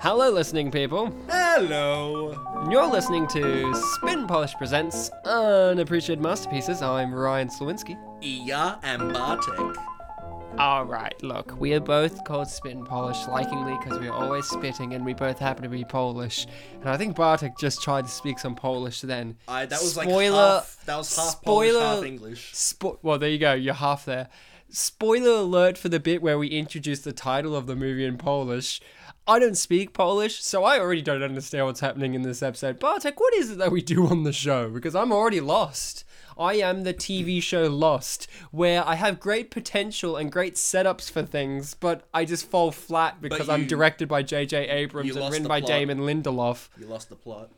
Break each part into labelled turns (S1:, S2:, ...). S1: Hello, listening people.
S2: Hello.
S1: You're listening to Spin Polish Presents Unappreciated Masterpieces. I'm Ryan Slawinski.
S2: Iya and Bartek.
S1: Alright, look, we are both called Spin Polish, likingly, because we're always spitting and we both happen to be Polish. And I think Bartek just tried to speak some Polish then.
S2: I, that was like
S1: Spoiler-
S2: half. That was half Polish, half
S1: spoiler-
S2: English.
S1: Spo- well, there you go. You're half there. Spoiler alert for the bit where we introduce the title of the movie in Polish. I don't speak Polish, so I already don't understand what's happening in this episode. Bartek, what is it that we do on the show? Because I'm already lost. I am the TV show Lost, where I have great potential and great setups for things, but I just fall flat because I'm
S2: you-
S1: directed by J.J. Abrams and
S2: lost
S1: written
S2: the
S1: by
S2: plot.
S1: Damon Lindelof.
S2: You lost the plot.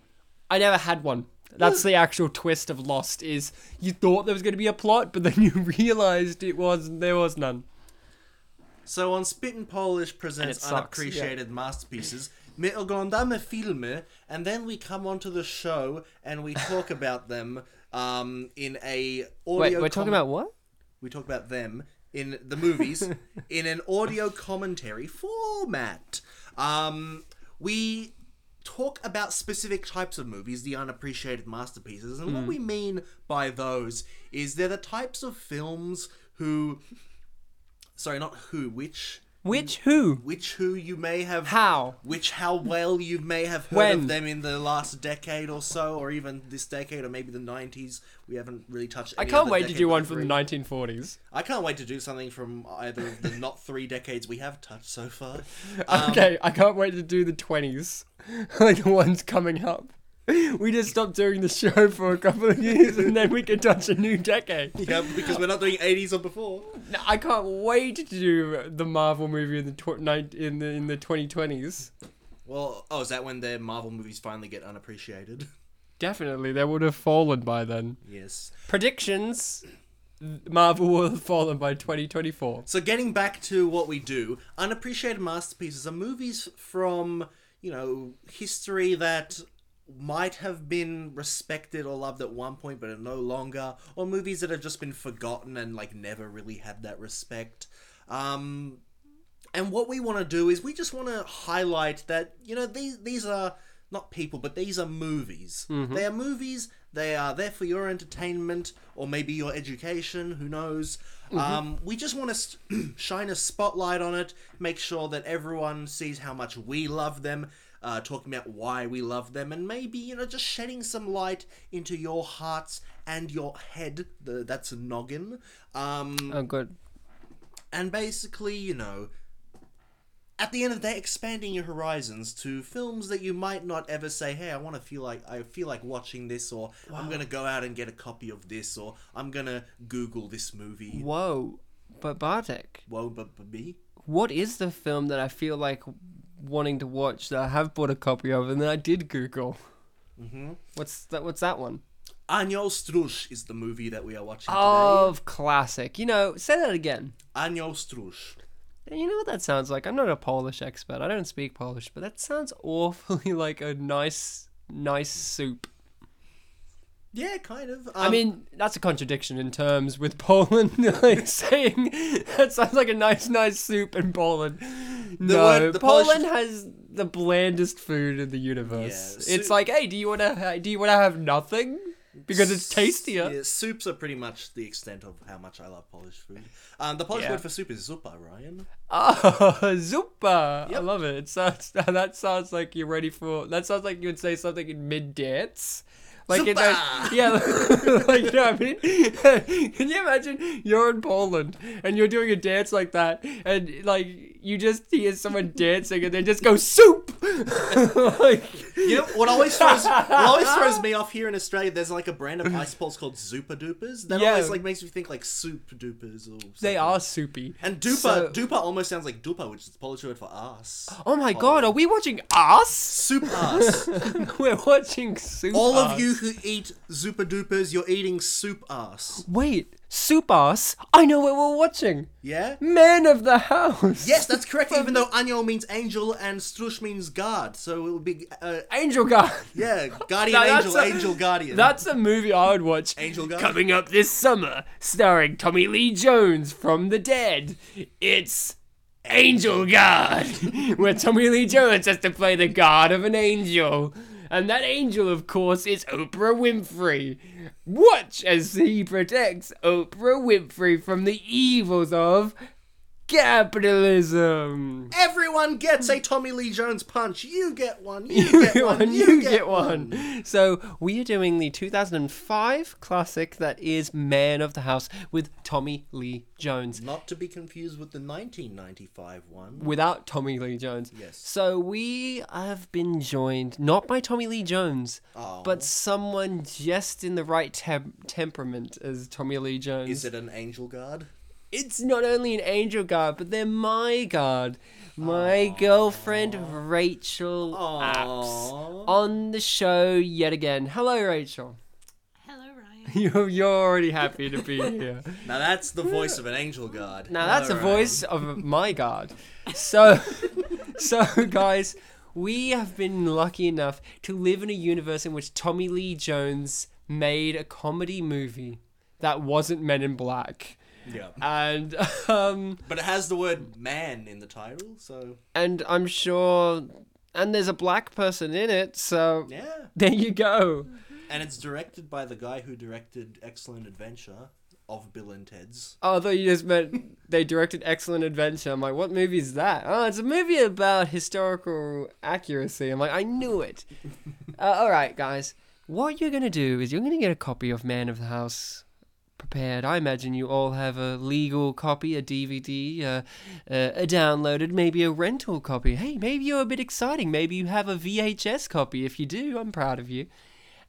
S1: I never had one. That's the actual twist of Lost is you thought there was going to be a plot, but then you realized it was there was none.
S2: So on Spittin' Polish presents
S1: sucks,
S2: unappreciated masterpieces. My oglądamy filmy, and then we come onto the show and we talk about them um, in a audio.
S1: Wait, we're talking
S2: com-
S1: about what?
S2: we talk about them in the movies in an audio commentary format. Um, we talk about specific types of movies, the unappreciated masterpieces, and
S1: Mm.
S2: what we mean by those is they're the types of films who, sorry, not who, which,
S1: Which who?
S2: which who you may have
S1: How?
S2: which how well you may have heard
S1: When?
S2: of them in the last decade or so, or even this decade, or maybe the '90s. We haven't really touched.
S1: I can't wait to do one from the 1940s.
S2: I can't wait to do something from either of the not three decades we have touched so far.
S1: okay, I can't wait to do the 20s, like the ones coming up. We just stopped doing the show for a couple of years, and then we can touch a new decade.
S2: Yeah, because we're not doing 80s or before.
S1: No, I can't wait to do the Marvel movie in the tw- nine in the in the 2020s.
S2: Well, oh, is that when their Marvel movies finally get unappreciated?
S1: Definitely, they would have fallen by then.
S2: Yes.
S1: predictions Marvel will have fallen by 2024.
S2: So getting back to what we do, unappreciated masterpieces are movies from, you know, history that might have been respected or loved at one point but are no longer, or movies that have just been forgotten and like never really had that respect. Um and what we want to do is we just want to highlight that, you know, these these are not people, but these are movies. They are movies. They are there for your entertainment or maybe your education. Who knows? Um, we just want to st- shine a spotlight on it, make sure that everyone sees how much we love them, uh, talking about why we love them, and maybe, you know, just shedding some light into your hearts and your head. The, that's a noggin. Um,
S1: Oh, good.
S2: and basically, you know, at the end of the day, expanding your horizons to films that you might not ever say, "Hey, I want to feel like I feel like watching this," or "I'm gonna go out and get a copy of this," or "I'm gonna Google this movie."
S1: Whoa. But Bartek,
S2: Whoa, but but me?
S1: what is the film that I feel like wanting to watch that I have bought a copy of and then I did Google? Mm-hmm.
S2: Mhm.
S1: What's that? What's that one?
S2: Anioł Strusz is the movie that we are watching
S1: Oh.
S2: today.
S1: Of classic. You know, say that again.
S2: Anioł Strusz.
S1: You know what that sounds like? I'm not a Polish expert. I don't speak Polish, but that sounds awfully like a nice, nice soup.
S2: Yeah, kind of.
S1: I
S2: Um,
S1: mean, that's a contradiction in terms with Poland. like saying that sounds like a nice, nice soup in Poland. no,
S2: word- the Polish-
S1: Poland has the blandest food in the universe.
S2: Yeah,
S1: it's
S2: soup-
S1: like, hey, do you want to? Do you want to have nothing? Because it's tastier.
S2: Yeah, soups are pretty much the extent of how much I love Polish food. Um, the Polish
S1: Yeah.
S2: word for soup is zupa, Ryan.
S1: Oh, zupa! I
S2: Yep.
S1: love it. It sounds that sounds like you're ready for. That sounds like you would say something in mid dance. Like in that,
S2: Zupa!
S1: yeah, like you know what I mean. Can you imagine? You're in Poland and you're doing a dance like that, and like you just hear someone dancing, and they just go soup. like,
S2: You know what always throws what always throws me off here in Australia? There's like a brand of ice balls called Zupa Dupas. That
S1: Yeah.
S2: always like makes me think like soup dupas or something.
S1: they are soupy.
S2: And dupa
S1: So-
S2: dupa almost sounds like dupa, which is the Polish word for ass.
S1: Oh my god, are we watching us?
S2: Soup ass.
S1: We're watching soup.
S2: All
S1: us.
S2: of you who eat Zupa Dupas, you're eating soup ass.
S1: Wait, soup us? I know what we're watching.
S2: Yeah.
S1: Man of the house.
S2: Yes, that's correct. Even though Anyo means angel and Strush means guard, so it would be uh,
S1: Angel Guard.
S2: yeah, guardian
S1: Now, that's
S2: angel,
S1: a-
S2: angel guardian.
S1: That's a movie I would watch.
S2: Angel Guard?
S1: Coming up this summer, starring Tommy Lee Jones from the dead. It's Angel God, where Tommy Lee Jones has to play the god of an angel. And that angel, of course, is Oprah Winfrey. Watch as he protects Oprah Winfrey from the evils of capitalism.
S2: Everyone gets a Tommy Lee Jones punch. You get one. You get one.
S1: one,
S2: You,
S1: you
S2: get,
S1: get
S2: one.
S1: one. So we are doing the 2005 classic that is Man of the House with Tommy Lee Jones.
S2: Not to be confused with the 1995 one.
S1: Without Tommy Lee Jones.
S2: Yes.
S1: So we have been joined not by Tommy Lee Jones,
S2: Oh.
S1: but someone just in the right temp- temperament as Tommy Lee Jones.
S2: Is it an angel guard?
S1: it's not only an angel guard, but they're my guard. My girlfriend Rachel Apps
S2: Aw.
S1: on the show yet again. Hello, Rachel.
S3: Hello, Ryan.
S1: You're, you're already happy to be here.
S2: Now that's the voice of an angel guard.
S1: Now that's a
S2: Alright.
S1: voice of my guard. So, so guys, we have been lucky enough to live in a universe in which Tommy Lee Jones made a comedy movie that wasn't Men in Black,
S2: Yeah.
S1: and um,
S2: But it has the word man in the title, so
S1: and I'm sure, and there's a black person in it, so
S2: yeah.
S1: there you go.
S2: And it's directed by the guy who directed Excellent Adventure of Bill and Ted's.
S1: Oh, I thought you just meant they directed Excellent Adventure. I'm like, what movie is that? Oh, it's a movie about historical accuracy. I'm like, I knew it. uh, all right, guys. What you're going to do is you're going to get a copy of Man of the House prepared. I imagine you all have a legal copy, a DVD, uh, uh, a downloaded, maybe a rental copy. Hey, maybe you're a bit exciting. Maybe you have a VHS copy. If you do, I'm proud of you.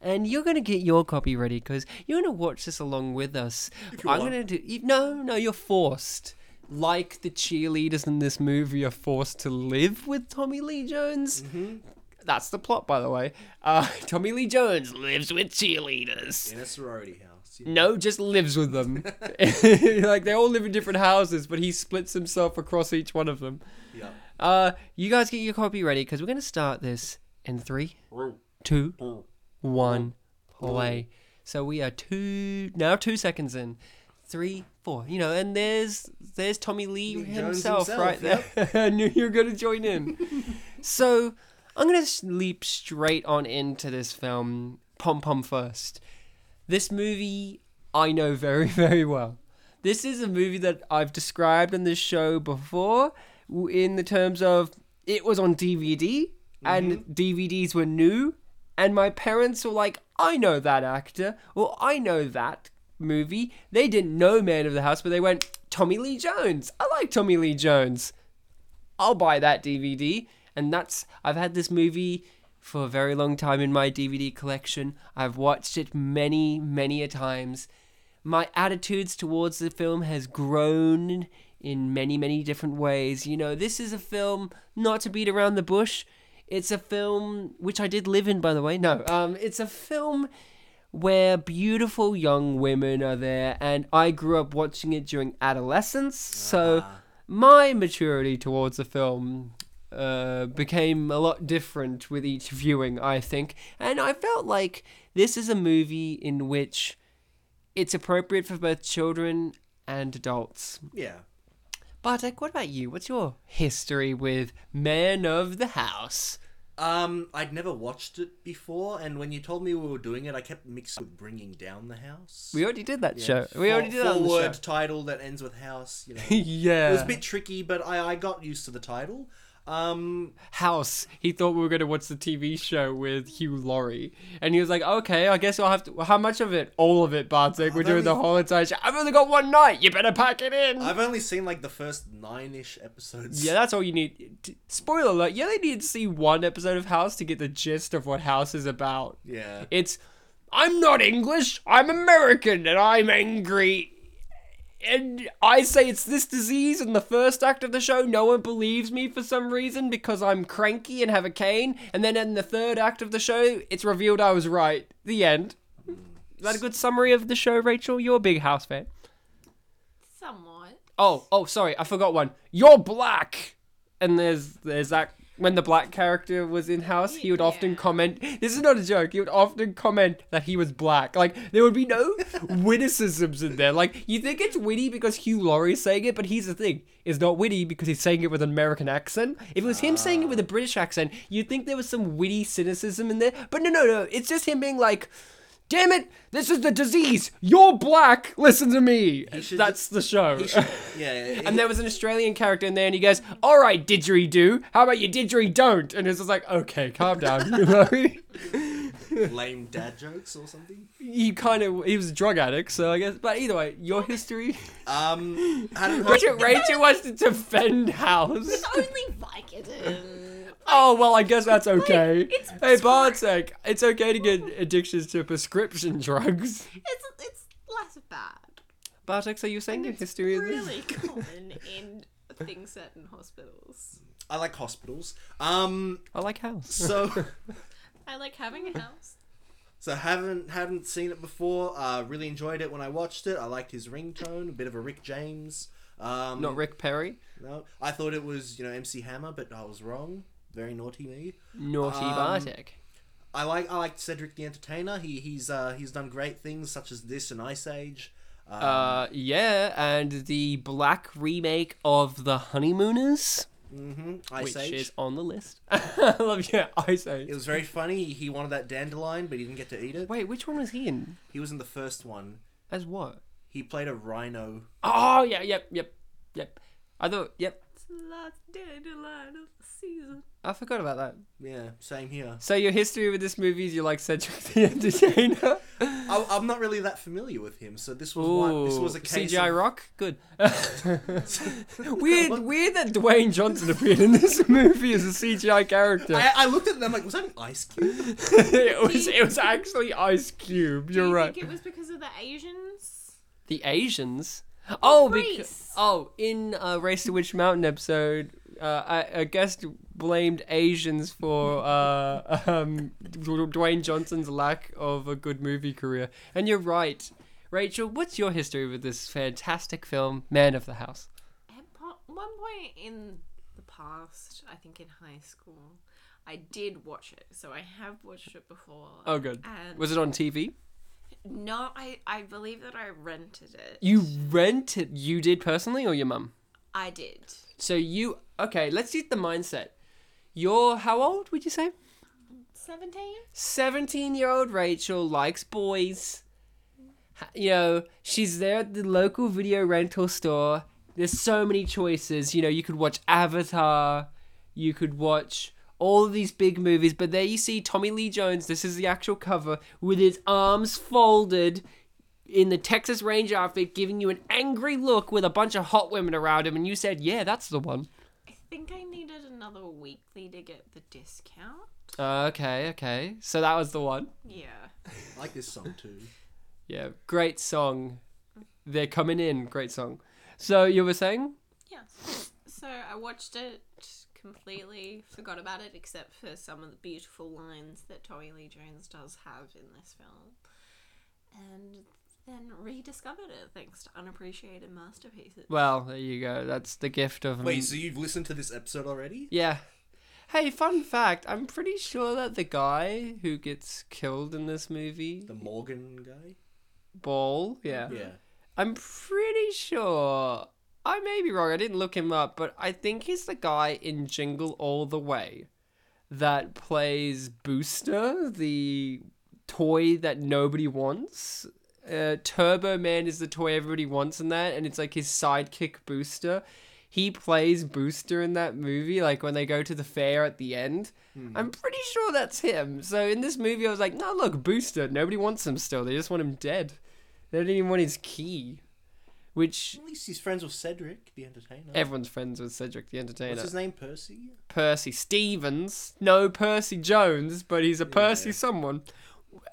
S1: And you're going to get your copy ready because you're going to watch this along with us. I'm
S2: want.
S1: going to do. you- No, no, you're forced. Like the cheerleaders in this movie are forced to live with Tommy Lee Jones. That's the plot, by the way. Uh, Tommy Lee Jones lives with cheerleaders.
S2: In a sorority house. Yeah.
S1: No, just lives with them. like they all live in different houses, but he splits himself across each one of them.
S2: yeah.
S1: Uh, you guys get your copy ready because we're gonna start this in three, two, one, play. So we are two now two seconds in, three, four. You know, and there's there's Tommy Lee
S2: Lee Jones
S1: himself,
S2: himself,
S1: right there. I knew you were gonna join in. so I'm gonna s- leap straight on into this film, Pom Pom first. This movie I know very, very well. This is a movie that I've described in this show before w- in the terms of it was on DVD and DVDs were new, and my parents were like, I know that actor, or I know that movie. They didn't know Man of the House, but they went, Tommy Lee Jones. I like Tommy Lee Jones. I'll buy that DVD. And that's, I've had this movie for a very long time in my DVD collection. I've watched it many, many a times. My attitudes towards the film has grown in many, many different ways. You know, this is a film not to beat around the bush. It's a film which I did live in, by the way. No, um, it's a film where beautiful young women are there, and I grew up watching it during adolescence. So
S2: Ah.
S1: my maturity towards the film uh, became a lot different with each viewing, I think. And I felt like this is a movie in which it's appropriate for both children and adults.
S2: Yeah.
S1: Bartek, what about you? What's your history with Man of the House?
S2: Um, I'd never watched it before, and when you told me we were doing it, I kept mixing with bringing down the house.
S1: We already did that
S2: Yeah.
S1: show. We already
S2: Four-
S1: did that on the
S2: four-word
S1: show.
S2: title that ends with house. You know,
S1: yeah.
S2: it was a bit tricky, but I, I got used to the title. Um,
S1: house he thought we were going to watch the tv show with hugh laurie and he was like okay i guess i'll have to how much of it all of it bartek we're
S2: I've
S1: doing the
S2: only-
S1: whole entire show i've only got one night you better pack it in
S2: I've only seen like the first nine-ish episodes.
S1: yeah that's all you need T- spoiler alert you only need to see one episode of house to get the gist of what house is about
S2: yeah.
S1: it's i'm not english i'm american and i'm angry and I say it's this disease in the first act of the show. No one believes me for some reason because I'm cranky and have a cane. And then in the third act of the show, it's revealed I was right. The end. Is that a good summary of the show, Rachel? You're a big house fan.
S3: Somewhat.
S1: Oh, oh, sorry, I forgot one. You're black. And there's there's that when the black character was in house, he would often
S3: Yeah.
S1: comment. This is not a joke. He would often comment that he was black. Like there would be no witticisms in there. Like you think it's witty because Hugh Laurie's saying it, but here's the thing: it's not witty because he's saying it with an American accent. If it was him saying it with a British accent, you'd think there was some witty cynicism in there. But no, no, no. It's just him being like. Damn it! This is the disease. You're black. Listen to me.
S2: should-
S1: That's the show.
S2: He should- yeah, yeah,
S1: And there was an Australian character in there, and he goes, "All right, didgeridoo. How about you didgeridon't?" And it's just like, "Okay, calm down." You know,
S2: lame dad jokes or something.
S1: he kind of he was a drug addict, so I guess. But either way, your history.
S2: Um, I don't know.
S1: Rachel, Rachel wants to defend House.
S3: Only Vicodin.
S1: Oh well, I guess that's okay.
S3: it's
S1: hey Bartek, it's okay to get addictions to prescription drugs.
S3: It's it's less bad.
S1: Bartek, so you're saying your history is
S3: Really common in things set in hospitals.
S2: I like hospitals. Um,
S1: I like House.
S2: so
S3: I like having a house.
S2: so haven't haven't seen it before. Uh, really enjoyed it when I watched it. I liked his ringtone, a bit of a Rick James. Um,
S1: Not Rick Perry.
S2: no, I thought it was you know MC Hammer, but I was wrong. Very naughty me.
S1: Naughty
S2: Um,
S1: Bartek.
S2: I like I like Cedric the Entertainer. He he's uh, he's done great things such as this and Ice Age. Um,
S1: Uh, yeah, and the black remake of The Honeymooners,
S2: hmm Ice
S1: which
S2: Age.
S1: is on the list. I love, yeah, Ice Age.
S2: It was very funny. He wanted that dandelion, but he didn't get to eat it.
S1: Wait, which one was he in?
S2: He was in the first one.
S1: As what?
S2: He played a rhino.
S1: Oh, yeah, yep, yep, yep. I thought, yep,
S3: It's the last dandelion of the season.
S1: I forgot about that.
S2: Yeah, same here.
S1: So your history with this movie is you like Cedric the Entertainer.
S2: I, I'm not really that familiar with him, so this was one.
S1: Ooh,
S2: This was a case.
S1: CGI
S2: of-
S1: Rock, good. weird, weird that Dwayne Johnson appeared in this movie as a CGI character.
S2: I, I looked at it and I'm like, was that an ice cube?
S1: it was, it was actually Ice Cube.
S3: Do
S1: You're
S3: you
S1: right.
S3: think it was because of the Asians?
S1: The Asians. Oh, because,
S3: Race.
S1: oh, in uh, Race to Witch Mountain episode, uh, I, a guest blamed Asians for uh, um, Dw- Dwayne Johnson's lack of a good movie career. And you're right. Rachel, what's your history with this fantastic film, Man of the House?
S3: At po- one point in the past, I think in high school, I did watch it, so I have watched it before.
S1: Oh, good.
S3: And
S1: Was it on TV?
S3: no, I I believe that I rented it.
S1: You rented, you did personally, or your mum?
S3: I did.
S1: So you, okay, let's use the mindset. You're how old, would you say?
S3: Seventeen.
S1: 17 year old Rachel likes boys. Ha- You know, she's there at the local video rental store. There's so many choices. You know, you could watch Avatar, you could watch all of these big movies, but there you see Tommy Lee Jones. This is the actual cover with his arms folded in the Texas Ranger outfit, giving you an angry look with a bunch of hot women around him. And you said, Yeah, that's the one.
S3: I think I needed another weekly to get the discount.
S1: Uh, Okay, okay. So that was the one.
S3: Yeah.
S2: I like this song too.
S1: Yeah, great song. They're coming in, great song. So you were saying?
S3: Yes. So I watched it completely, forgot about it, except for some of the beautiful lines that Tommy Lee Jones does have in this film. And then rediscovered it thanks to unappreciated masterpieces.
S1: Well, there you go. That's the gift of
S2: Wait, so you've listened to this episode already?
S1: yeah. Hey, fun fact, I'm pretty sure that the guy who gets killed in this movie,
S2: The Morgan guy?
S1: Ball, yeah.
S2: Yeah.
S1: I'm pretty sure I may be wrong. I didn't look him up, but I think he's the guy in Jingle All the Way that plays Booster, the toy that nobody wants. Uh, Turbo Man is the toy everybody wants in that, and it's like his sidekick Booster. He plays Booster in that movie, like when they go to the fair at the end. I'm pretty sure that's him. So in this movie, I was like, no, look, Booster. Nobody wants him still. They just want him dead. They don't even want his key. Which
S2: At least he's friends with Cedric, the entertainer.
S1: everyone's friends with Cedric the Entertainer.
S2: What's his name? Percy?
S1: Percy Stevens. No, Percy Jones, but he's a Percy someone.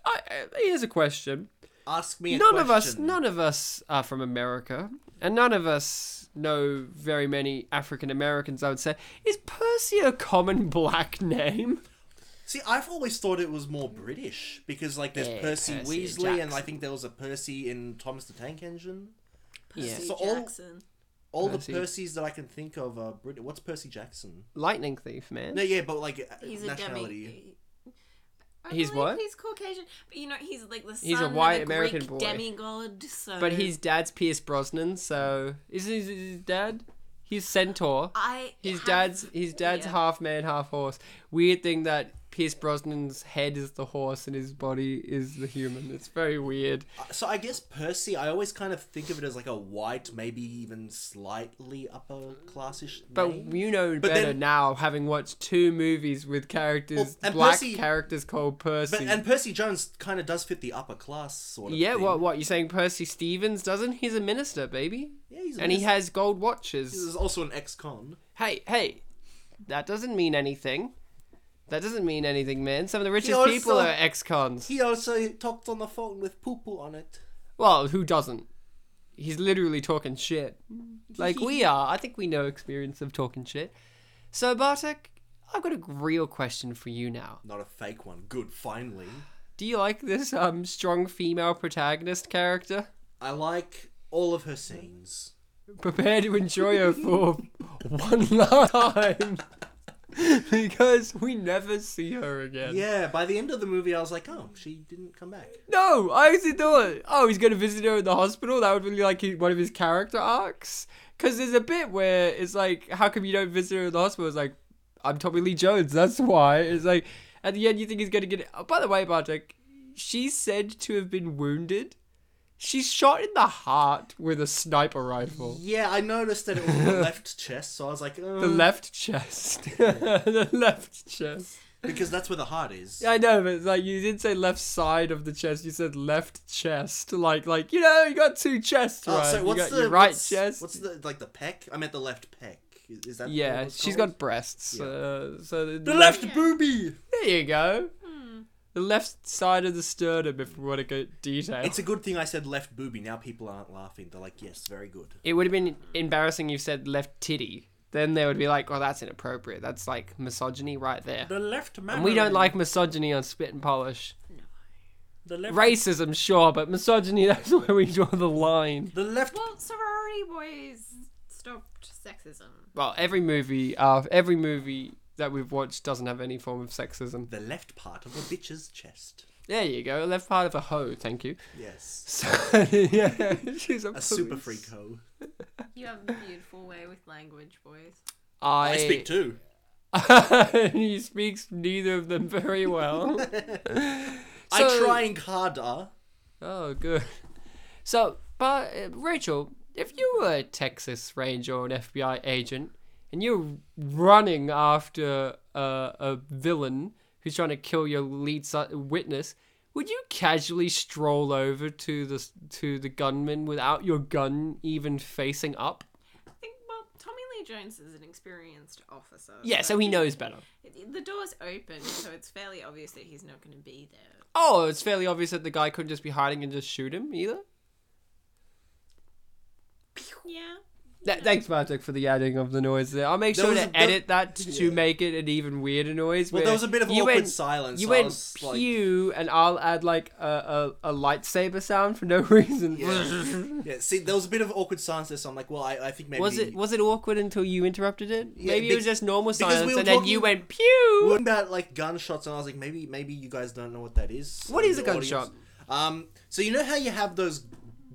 S1: I, I, here's a question.
S2: Ask me a
S1: none of us,
S2: question.
S1: none of us are from America, and none of us know very many African Americans. I would say, is Percy a common black name?
S2: See, I've always thought it was more British because, like, there's
S1: Yeah,
S2: Percy,
S1: Percy
S2: Weasley, and I
S1: Jackson.
S2: think there was a Percy in Thomas the Tank Engine.
S1: Yeah.
S3: Percy
S2: So all-
S3: Jackson.
S2: all
S1: Percy.
S2: the Percys that I can think of are Brit. What's Percy Jackson?
S1: Lightning thief, man.
S2: No, yeah, but like
S3: He's a
S2: nationality.
S3: demi. I
S1: He's
S3: believe
S1: what?
S3: He's Caucasian, but you know he's like the son
S1: He's a
S3: of
S1: white
S3: a
S1: American
S3: Greek
S1: boy.
S3: demigod. So,
S1: But his dad's Pierce Brosnan, so isn't his, his dad? He's Centaur.
S3: I
S1: His
S3: have-
S1: dad's his dad's
S3: yeah.
S1: half man, half horse. Weird thing that Pierce Brosnan's head is the horse and his body is the human. It's very weird.
S2: So I guess Percy, I always kind of think of it as like a white, maybe even slightly upper classish.
S1: But
S2: name.
S1: you know
S2: But
S1: better
S2: then-
S1: now, having watched two movies with characters,
S2: Well, and
S1: black
S2: Percy-
S1: characters called Percy.
S2: But, and Percy Jones kind of does fit the upper class sort of.
S1: yeah,
S2: thing.
S1: what what you saying? Percy Stevens doesn't? He's a minister, baby,
S2: Yeah, he's
S1: and he has gold watches.
S2: He's also an ex-con.
S1: Hey, hey, that doesn't mean anything. That doesn't mean anything, man. Some of the richest
S2: also-
S1: people are ex-cons.
S2: He also talked on the phone with poo poo on it.
S1: Well, who doesn't? He's literally talking shit. Like we are. I think we know experience of talking shit. So, Bartek, I've got a real question for you now.
S2: Not a fake one. Good, finally.
S1: Do you like this um strong female protagonist character?
S2: I like all of her scenes.
S1: Prepare to enjoy her for one last time. because we never see her again.
S2: Yeah, by the end of the movie, I was like, oh, she didn't come back.
S1: No, I actually thought, oh, he's going to visit her in the hospital. That would be like his- one of his character arcs. Because there's a bit where it's like, how come you don't visit her in the hospital? It's like, I'm Tommy Lee Jones. That's why. It's like, at the end, you think he's going to get it. Oh, by the way, Bartek, she's said to have been wounded. She's shot in the heart with a sniper rifle.
S2: Yeah, I noticed that it was the left chest, so I was like, uh,
S1: The left chest. the left chest.
S2: because that's where the heart is.
S1: I know, but it's like you didn't say left side of the chest. You said left chest, like like you know, you got two chests,
S2: Oh,
S1: right?
S2: so what's
S1: you got
S2: the
S1: your right
S2: what's,
S1: chest.
S2: What's the like the pec? I meant the left pec. Is, is that
S1: yeah,
S2: she's
S1: she's got breasts.
S2: Yeah.
S1: Uh, so the,
S2: the left booby.
S1: There you go. The left side of the sternum, if we want to go detail.
S2: It's a good thing I said left booby. Now people aren't laughing. They're like, yes, very good.
S1: it would have been embarrassing if you said left titty. Then they would be like, "Well, that's inappropriate. That's like misogyny right there."
S2: The left man.
S1: And we don't like misogyny on Spit and Polish.
S2: the left.
S1: Racism, sure, but misogyny—that's where we draw the line.
S2: The left.
S3: Well, sorority boys stopped sexism.
S1: well, every movie, uh, every movie that we've watched doesn't have any form of sexism.
S2: The left part of a bitch's chest.
S1: There you go, left part of a hoe. Thank you.
S2: Yes.
S1: So, yeah, she's a,
S2: A super
S1: police.
S2: freak hoe.
S3: You have a beautiful way with language, boys.
S1: I,
S2: I speak too.
S1: he speaks neither of them very well.
S2: I
S1: So-
S2: trying harder.
S1: Oh, good. So, but uh, Rachel, if you were a Texas Ranger or an FBI agent, and you're running after uh, a villain who's trying to kill your lead su- witness, would you casually stroll over to the s- to the gunman without your gun even facing up?
S3: I think, well, Tommy Lee Jones is an experienced officer.
S1: Yeah, so he knows better.
S3: The door's open, so it's fairly obvious that he's not going to be there.
S1: Oh, it's fairly obvious that the guy couldn't just be hiding and just shoot him either.
S3: Yeah.
S1: Th- thanks, Bartek, for the adding of the noise there. I'll make
S2: There
S1: sure
S2: was
S1: to
S2: a- there-
S1: edit that t- to
S2: Yeah.
S1: make it an even weirder noise.
S2: Well,
S1: where
S2: there was a bit of
S1: you
S2: awkward
S1: went,
S2: silence.
S1: You
S2: I
S1: went
S2: was like,
S1: pew, and I'll add like a, a, a lightsaber sound for no reason.
S2: yeah. See, there was a bit of awkward silence there, so I'm like, well, I, I think maybe.
S1: was it was it awkward until you interrupted it?
S2: Yeah,
S1: Maybe it
S2: be-
S1: was just normal
S2: because we
S1: silence,
S2: were
S1: and then
S2: talking-
S1: you went
S2: We were
S1: pew.
S2: talking about like gunshots, and I was like, maybe, maybe you guys don't know what that is.
S1: What
S2: Um,
S1: is a
S2: the audience-
S1: gunshot?
S2: Um, so you know how you have those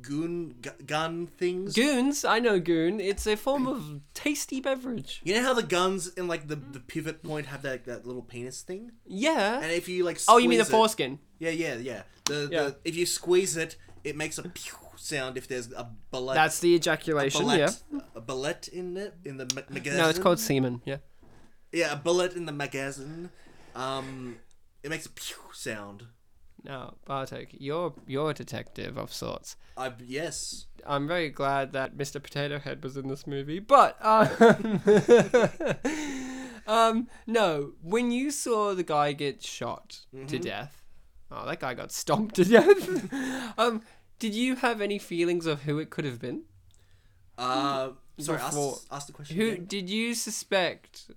S2: goon gu- gun things.
S1: Goons, I know goon. It's a form of tasty beverage.
S2: you know how the guns in like the, the pivot point have that that little penis thing,
S1: Yeah.
S2: and if you like
S1: Oh, you mean the
S2: squeeze it-
S1: foreskin?
S2: Yeah, yeah, yeah. The,
S1: Yeah.
S2: the if you squeeze it, it makes a pew sound if there's a bullet.
S1: That's the ejaculation.
S2: bullet,
S1: Yeah.
S2: a bullet in it in the ma- magazine.
S1: No, it's called semen. Yeah.
S2: Yeah, a bullet in the magazine. Um, it makes a pew sound.
S1: No, Bartek, you're you're a detective of sorts.
S2: I yes.
S1: I'm very glad that Mr. Potato Head was in this movie, but um, um, no, when you saw the guy get shot to death, oh, that guy got stomped to death. um, did you have any feelings of who it could have been?
S2: Uh, sorry, ask,
S1: Before-
S2: ask the question.
S1: Who
S2: again.
S1: did you suspect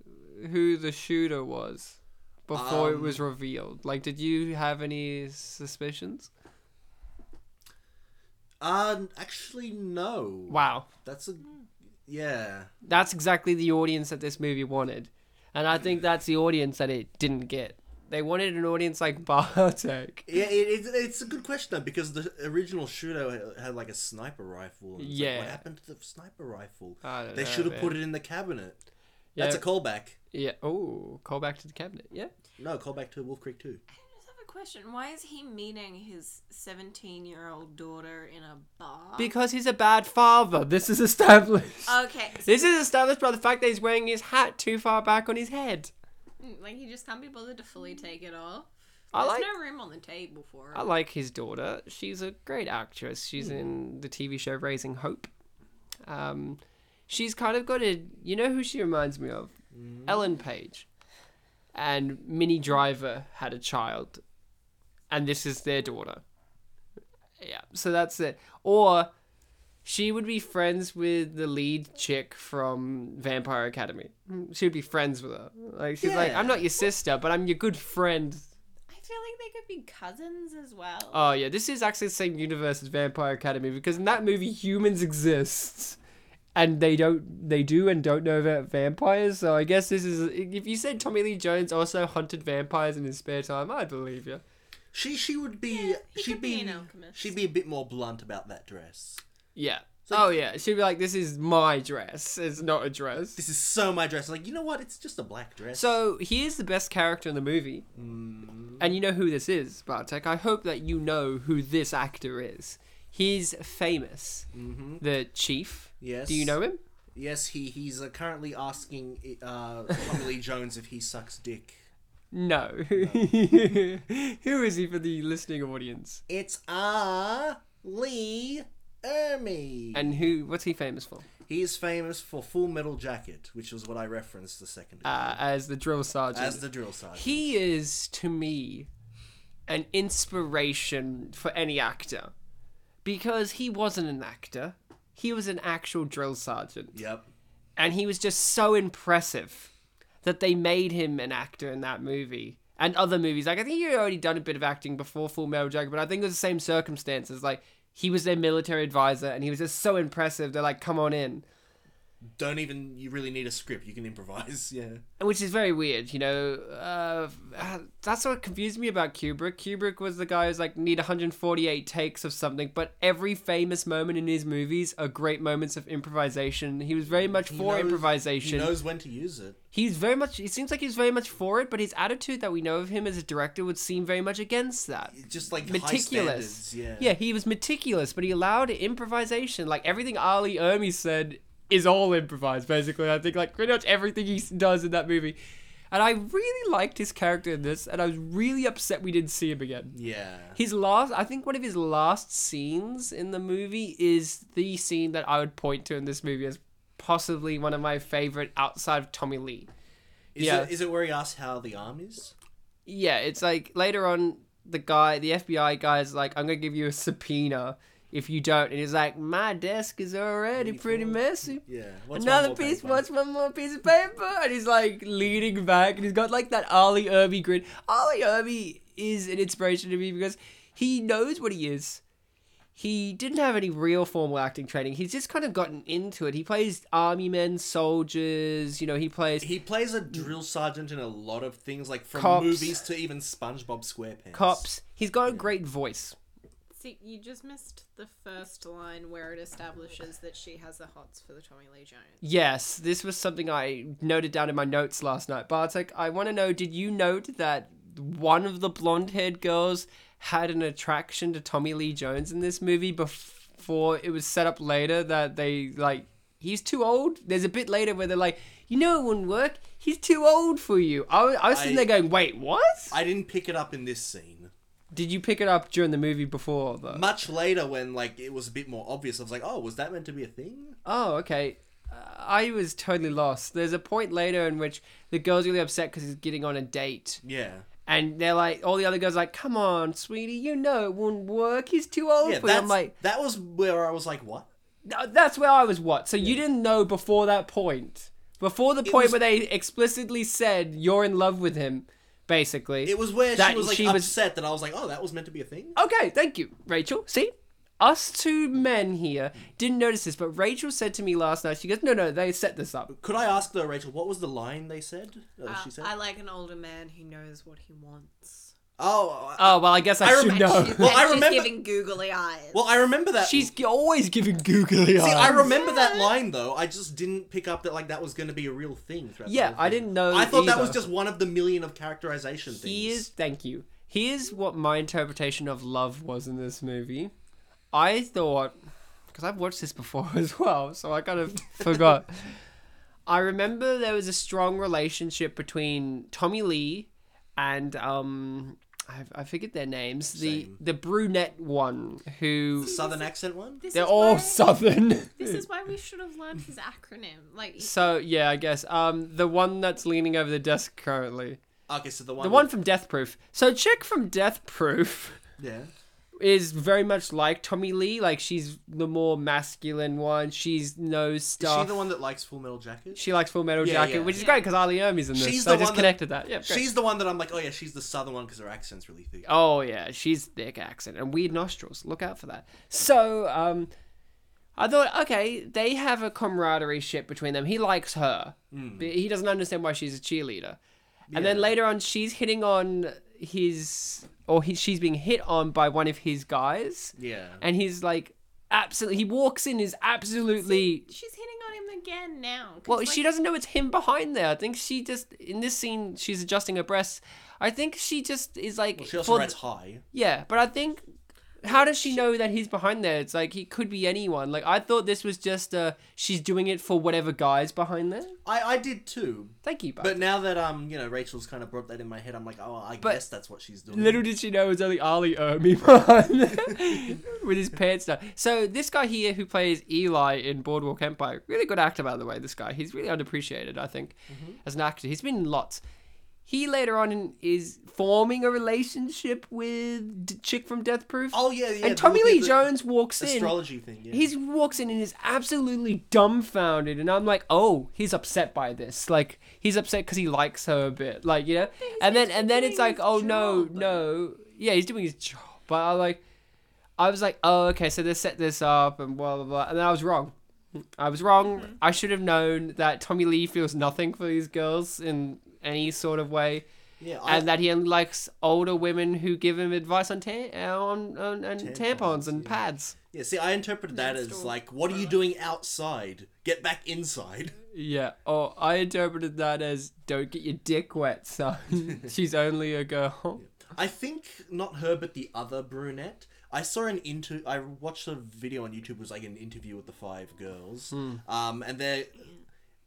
S1: who the shooter was before it was revealed? Like, did you have any suspicions?
S2: Uh, actually, no.
S1: Wow,
S2: That's a Yeah.
S1: That's exactly the audience that this movie wanted. And I think that's the audience that it didn't get. They wanted an audience like Bartek.
S2: Yeah, it, it, it's a good question though because the original shooter had like a sniper rifle. And it's like, what
S1: Yeah.
S2: happened to the sniper rifle?
S1: I don't
S2: They
S1: know,
S2: should have
S1: man.
S2: put it in the cabinet.
S1: Yeah.
S2: That's a callback.
S1: Yeah. Oh, call back to the cabinet. Yeah.
S2: No, callback to Wolf Creek 2.
S3: I just have a question. Why is he meeting his 17 year old daughter in a bar?
S1: Because he's a bad father. This is established.
S3: okay. so-
S1: this is established by the fact that he's wearing his hat too far back on his head.
S3: Mm, like, he just can't be bothered to fully take it off.
S1: I
S3: There's
S1: like
S3: no room on the table for it. Hmm.
S1: I like his daughter. She's a great actress. She's in the TV show Raising Hope. Um, she's kind of got a you know who she reminds me of?
S3: Hmm.
S1: Ellen Page. And Minnie Driver had a child, and this is their daughter. Yeah, so that's it. Or she would be friends with the lead chick from Vampire Academy. She would be friends with her. Like she's like, I'm
S2: Yeah.
S1: not your sister, but I'm your good friend.
S3: I feel like they could be cousins as well.
S1: Oh yeah, this is actually the same universe as Vampire Academy because in that movie humans exist, and they don't, they do and don't know about vampires. So I guess this is if you said Tommy Lee Jones also hunted vampires in his spare time, I'd believe you.
S2: She she would be
S3: he
S2: she'd
S3: could be
S2: be,
S3: an alchemist.
S2: she'd be a bit more blunt about that dress.
S1: Yeah. oh yeah, she'd be like, "This is my dress. It's not a dress."
S2: This is so my dress. Like you know what? It's just a black dress.
S1: So here's the best character in the movie, and you know who this is, Bartek. I hope that you know who this actor is. He's famous, the chief.
S2: Yes.
S1: Do you know him?
S2: Yes, he he's uh, currently asking uh, Tommy Lee Jones if he sucks dick.
S1: No. Who is he for the listening audience?
S2: It's R. Lee Ermey.
S1: And who? What's he famous for?
S2: He is famous for Full Metal Jacket, which was what I referenced a second ago.
S1: Uh, as the drill sergeant.
S2: as the drill sergeant.
S1: he is to me an inspiration for any actor because he wasn't an actor. He was an actual drill sergeant,
S2: Yep.
S1: and he was just so impressive that they made him an actor in that movie and other movies. Like I think he had already done a bit of acting before Full Metal Jacket, but I think it was the same circumstances. Like he was their military advisor, and he was just so impressive. They're like, "Come on in."
S2: Don't even you really need a script. You can improvise. Yeah.
S1: which is very weird, you know. Uh, that's what confused me about Kubrick. Kubrick was the guy who's like need 148 takes of something, but every famous moment in his movies are great moments of improvisation. He was very much for
S2: knows- He
S1: improvisation.
S2: knows when to use it.
S1: He's very much. It seems like he's very much for it, but his attitude that we know of him as a director would seem very much against that
S2: It's just like
S1: meticulous.
S2: High standards, yeah.
S1: he was meticulous, but he allowed improvisation. Like everything Ali Ermi said is all improvised, basically. I think like pretty much everything he s- does in that movie. And I really liked his character in this, and I was really upset we didn't see him again.
S2: Yeah.
S1: His last, I think one of his last scenes in the movie is the scene that I would point to in this movie as possibly one of my favorite outside of Tommy Lee.
S2: Is,
S1: Yeah.
S2: it, is it where he asks how the arm is?
S1: Yeah, it's like later on, the guy, the FBI guy's like, I'm gonna give you a subpoena if you don't. And he's like, My desk is already pretty messy.
S2: Yeah. What's one
S1: Another
S2: more
S1: piece,
S2: paper?
S1: what's one more piece of paper? And he's like leaning back and he's got like that Ollie Irby grin. Ollie Irby is an inspiration to me because he knows what he is. He didn't have any real formal acting training. He's just kind of gotten into it. He plays army men, soldiers, you know, he plays
S2: He plays a drill sergeant in a lot of things, like from
S1: Mm. Cops.
S2: movies to even SpongeBob SquarePants.
S1: cops. He's got a great voice.
S3: See, you just missed the first line where it establishes that she has the hots for the Tommy Lee Jones.
S1: Yes, this was something I noted down in my notes last night. Bartek, I want to know did you note that one of the blonde haired girls had an attraction to Tommy Lee Jones in this movie before it was set up later that they, like, he's too old? There's a bit later where they're like, you know, it wouldn't work. He's too old for you. I, was- I was sitting
S2: I-
S1: there going, wait, what?
S2: I didn't pick it up in this scene.
S1: did you pick it up during the movie before, though?
S2: Much later, when like it was a bit more obvious, I was like, "Oh, was that meant to be a thing?"
S1: Oh, okay. Uh, I was totally lost. There's a point later in which the girl's really upset because he's getting on a date.
S2: Yeah,
S1: And they're like, all the other girls are like, come on, sweetie, you know it won't work. He's too old
S2: yeah.
S1: for you.
S2: That's,
S1: I'm like,
S2: that was where I was like, "What?"
S1: "No, that's where I was what? So you didn't know before that point. Before the point
S2: was-
S1: where they explicitly said you're in love with him, basically.
S2: It was where
S1: That-
S2: she was like
S1: she was-
S2: upset that I was like, "Oh, that was meant to be a thing."
S1: Okay, thank you, Rachel. See? us two men here didn't notice this, but Rachel said to me last night, she goes, No, no, they set this up.
S2: Could I ask though, Rachel, what was the line they said? Uh,
S3: Uh,
S2: she said.
S3: I like an older man who knows what he wants.
S2: oh, I-
S1: Oh, well, I guess I,
S2: I
S1: should
S2: remem-
S1: know.
S3: She's,
S2: Well,
S3: and
S2: I
S3: she's
S2: remember-
S3: giving googly eyes.
S2: well, I remember that.
S1: She's g- always giving googly eyes.
S2: See, I remember that line though. I just didn't pick up that like that was going to be a real thing. Throughout the
S1: Yeah,
S2: whole
S1: I
S2: thing.
S1: didn't know
S2: I thought that
S1: either.
S2: was just one of the million of characterization things.
S1: Here's thank you. Here's what my interpretation of love was in this movie. I thought because I've watched this before as well, so I kind of forgot. I remember there was a strong relationship between Tommy Lee and um I, I forget their names.
S2: Same.
S1: The the brunette one who
S2: southern accent one.
S3: This
S1: they're
S3: is
S1: all
S3: why-
S1: southern.
S3: This is why we should have learned his acronym. Like,
S1: so yeah, I guess um the one that's leaning over the desk currently,
S2: Okay, so the one.
S1: the one from Death Proof. So chick from Death Proof.
S2: Yeah.
S1: is very much like Tommy Lee. Like she's the more masculine one. She's no
S2: Is
S1: stuff.
S2: she the one that likes Full Metal Jacket?
S1: She likes Full Metal
S2: Yeah,
S1: Jacket,
S2: yeah.
S1: which is
S3: Yeah.
S1: great 'cause great because Ali Ermey's in this.
S2: She's
S1: so I
S2: the
S1: just
S2: one that-
S1: connected that. Yeah, great.
S2: She's the one that I'm like, oh yeah, she's the southern one because her accent's really thick.
S1: Oh yeah, she's thick accent and weird nostrils. Look out for that. So um, I thought okay, they have a camaraderie ship between them. He likes her, but he doesn't understand why she's a cheerleader. And then
S2: Hmm. Yeah.
S1: later on, she's hitting on his or he, she's being hit on by one of his guys.
S2: Yeah.
S1: and he's like absolutely he walks in is absolutely
S3: she's hitting on him again now. 'cause,
S1: well
S3: like,
S1: she doesn't know it's him behind there i think she just in this scene she's adjusting her breasts i think she just is like
S2: She also
S1: for-
S2: writes high.
S1: yeah but i think how does she know that he's behind there it's like he could be anyone like i thought this was just uh she's doing it for whatever guy's behind there
S2: I I did too.
S1: thank you but,
S2: But now that um you know Rachel's kind of brought that in my head, I'm like, oh, I
S1: But-
S2: guess that's what she's doing.
S1: Little did she know it was only Ali Ermy behind there with his pants down. So this guy here who plays Eli in Boardwalk Empire, really good actor by the way. This guy, he's really underappreciated, I think,
S2: Mm-hmm.
S1: as an actor. He's been in lots. He later on in, is forming a relationship with d- chick from Death Proof.
S2: Oh yeah, yeah.
S1: and Tommy
S2: look at
S1: Lee
S2: the
S1: Jones walks in.
S2: Astrology thing. Yeah.
S1: He walks in and is absolutely dumbfounded, and I'm like, oh, he's upset by this. Like he's upset because he likes her a bit, like you know. And then and then
S3: doing
S1: it's like,
S3: his
S1: oh no,
S3: job.
S1: no, yeah, he's doing his job. But I like, I was like, oh okay, so they set this up and blah blah blah, and then I was wrong. I was wrong. I should have known that Tommy Lee feels nothing for these girls in any sort of way,
S2: yeah. I,
S1: and that he only likes older women who give him advice on ta- on, on, on tampons,
S2: Tampons,
S1: and
S2: yeah.
S1: pads.
S2: yeah. See, I interpreted that
S3: Men's
S2: as
S3: store.
S2: like, what are you doing outside? Get back inside.
S1: Yeah. Oh, I interpreted that as don't get your dick wet, son. She's only a girl.
S2: I think not her, but the other brunette. I saw an inter. I watched a video on YouTube. It was like an interview with the five girls. Um, and they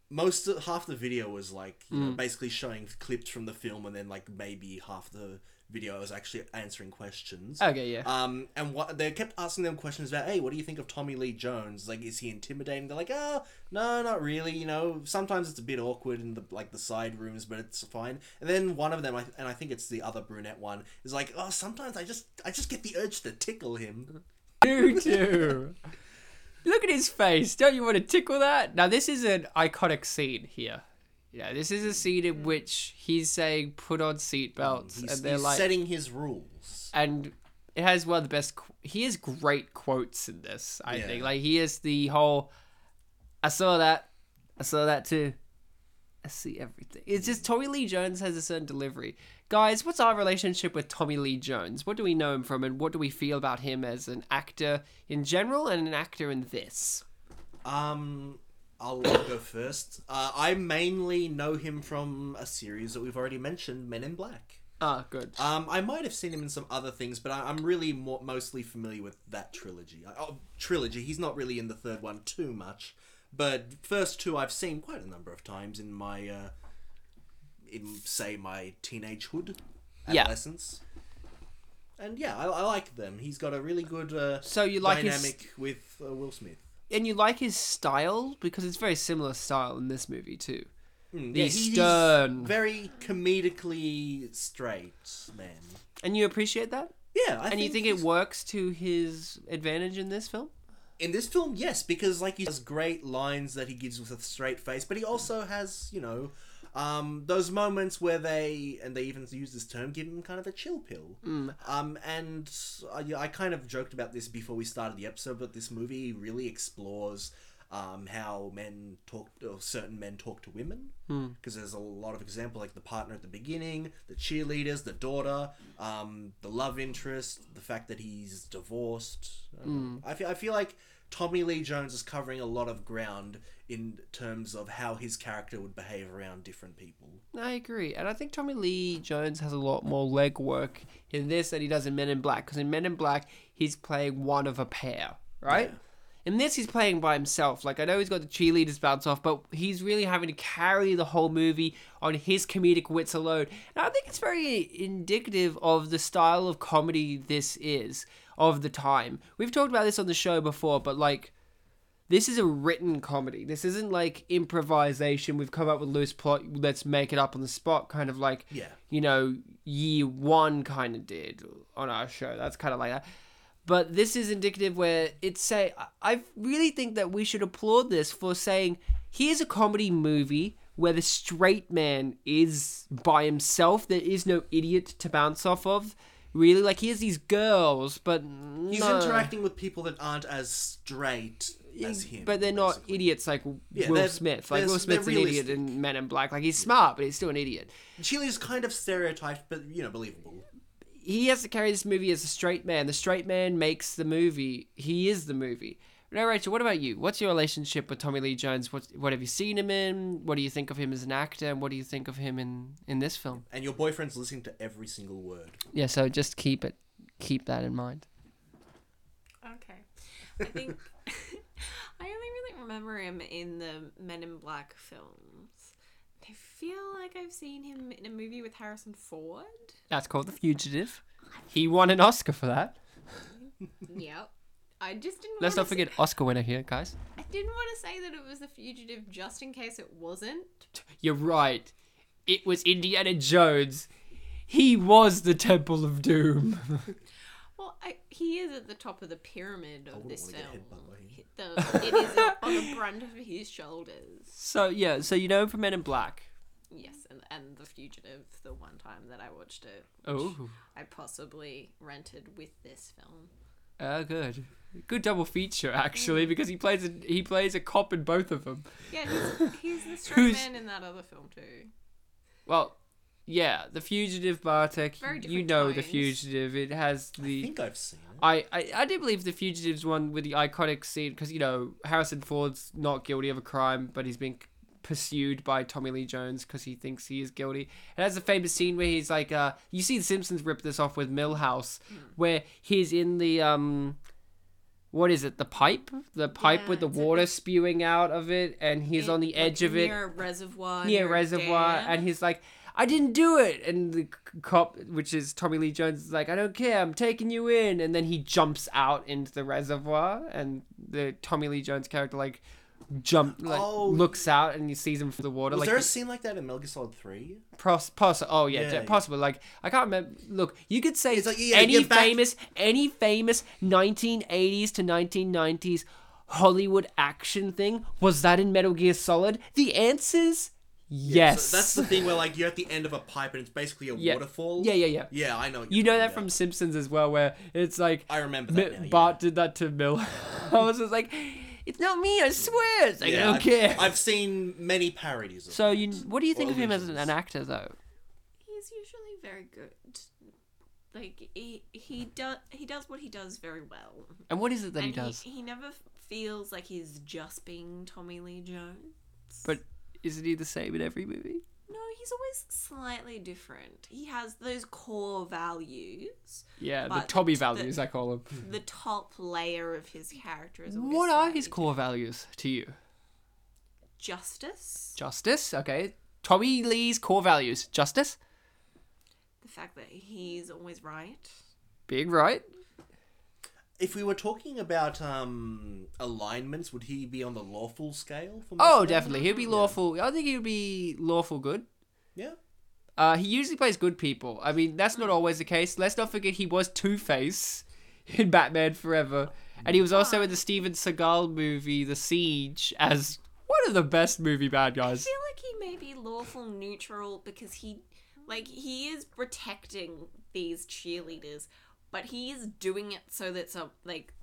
S2: most of, half the video was like you know, basically showing clips from the film, and then like maybe half the video was actually answering questions.
S1: Okay, yeah.
S2: Um, and what they kept asking them questions about, hey, what do you think of Tommy Lee Jones? Like, is he intimidating? They're like, oh, no, not really. You know, sometimes it's a bit awkward in the like the side rooms, but it's fine. And then one of them, I, and I think it's the other brunette one, is like, oh, sometimes I just I just get the urge to tickle him.
S1: You too. Look at his face. Don't you want to tickle that? Now this is an iconic scene here. Yeah, this is a scene in which he's saying put on seatbelts
S2: He's,
S1: and they're
S2: he's
S1: like
S2: setting his rules.
S1: and it has one of the best qu- he has great quotes in this, I
S2: Yeah.
S1: think. Like he is the whole I saw that. I saw that too. I see everything. It's just Tommy Lee Jones has a certain delivery. Guys, what's our relationship with Tommy Lee Jones? What do we know him from and what do we feel about him as an actor in general and an actor in this?
S2: Um, I'll go first. Uh, I mainly know him from a series that we've already mentioned, Men in Black.
S1: Ah, good.
S2: Um, I might have seen him in some other things, but I, I'm really more, mostly familiar with that trilogy. I- Oh, trilogy. He's not really in the third one too much, but first two I've seen quite a number of times in my, uh, in say my teenagehood,
S1: Yeah.
S2: adolescence. And yeah, I, I like them. He's got a really good uh,
S1: So you like his-
S2: dynamic with uh, Will Smith.
S1: and you like his style because it's very similar style in this movie too.
S2: Mm,
S1: The
S2: he- he's
S1: Hmm. stern.
S2: very comedically straight man.
S1: And you appreciate that?
S2: Yeah, I
S1: And you think
S2: he's-
S1: it works to his advantage in this film?
S2: In this film, yes, because like he has great lines that he gives with a straight face, but he also has, you know, Um, those moments where they and they even use this term, give him kind of a chill pill. Um, and I, I kind of joked about this before we started the episode, but this movie really explores um, how men talk, or certain men talk to women,
S1: Hmm.
S2: because there's a lot of example like the partner at the beginning, the cheerleaders, the daughter, um, the love interest, the fact that he's divorced. I
S1: Hmm.
S2: don't know. I feel I feel like Tommy Lee Jones is covering a lot of ground in terms of how his character would behave around different people.
S1: I agree. And I think Tommy Lee Jones has a lot more legwork in this than he does in Men in Black. Because in Men in Black, he's playing one of a pair, right? In this, he's playing by himself. Like, I know he's got the cheerleaders bounce off, but he's really having to carry the whole movie on his comedic wits alone. And I think it's very indicative of the style of comedy this is of the time. We've talked about this on the show before, but like, this is a written comedy. This isn't like improvisation. We've come up with loose plot. Let's make it up on the spot, kind of like
S2: Yeah.
S1: you know year one kind of did on our show. That's kind of like that. But this is indicative where it's say I- I really think that we should applaud this for saying here's a comedy movie where the straight man is by himself. There is no idiot to bounce off of. Really, like he has these girls, but
S2: He's
S1: no.
S2: interacting with people that aren't as straight as him.
S1: But they're not
S2: basically.
S1: idiots like Will
S2: they're-
S1: Smith. Like
S2: they're-
S1: Will Smith's an
S2: they're
S1: idiot
S2: realistic.
S1: in Men in Black. Like he's smart, but he's still an idiot.
S2: Chile's kind of stereotyped, but you know, believable.
S1: He has to carry this movie as a straight man. The straight man makes the movie. He is the movie. Now, Rachel, what about you? What's your relationship with Tommy Lee Jones? What what have you seen him in? What do you think of him as an actor? And what do you think of him in in this film?
S2: And your boyfriend's listening to every single word.
S1: Yeah, so just keep it, keep that in mind.
S3: Okay. I think I only really remember him in the Men in Black films. I feel like I've seen him in a movie with Harrison Ford.
S1: That's called The Fugitive. He won an Oscar for that.
S3: Yep. I just didn't.
S1: Let's
S3: wanna
S1: not forget Oscar winner here, guys.
S3: Say, I didn't want to say that it was the fugitive just in case it wasn't.
S1: You're right. It was Indiana Jones. He was the Temple of Doom.
S3: Well, I, he is at the top of the pyramid of this
S2: wanna get
S3: film.
S2: headbutt by him.
S3: He- The, it is on the brunt of his shoulders.
S1: so yeah, so you know him from Men in Black.
S3: Yes, and, and the fugitive. The one time that I watched it,
S1: Oh,
S3: I possibly rented with this film.
S1: uh, good, good double feature
S3: Mm.
S1: actually because he plays a he plays a cop in both of them.
S3: Yeah, he's, he's the straight
S1: Who's-
S3: man in that other film too.
S1: Well, yeah, the Fugitive Bartek.
S3: Very different
S1: You know the
S3: times.
S1: Fugitive. It has
S2: I
S1: the
S2: think I've seen it.
S1: I, I, I do believe the Fugitive's one with the iconic scene because you know Harrison Ford's not guilty of a crime, but he's been pursued by Tommy Lee Jones because he thinks he is guilty. It has a famous scene where he's like, uh, you see The Simpsons rip this off with Millhouse,
S3: Hmm.
S1: where he's in the um, what is it, the pipe, the pipe
S3: Yeah,
S1: with the
S3: it's a
S1: water spewing out of it, and he's on the
S3: Like,
S1: edge of it
S3: near a reservoir.
S1: near a reservoir
S3: dam.
S1: and he's like i didn't do it and the c- cop which is tommy lee jones is like i don't care i'm taking you in and then he jumps out into the reservoir and the tommy lee jones character like jump like
S2: Oh.
S1: looks out and he sees him from the water
S2: Was
S1: like
S2: there a
S1: the
S2: scene like that in Metal Gear Solid 3?
S1: pros- poss- oh yeah,
S2: Yeah,
S1: de-
S2: yeah.
S1: possible like i can't remember look you could say
S2: It's like, yeah,
S1: any
S2: get back-
S1: famous any famous 1980s to 1990s hollywood action thing was that in metal gear solid the answers yes
S2: So that's the thing where like you're at the end of a pipe and it's basically a
S1: Yeah.
S2: waterfall.
S1: Yeah, yeah, yeah.
S2: Yeah, I know. what
S1: You
S2: you're
S1: know that
S2: talking
S1: from
S2: about.
S1: Simpsons as well, where it's like
S2: I remember that
S1: Mi-
S2: now, yeah.
S1: Bart did that to Mill. I was just like, "It's not me, I swear." It's like,
S2: Yeah,
S1: I don't
S2: I've,
S1: care.
S2: I've seen many parodies. Of
S1: so, you, what do you think
S2: Or
S1: of him as an
S2: illusions.
S1: actor, though?
S3: he's usually very good. Like he he does he does what he does very well,
S1: And what is it that
S3: and
S1: he does?
S3: He, never f- feels like he's just being Tommy Lee Jones.
S1: But isn't he the same in every movie?
S3: No, he's always slightly different. He has those core values.
S1: Yeah,
S3: But
S1: the Tommy
S3: the-
S1: values I call him.
S3: The top layer of his character is always
S1: What are his
S3: slightly
S1: core values to you?
S3: different. justice.
S1: Justice, okay. Tommy Lee's core values: justice,
S3: The fact that he's always right.
S1: being right.
S2: If we were talking about um alignments, would he be on the lawful scale? For most
S1: Oh,
S2: of them?
S1: definitely, he'll be lawful. I think he'll be lawful good.
S2: Yeah.
S1: Uh, he usually plays good people. I mean, that's not always the case. Let's not forget he was Two Face in Batman Forever, and he was also in the Steven Seagal movie The Siege as one of the best movie bad
S3: I
S1: guys.
S3: feel like he may be lawful neutral because he, like, he is protecting these cheerleaders, but he is doing it so that some like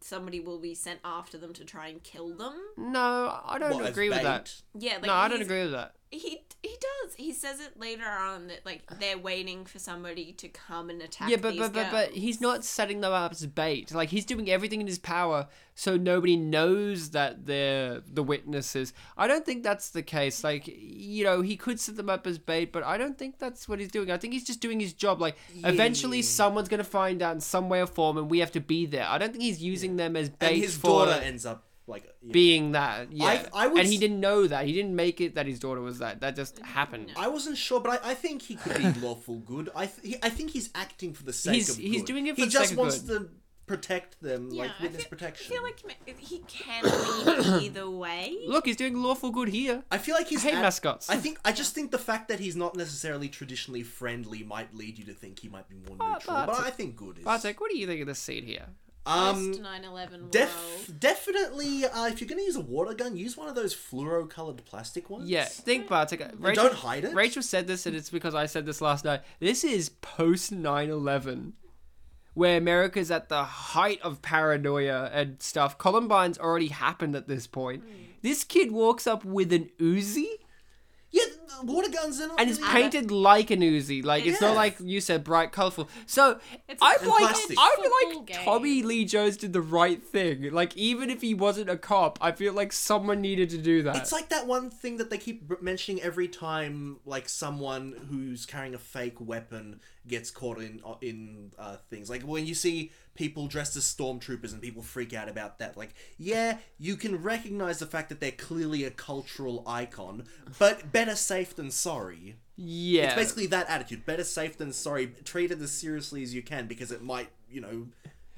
S3: somebody will be sent after them to try and kill them.
S1: No, I don't
S2: What, as
S1: agree with that.
S2: bait?
S3: Yeah, like
S1: no, I don't
S3: he's-
S1: agree with that.
S3: He he does. He says it later on that like they're waiting for somebody to come and attack.
S1: Yeah, but
S3: these
S1: but, but
S3: girls.
S1: but he's not setting them up as bait. Like he's doing everything in his power so nobody knows that they're the witnesses. I don't think that's the case. Like you know, he could set them up as bait, but I don't think that's what he's doing. I think he's just doing his job. Like eventually,
S2: Yeah.
S1: someone's gonna find out in some way or form, and we have to be there. I don't think he's using them as bait
S2: And his
S1: for
S2: daughter ends up like yeah.
S1: being that. Yeah,
S2: I would
S1: and he
S2: s- Mm,
S1: didn't know that. He didn't make it that his daughter was that. That just happened.
S2: I wasn't sure, but I, I think he could be lawful good. I th- he, I think he's acting for the sake
S1: He's-
S2: of good.
S1: he's doing it for
S2: he
S1: the
S2: just
S1: sake of
S2: wants
S1: good.
S2: to protect them,
S3: yeah,
S2: like witness
S3: I feel,
S2: protection.
S3: I feel like ma- he can lead either way.
S1: Look, he's doing lawful good here.
S2: I feel like he's
S1: hate mascots.
S2: I think I just think the fact that he's not necessarily traditionally friendly might lead you to think he might be more neutral. But,
S1: Bartek-
S2: I think good is.
S1: Bartek, what do you think of this scene here?
S2: um,
S3: Post 9/11
S2: def-
S3: world.
S2: definitely, uh, if you're going to use a water gun, use one of those fluoro-colored plastic ones.
S1: Yeah, think about it. Rachel,
S2: don't hide it.
S1: Rachel said this, and it's because I said this last night. This is post 9 11, where America's at the height of paranoia and stuff. Columbine's already happened at this point.
S2: Hmm.
S1: This kid walks up with an Uzi,
S2: Yeah, th- water guns are not
S1: and it's
S2: really-
S1: painted like an Uzi. Like, it's not
S2: Yeah.
S1: like you said, bright, colorful. So,
S3: It's
S1: I'm
S3: a
S1: like,
S2: plastic.
S1: I'm
S3: football
S1: like,
S3: game.
S1: Tommy Lee Jones did the right thing. Like, even if he wasn't a cop, I feel like someone needed to do that.
S2: It's like that one thing that they keep b- mentioning every time, like someone who's carrying a fake weapon gets caught in in uh, things. Like when you see people dressed as stormtroopers and people freak out about that. Like, yeah, you can recognize the fact that they're clearly a cultural icon, but better safe than sorry.
S1: yeah.
S2: It's basically that attitude: better safe than sorry. Treat it as seriously as you can because it might, you know,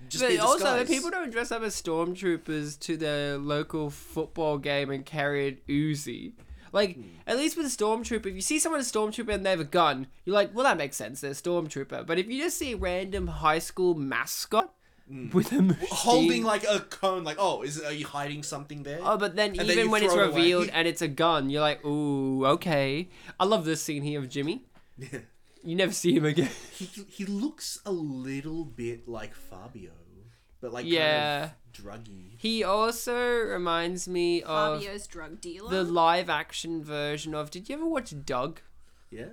S2: just be
S1: But
S2: a
S1: also, the
S2: disguise.
S1: people don't dress up as stormtroopers to their local football game and carry an Uzi. Like,
S2: Hmm.
S1: at least with a stormtrooper, if you see someone a stormtrooper and they have a gun, you're like, well, that makes sense, they're a stormtrooper. But if you just see a random high school mascot with a machine,
S2: Hmm. holding like a cone, like, oh, is are you hiding something there?
S1: Oh, but then
S2: then
S1: even
S2: you
S1: when it's
S2: throw it away.
S1: revealed and it's a gun, you're like, ooh, okay. I love this scene here of Jimmy. You never see him again.
S2: he he looks a little bit like Fabio, but like
S1: Yeah.
S2: kind of druggy.
S1: He also reminds me of
S3: Fabio's drug dealer.
S1: the live action version of. Did you ever watch Doug?
S2: Yeah,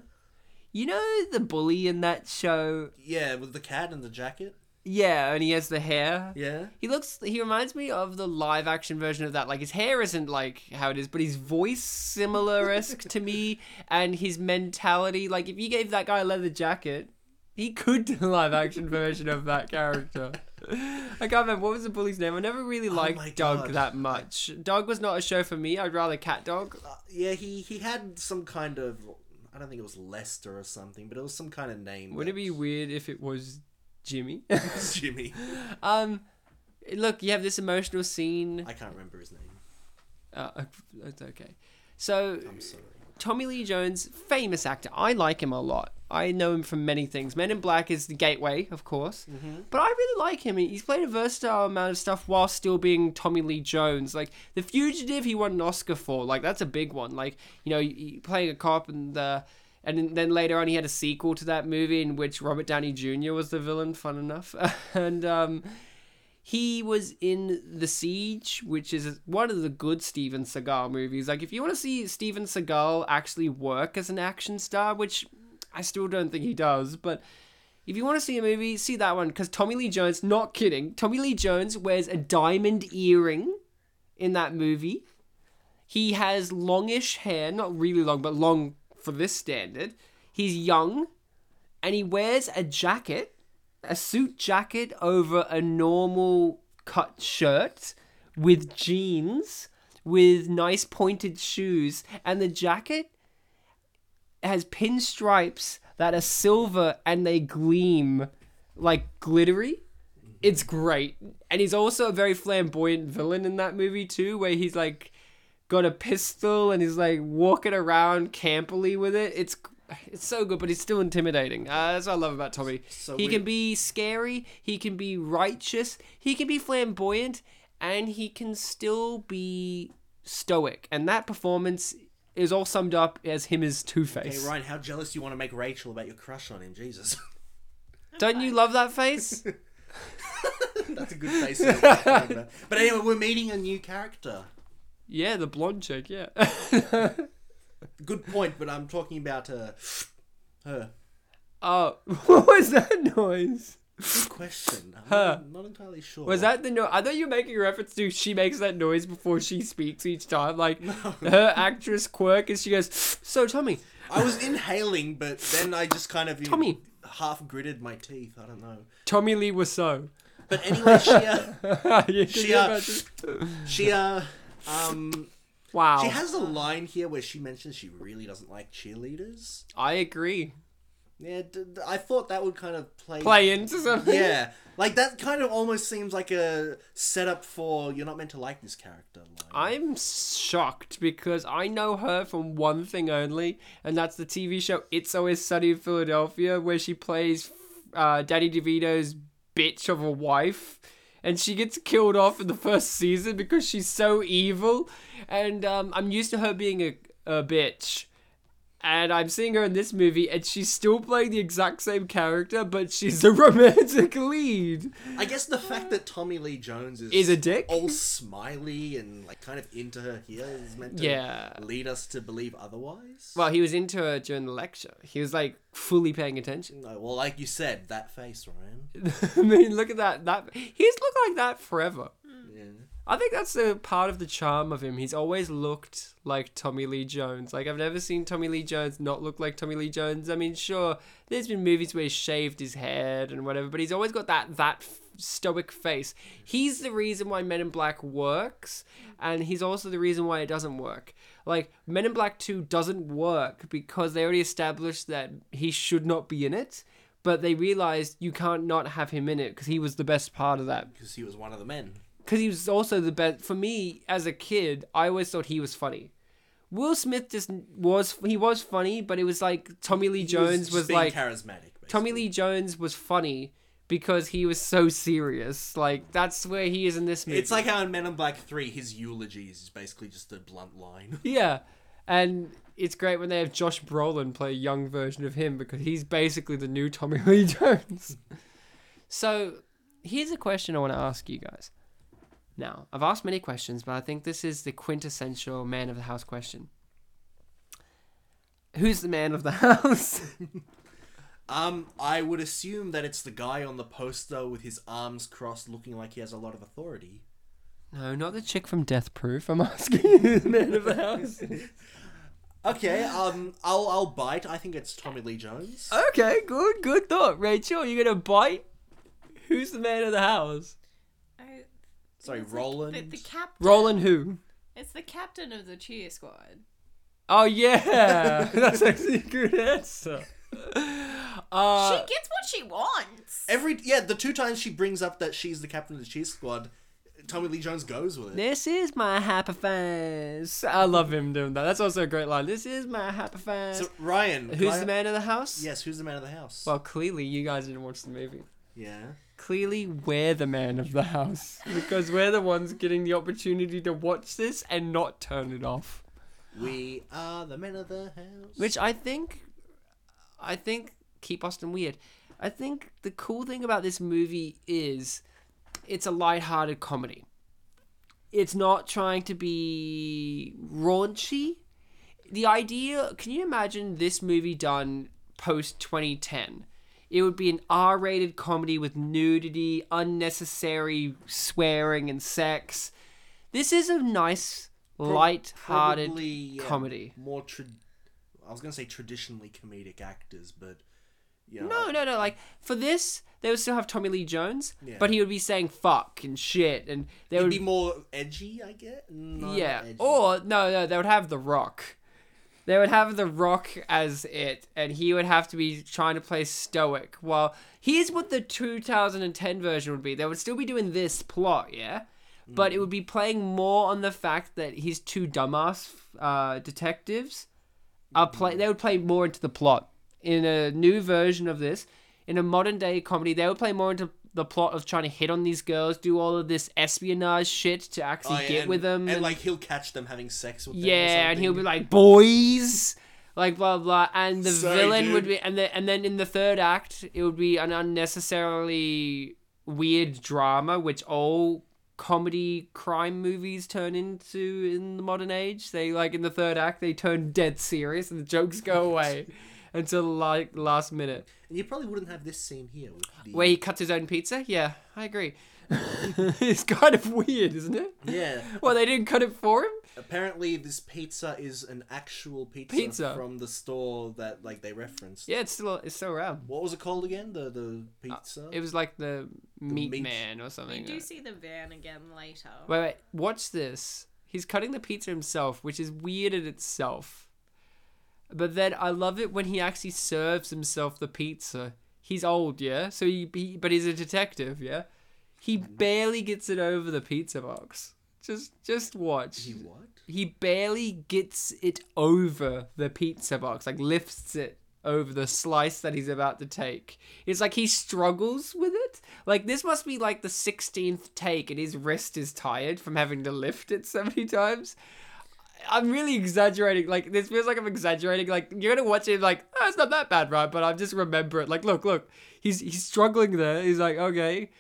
S1: You know the bully in that show?
S2: yeah, with the cat and the jacket.
S1: Yeah, and he has the hair.
S2: Yeah,
S1: He looks he reminds me of the live action version of that. Like his hair isn't like how it is, but his voice similar esque to me and his mentality. Like if you gave that guy a leather jacket, he could do a live action version of that character. I can't remember what was the bully's name. I never really liked
S2: Oh my
S1: Doug
S2: God.
S1: that much. Doug was not a show for me. I'd rather Cat Dog.
S2: uh, yeah. He he had some kind of I don't think it was Lester or something, but it was some kind of name.
S1: Would
S2: that-
S1: it be weird if it was Jimmy?
S2: Jimmy?
S1: um, look, you have this emotional scene.
S2: I can't remember his name.
S1: Uh, it's okay. So
S2: I'm sorry.
S1: Tommy Lee Jones, famous actor. I like him a lot. I know him from many things. Men in Black is the gateway, of course. But I really like him. He's played a versatile amount of stuff while still being Tommy Lee Jones. Like The Fugitive, he won an Oscar for. Like that's a big one. Like you know, he- playing a cop and uh and then later on, he had a sequel to that movie in which Robert Downey Jr. was the villain. Fun enough, and um, he was in The Siege, which is one of the good Steven Seagal movies. Like, if you want to see Steven Seagal actually work as an action star, which I still don't think he does, but if you want to see a movie, see that one. Because Tommy Lee Jones, not kidding, Tommy Lee Jones wears a diamond earring in that movie. He has longish hair, not really long, but long for this standard. He's young, and he wears a jacket a suit jacket over a normal cut shirt with jeans with nice pointed shoes and the jacket has pinstripes that are silver and they gleam like glittery it's great and he's also a very flamboyant villain in that movie too where he's like got a pistol and he's like walking around campily with it it's it's so good but he's still intimidating uh, that's what i love about tommy
S2: So
S1: he
S2: we-
S1: can be scary he can be righteous he can be flamboyant and he can still be stoic and that performance It was all summed up as him as Two
S2: Hey
S1: Face.
S2: Ryan, how jealous do you want to make Rachel about your crush on him? Jesus,
S1: Don't you love that face?
S2: that's a good face. to have, remember. but anyway, we're meeting a new character.
S1: yeah, the blonde chick. Yeah.
S2: Good point, but I'm talking about uh, her.
S1: oh, what was that noise?
S2: Good question. I'm
S1: Her.
S2: Not, not entirely sure.
S1: Was that the noise? I thought you were making a reference to she makes that noise before she speaks each time. Like her actress quirk is she goes. So Tommy,
S2: I was inhaling, but then I just kind of
S1: Tommy.
S2: half gritted my teeth. I don't know.
S1: Tommy Lee was so.
S2: But anyway, she uh,
S1: You can
S2: She, uh,
S1: imagine.
S2: she uh, um,
S1: wow.
S2: she has a line here where she mentions she really doesn't like cheerleaders.
S1: I agree.
S2: Yeah, d- d- I thought that would kind of play.
S1: Play into something.
S2: Yeah, like that kind of almost seems like a setup for you're not meant to like this character. Line.
S1: I'm shocked because I know her from one thing only, and that's the TV show It's Always Sunny in Philadelphia, where she plays uh, Danny DeVito's bitch of a wife. And she gets killed off in the first season because she's so evil. And um, I'm used to her being a, a bitch. And I'm seeing her in this movie, and she's still playing the exact same character, but she's the romantic lead.
S2: I guess the fact that Tommy Lee Jones is
S1: Is a dick?
S2: all smiley and like kind of into her here is meant to
S1: Yeah.
S2: lead us to believe otherwise.
S1: Well, he was into her during the lecture. He was like fully paying attention.
S2: No, well, like you said, that face, Ryan.
S1: I mean, look at that. That he's looked like that forever.
S2: Yeah.
S1: I think that's a part of the charm of him. He's always looked like Tommy Lee Jones. Like I've never seen Tommy Lee Jones not look like Tommy Lee Jones. I mean, sure, there's been movies where he's shaved his head and whatever, but he's always got that that f- stoic face. He's the reason why Men in Black works, and he's also the reason why it doesn't work. Like Men in Black 2 doesn't work because they already established that he should not be in it. But they realized you can't not have him in it because he was the best part of that
S2: Because he was one of the men.
S1: because he was also the best for me as a kid. I always thought he was funny. Will Smith just was he was funny, but it was like Tommy Lee
S2: He was
S1: Jones
S2: just
S1: was,
S2: being
S1: like
S2: charismatic. Basically.
S1: Tommy Lee Jones was funny because he was so serious. Like that's where he is in this movie.
S2: It's like how in Men in Black Three, his eulogy is basically just a blunt line.
S1: yeah, and it's great when they have Josh Brolin play a young version of him because he's basically the new Tommy Lee Jones. so here's a question I want to ask you guys. Now, I've asked many questions, but I think this is the quintessential man of the house question. Who's the man of the house?
S2: Um, I would assume that it's the guy on the poster with his arms crossed, looking like he has a lot of authority.
S1: no, not the chick from Death Proof. I'm asking who's the man of the house.
S2: Okay, um, I'll I'll bite. I think it's Tommy Lee Jones.
S1: Okay, good, good thought. Rachel, you're going to bite? Who's the man of the house?
S3: I-
S2: Sorry,
S3: it's like
S2: Roland.
S3: The, the captain.
S1: Roland who?
S3: It's the captain of the cheer squad.
S1: Oh yeah, that's actually a good answer. Uh,
S3: she gets what she wants.
S2: Every yeah, the two times she brings up that she's the captain of the cheer squad, Tommy Lee Jones goes with it.
S1: this is my happy face. I love him doing that. That's also a great line. This is my happy face.
S2: So Ryan, can
S1: Who's
S2: I-
S1: the man of the house?
S2: Yes, who's the man of the house?
S1: Well, clearly you guys didn't watch the movie.
S2: yeah.
S1: Clearly we're the man of the house because we're the ones getting the opportunity to watch this and not turn it off.
S2: We are the men of the house.
S1: Which I think, I think keep Austin weird. I think the cool thing about this movie is it's a light-hearted comedy. It's not trying to be raunchy. The idea, can you imagine this movie done post 2010? It would be an R-rated comedy with nudity, unnecessary swearing and sex. This is a nice, light-hearted
S2: Probably, yeah,
S1: comedy.
S2: More tra- I was gonna say traditionally comedic actors, but you know,
S1: No, no, no. Like for this, they would still have Tommy Lee Jones,
S2: Yeah.
S1: but he would be saying "fuck" and "shit," and they
S2: it'd
S1: would,
S2: be more edgy, I get. No, not
S1: yeah.
S2: edgy.
S1: Or no, no, they would have The Rock. They would have The Rock as it, and he would have to be trying to play stoic. Well, here's what the 2010 version would be. They would still be doing this plot, yeah, but
S2: Mm.
S1: it would be playing more on the fact that his two dumbass uh, detectives are play.
S2: Mm.
S1: They would play more into the plot in a new version of this. In a modern day comedy, they would play more into the plot of trying to hit on these girls, do all of this espionage shit to actually
S2: Oh, yeah,
S1: get
S2: and-
S1: with them.
S2: and,
S1: and-
S2: like he'll catch them having sex with them or
S1: yeah, and he'll be
S2: something.
S1: like, boys, like blah blah, and the
S2: Sorry,
S1: villain would
S2: dude.
S1: be, and the, and then in the third act, it would be an unnecessarily weird drama, which all comedy crime movies turn into in the modern age. They like in the third act, they turn dead serious, and the jokes go away until like last minute,
S2: and you probably wouldn't have this scene here with the
S1: where he cuts his own pizza. Yeah, I agree. it's kind of weird, isn't it?
S2: yeah
S1: Well, they didn't cut it for him.
S2: apparently this pizza is an actual pizza,
S1: Pizza.
S2: from the store that like they referenced
S1: Yeah, it's still it's still around.
S2: what was it called again the the pizza
S1: It was like the meat,
S2: meat-
S1: man or
S3: You
S1: something. Uh,
S3: do see the van again later.
S1: Wait, wait, watch this. He's cutting the pizza himself, which is weird in itself. But then I love it when he actually serves himself the pizza. He's old, yeah. So he, he but he's a detective, yeah. He barely gets it over the pizza box. Just just watch.
S2: he what
S1: He barely gets it over the pizza box, like lifts it over the slice that he's about to take. It's like he struggles with it. Like this must be like the 16th take and his wrist is tired from having to lift it so many times. I'm really exaggerating. Like this feels like I'm exaggerating. Like you're gonna watch it, like oh, it's not that bad, right? But I just remember it. Like look, look, he's he's struggling there. He's like okay,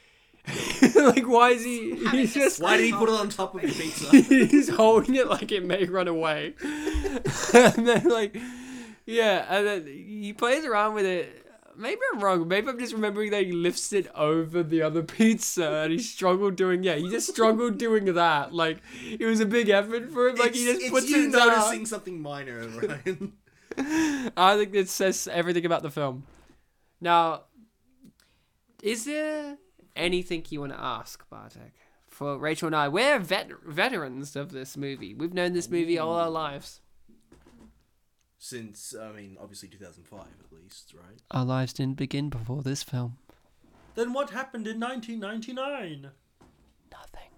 S1: like why is he? He's
S3: to
S1: just
S2: why did he put it on top of the pizza
S1: he's holding it like it may run away. and then like yeah, and then he plays around with it. Maybe I'm wrong. Maybe I'm just remembering that he lifts it over the other pizza and he struggled doing yeah, he just struggled doing that. Like it was a big effort for him. Like he
S2: It's-
S1: just
S2: it's
S1: puts
S2: you
S1: it
S2: noticing something minor Ryan.
S1: down. I think that says everything about the film. Now is there anything you want to ask, Bartek? For Rachel and I, we're vet- veterans of this movie. We've known this movie all our lives.
S2: since i mean obviously 2005 at least right
S1: Our lives didn't begin before this film.
S2: then what happened in 1999
S1: Nothing.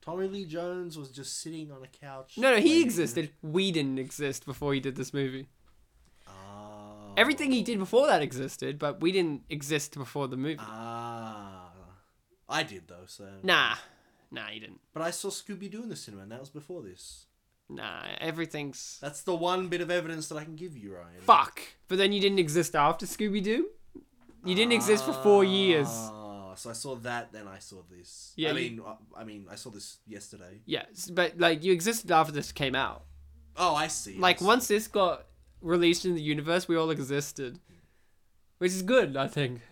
S2: tommy lee jones was just sitting on a couch
S1: No, no, he
S2: waiting.
S1: existed. We didn't exist before he did this movie.
S2: Ah.
S1: Everything he did before that existed, but we didn't exist before the movie.
S2: Ah, I did though. So
S1: Nah. Nah, you didn't.
S2: but I saw Scooby Doo in the cinema, and that was before this.
S1: Nah, everything's.
S2: That's the one bit of evidence that I can give you, Ryan.
S1: Fuck! But then you didn't exist after Scooby Doo? You didn't exist for four years.
S2: Ah, So I saw that, then I saw this.
S1: Yeah,
S2: I
S1: you-
S2: mean, uh, I- I mean, I saw this yesterday.
S1: Yes, but like you existed after this came out.
S2: Oh, I see.
S1: Like
S2: I see.
S1: once this got released in the universe, we all existed. Which is good, I think.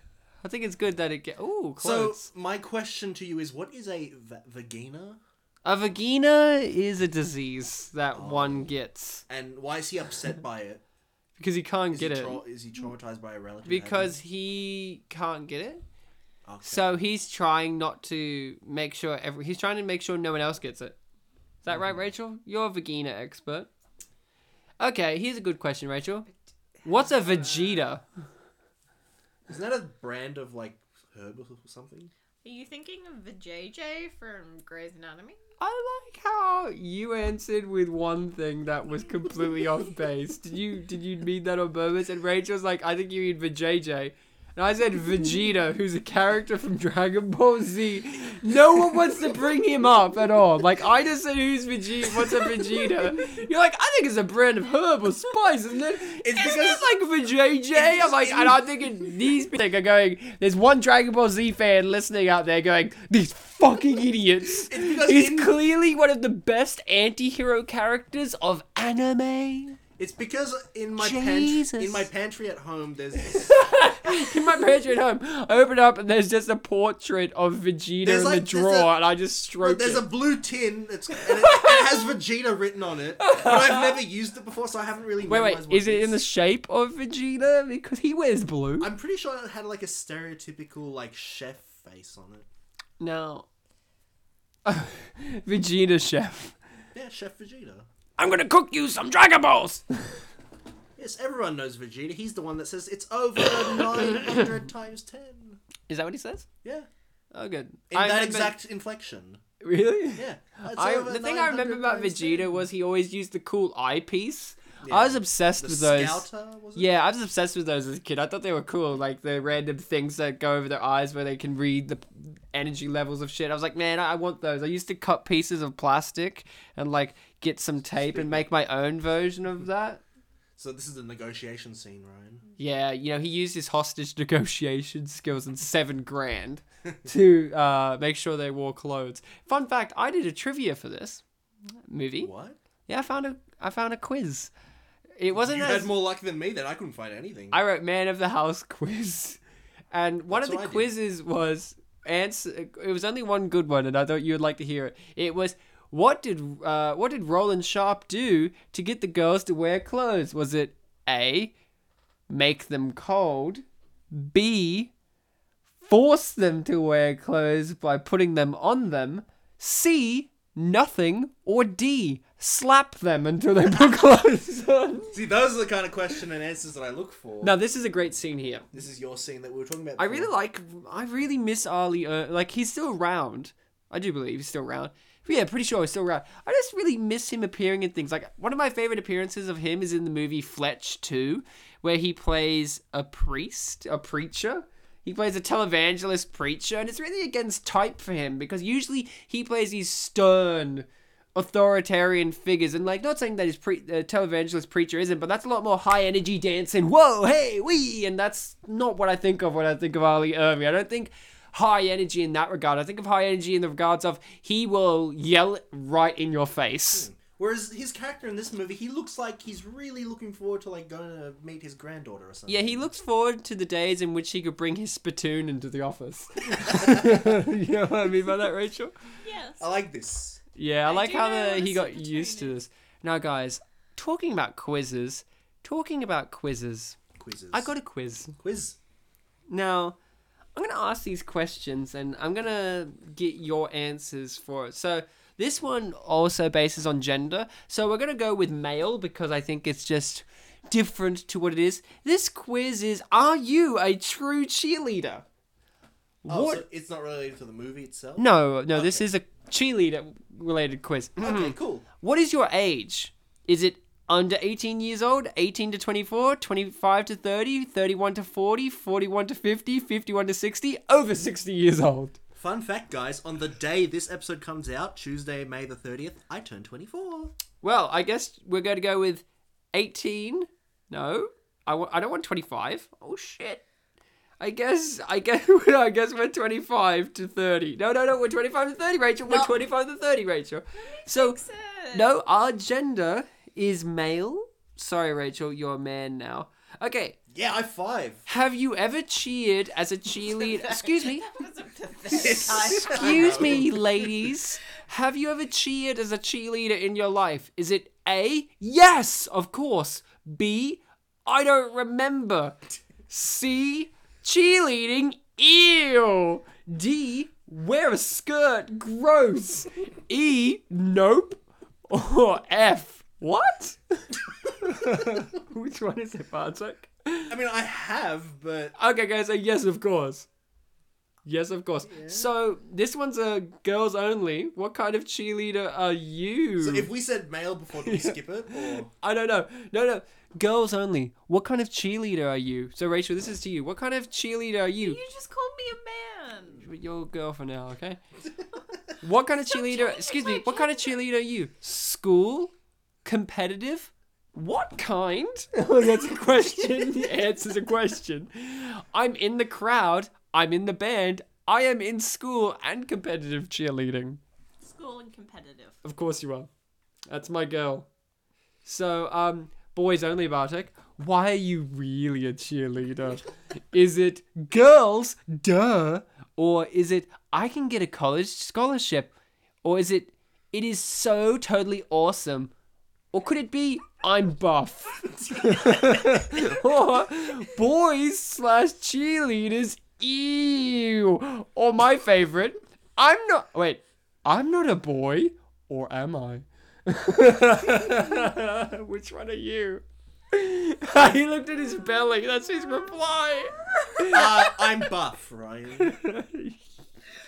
S1: I think it's good that it get. Ooh,
S2: So
S1: close.
S2: my question to you is, what is a va- vagina,
S1: A vagina is a disease that
S2: Oh.
S1: one gets
S2: and why is he upset by it?
S1: because he can't
S2: Is
S1: get
S2: he
S1: it
S2: trau- is he traumatized by a relative? having-
S1: because he can't get it.
S2: Okay.
S1: So he's trying not to make sure every he's trying to make sure no one else gets it. Is that right, Rachel? You're a vagina expert. Okay, here's a good question, Rachel. What's a Vegeta?
S2: isn't that a brand of like herb or something?
S3: Are you thinking of the JJ from Grey's Anatomy?
S1: I like how you answered with one thing that was completely off base. Did you did you mean that on purpose? And Rachel's like, I think you mean Vajayjay. And I said Vegeta, who's a character from Dragon Ball Z. No one wants to bring him up at all. Like I just said, who's Vegeta? What's a Vegeta? You're like, I think it's a brand of herb or spice, isn't it? It's
S2: It's
S1: isn't
S2: because-
S1: it like Vajayjay? I'm like, and I'm thinking these people are going. There's one Dragon Ball Z fan listening out there going, these fucking idiots.
S2: because
S1: He's
S2: in-
S1: clearly one of the best anti-hero characters of anime.
S2: It's because in my
S1: Jesus.
S2: pantry, in my pantry at home, there's this-
S1: In my pantry at home, I open it up and there's just a portrait of Vegeta
S2: There's
S1: in
S2: like-
S1: the
S2: there's
S1: drawer,
S2: a-
S1: and I just stroke
S2: there's
S1: it.
S2: a blue tin. It's, and it, it has Vegeta written on it, but I've never used it before, so I haven't really.
S1: wait, wait,
S2: memorized what
S1: is it in the shape of Vegeta? Because he wears blue.
S2: I'm pretty sure it had like a stereotypical like chef face on it.
S1: No. Vegeta chef.
S2: Yeah, Chef Vegeta.
S1: I'm gonna cook you some Dragon Balls.
S2: Yes, everyone knows Vegeta. He's the one that says it's over 900 times 10.
S1: Is that what he says?
S2: Yeah,
S1: Oh, good.
S2: in
S1: I
S2: that
S1: remember-
S2: exact inflection.
S1: Really?
S2: Yeah, it's
S1: I,
S2: over
S1: the thing I
S2: 900
S1: remember about
S2: times
S1: Vegeta
S2: 10.
S1: was he always used the cool eyepiece. I was obsessed
S2: The
S1: with those.
S2: Scouter, was it?
S1: Yeah, I was obsessed with those as a kid. I thought they were cool, like the random things that go over their eyes where they can read the energy levels of shit. I was like, man, I want those. I used to cut pieces of plastic and like get some tape and make my own version of that.
S2: So this is the negotiation scene, Ryan.
S1: Yeah, you know, he used his hostage negotiation skills and seven grand to uh, make sure they wore clothes. Fun fact: I did a trivia for this movie.
S2: What?
S1: Yeah, I found a I found a quiz. It wasn't
S2: you
S1: as
S2: had more luck than me. Then I couldn't find anything.
S1: I wrote man of the house quiz, and one
S2: That's
S1: of
S2: what
S1: the
S2: I did.
S1: quizzes was answer. It was only one good one, and I thought you would like to hear it. It was what did uh, what did Roland Sharp do to get the girls to wear clothes? Was it a make them cold, b force them to wear clothes by putting them on them, c nothing, or d slap them until they put clothes on?
S2: See, those are the kind of question and answers that I look for.
S1: Now this is a great scene here.
S2: This is your scene that we were talking about.
S1: I
S2: before.
S1: really like. I really miss Ali. Uh, like he's still around. I do believe he's still around. But yeah, pretty sure he's still around. I just really miss him appearing in things. Like one of my favorite appearances of him is in the movie Fletch Two, where he plays a priest, a preacher. He plays a televangelist preacher, and it's really against type for him because usually he plays these stern, authoritarian figures. And like, not saying that his pre- uh, televangelist preacher isn't, but that's a lot more high energy dancing. Whoa, hey, wee, and that's not what I think of when I think of Ali Irving. I don't think high energy in that regard. I think of high energy in the regards of he will yell right in your face.
S2: Whereas his character in this movie, he looks like he's really looking forward to like going to meet his granddaughter or something.
S1: Yeah, he looks forward to the days in which he could bring his spittoon into the office. you know what I mean by that, Rachel?
S3: Yes.
S2: I like this.
S1: Yeah, I,
S3: I
S1: like
S3: do
S1: how
S3: know
S1: the,
S3: what a
S1: he got
S3: supertone
S1: used to this. Now, guys, talking about quizzes, talking about quizzes,
S2: Quizzes.
S1: I got a quiz.
S2: quiz.
S1: Now, I'm going to ask these questions and I'm going to get your answers for it. So, this one also bases on gender. So, we're going to go with male because I think it's just different to what it is. This quiz is Are you a true cheerleader?
S2: Oh,
S1: what?
S2: so it's not related to the movie itself.
S1: No, no, this is a cheerleader related quiz.
S2: Okay, cool.
S1: What is your age? Is it under 18 years old, 18 to 24, 25 to 30, 31 to 40, 41 to 50, 51 to 60, over 60 years old?
S2: Fun fact, guys: on the day this episode comes out, Tuesday, May the thirtieth, I turn twenty-four.
S1: Well, I guess we're going to go with 18. No, I wa- I don't want 25. Oh shit. I guess I guess I guess we're 25 to 30. No, no, no, we're 25 to 30, Rachel. We're
S3: No.
S1: 25 to 30, Rachel. So
S3: Sense.
S1: No, our gender is male. Sorry, Rachel, you're a man now. Okay,
S2: Yeah, I five.
S1: have you ever cheered as a cheerleader? Excuse me.
S3: That was a pathetic eye.
S1: Excuse me, ladies. Have you ever cheered as a cheerleader in your life? Is it A? Yes, of course. B? I don't remember. C? Cheerleading? Ew. D? Wear a skirt? Gross. E? Nope. Or F? What? Which one is it, Bartek?
S2: I mean, I have, but
S1: Okay, guys, so yes, of course. Yes, of course. So this one's a girls only. What kind of cheerleader are you?
S2: so if we said male before, do we skip it? Or
S1: I don't know. No, no. Girls only. What kind of cheerleader are you? So Rachel, this is to you. What kind of cheerleader are you?
S3: You just called me a man.
S1: With Your girlfriend now, okay? What kind of cheerleader?
S3: changing
S1: Excuse
S3: my
S1: me. What kind of cheerleader are you? School, competitive. What kind? Oh, That's a question. The answer's a question. I'm in the crowd. I'm in the band. I am in school and competitive cheerleading.
S3: School and competitive.
S1: Of course you are. That's my girl. So, um, boys only, Bartek. Why are you really a cheerleader? is it girls, duh, or is it I can get a college scholarship, or is it it is so totally awesome, or could it be I'm buff, or Oh, boys slash cheerleaders, ew, or my favorite, I'm not wait, I'm not a boy, or am I? Which one are you? he looked at his belly. That's his reply.
S2: uh, I'm buff, Ryan.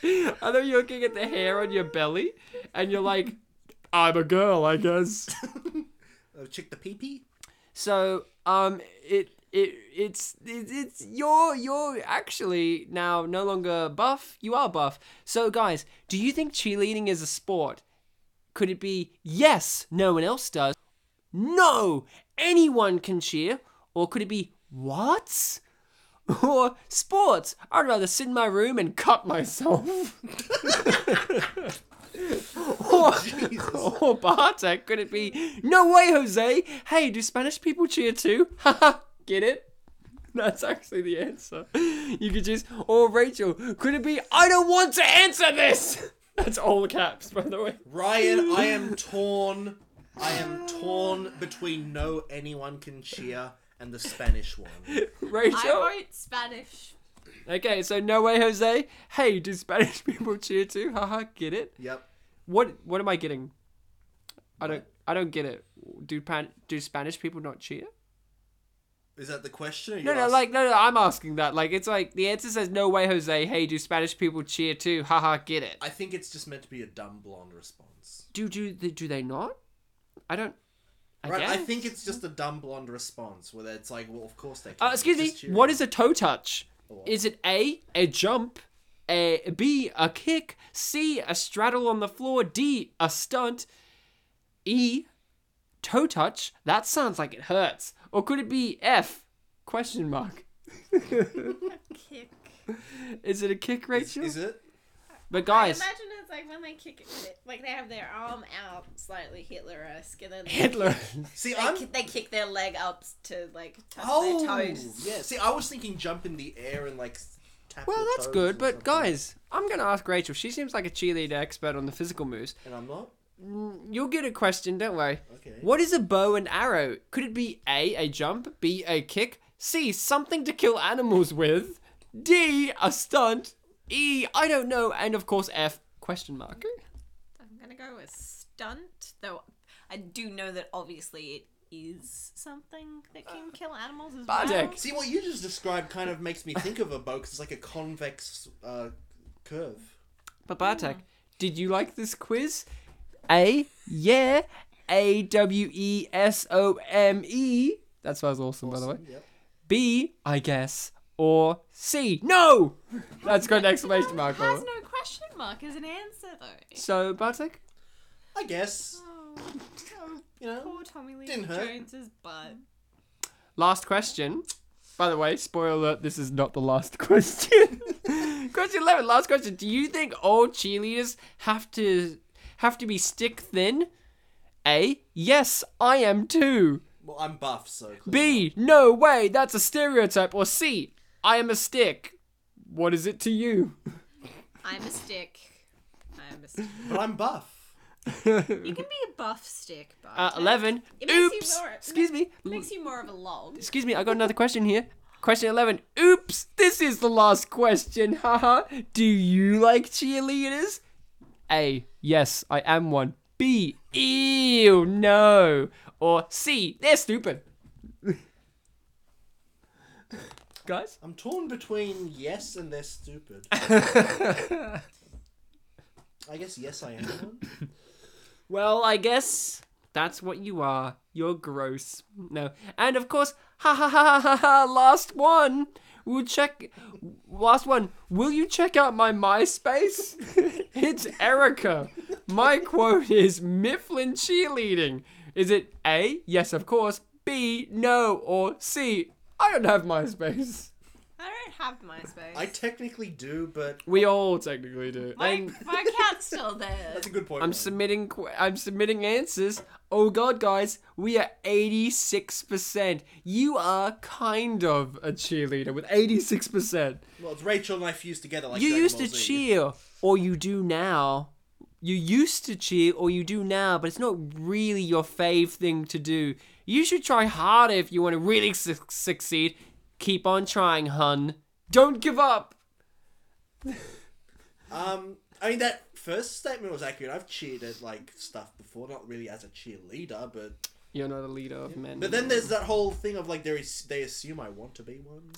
S1: I know you're looking at the hair on your belly, and you're like, "I'm a girl, I guess."
S2: Uh, check the pee pee.
S1: So um, it it it's it, it's you're you're actually now no longer buff. You are buff. So guys, do you think cheerleading is a sport? Could it be yes? No one else does. No, anyone can cheer. Or could it be what? Or sports? I'd rather sit in my room and cut myself. or, or Bartek, Oh, could it be? No way, Jose. Hey, do Spanish people cheer too? Haha, get it? That's actually the answer. You could choose. Or Rachel, could it be? I don't want to answer this. That's all caps, by the way.
S2: Ryan, I am torn. I am torn between no anyone can cheer and the Spanish one.
S3: I
S1: Rachel.
S3: wrote Spanish.
S1: Okay, so no way, Jose. Hey, do Spanish people cheer too? Haha, get it?
S2: Yep.
S1: What what am I getting? I don't I don't get it. Do pan do Spanish people not cheer?
S2: Is that the question? or
S1: No,
S2: you
S1: no,
S2: asked-
S1: like no, no. I'm asking that. Like it's like the answer says no way, Jose. Hey, do Spanish people cheer too? Haha, get it?
S2: I think it's just meant to be a dumb blonde response.
S1: Do do do they not? I don't. I
S2: Right, I
S1: guess.
S2: think it's just a dumb blonde response where it's like, well, of course they can.
S1: Uh, excuse
S2: Just
S1: me.
S2: cheering.
S1: What is a toe touch?
S2: what?
S1: Is it a a jump, a b a kick, c a straddle on the floor, d a stunt, e toe touch? That sounds like it hurts. Or could it be f? Question mark.
S3: Kick.
S1: Is it a kick, Rachel?
S2: Is it?
S1: but guys,
S3: Imagine it's like when they kick it, with it- like they have their arm out slightly Hitler-esque, and then they-
S1: Hitler.
S2: See,
S3: They,
S2: I'm.
S3: ki- they kick their leg up to like touch
S2: Oh,
S3: their toes.
S2: yeah. See, I was thinking jump in the air and like s- tap.
S1: Well,
S2: your
S1: that's
S2: toes
S1: good.
S2: or
S1: But
S2: something.
S1: guys, I'm gonna ask Rachel. She seems like a cheerleader expert on the physical moves.
S2: and I'm not.
S1: You'll get a question, don't worry.
S2: Okay.
S1: What is a bow and arrow? Could it be A, a jump, B, a kick, C, something to kill animals with, D, a stunt, E, I don't know, and of course F, question mark.
S3: I'm gonna go with stunt, though. I do know that obviously it is something that can kill animals as well.
S1: Bartek.
S2: See, what you just described kind of makes me think of a bow because it's like a convex uh, curve.
S1: But Bartek, did you like this quiz? A, yeah, A, W, E, S, O, M, E. That sounds awesome, by the way.
S2: Yep.
S1: B, I guess, or C. No! That's got an exclamation
S3: It
S1: mark on
S3: has
S1: it.
S3: no question mark as an answer though.
S1: So, Bartek,
S2: I guess.
S3: Oh,
S2: You know.
S3: poor Tommy Lee
S2: Didn't hurt.
S3: Jones's butt.
S1: last question. By the way, spoiler alert, this is not the last question. question 11, last question. Do you think all cheerleaders have to have to be stick thin? A, yes, I am too.
S2: Well, I'm buff, so.
S1: B, no way, that's a stereotype. Or C, I am a stick. What is it to you?
S3: I'm a stick. I'm a stick.
S2: But I'm buff.
S3: You can be a buff stick, but
S1: Uh, 11.
S3: It makes you
S1: Oops.
S3: more-
S1: Excuse me.
S3: makes you more of a log.
S1: Excuse me, I got another question here. Question 11. Oops, this is the last question. Haha. Do you like cheerleaders? A. Yes, I am one. B. Ew, no. Or C. They're stupid. Guys?
S2: I'm torn between yes and they're stupid. I guess yes, I am. one.
S1: Well, I guess that's what you are. You're gross. No. And of course, ha ha ha ha ha, ha last one. We'll check. Last one. Will you check out my MySpace? it's Erica. My quote is Mifflin cheerleading. Is it A? Yes, of course. B? No. Or C? I don't have MySpace.
S3: I don't have MySpace.
S2: I technically do, but
S1: We all technically do.
S3: my,
S1: And-
S3: my cat's still there.
S2: that's a good point.
S1: I'm
S2: Ryan.
S1: submitting. qu- I'm submitting answers. Oh God, guys, we are 86 percent. You are kind of a cheerleader with 86 percent.
S2: Well, it's Rachel and I fused together like
S1: You
S2: Dragon
S1: used
S2: Ball
S1: to
S2: Z.
S1: cheer, or you do now. You used to cheer, or you do now, but it's not really your fave thing to do. You should try harder if you want to really su- succeed. Keep on trying, hun. Don't give up.
S2: Um, I mean that first statement was accurate. I've cheered at like stuff before, not really as a cheerleader, but
S1: You're not a leader of men.
S2: but then there's that whole thing of like they as- they assume I want to be one.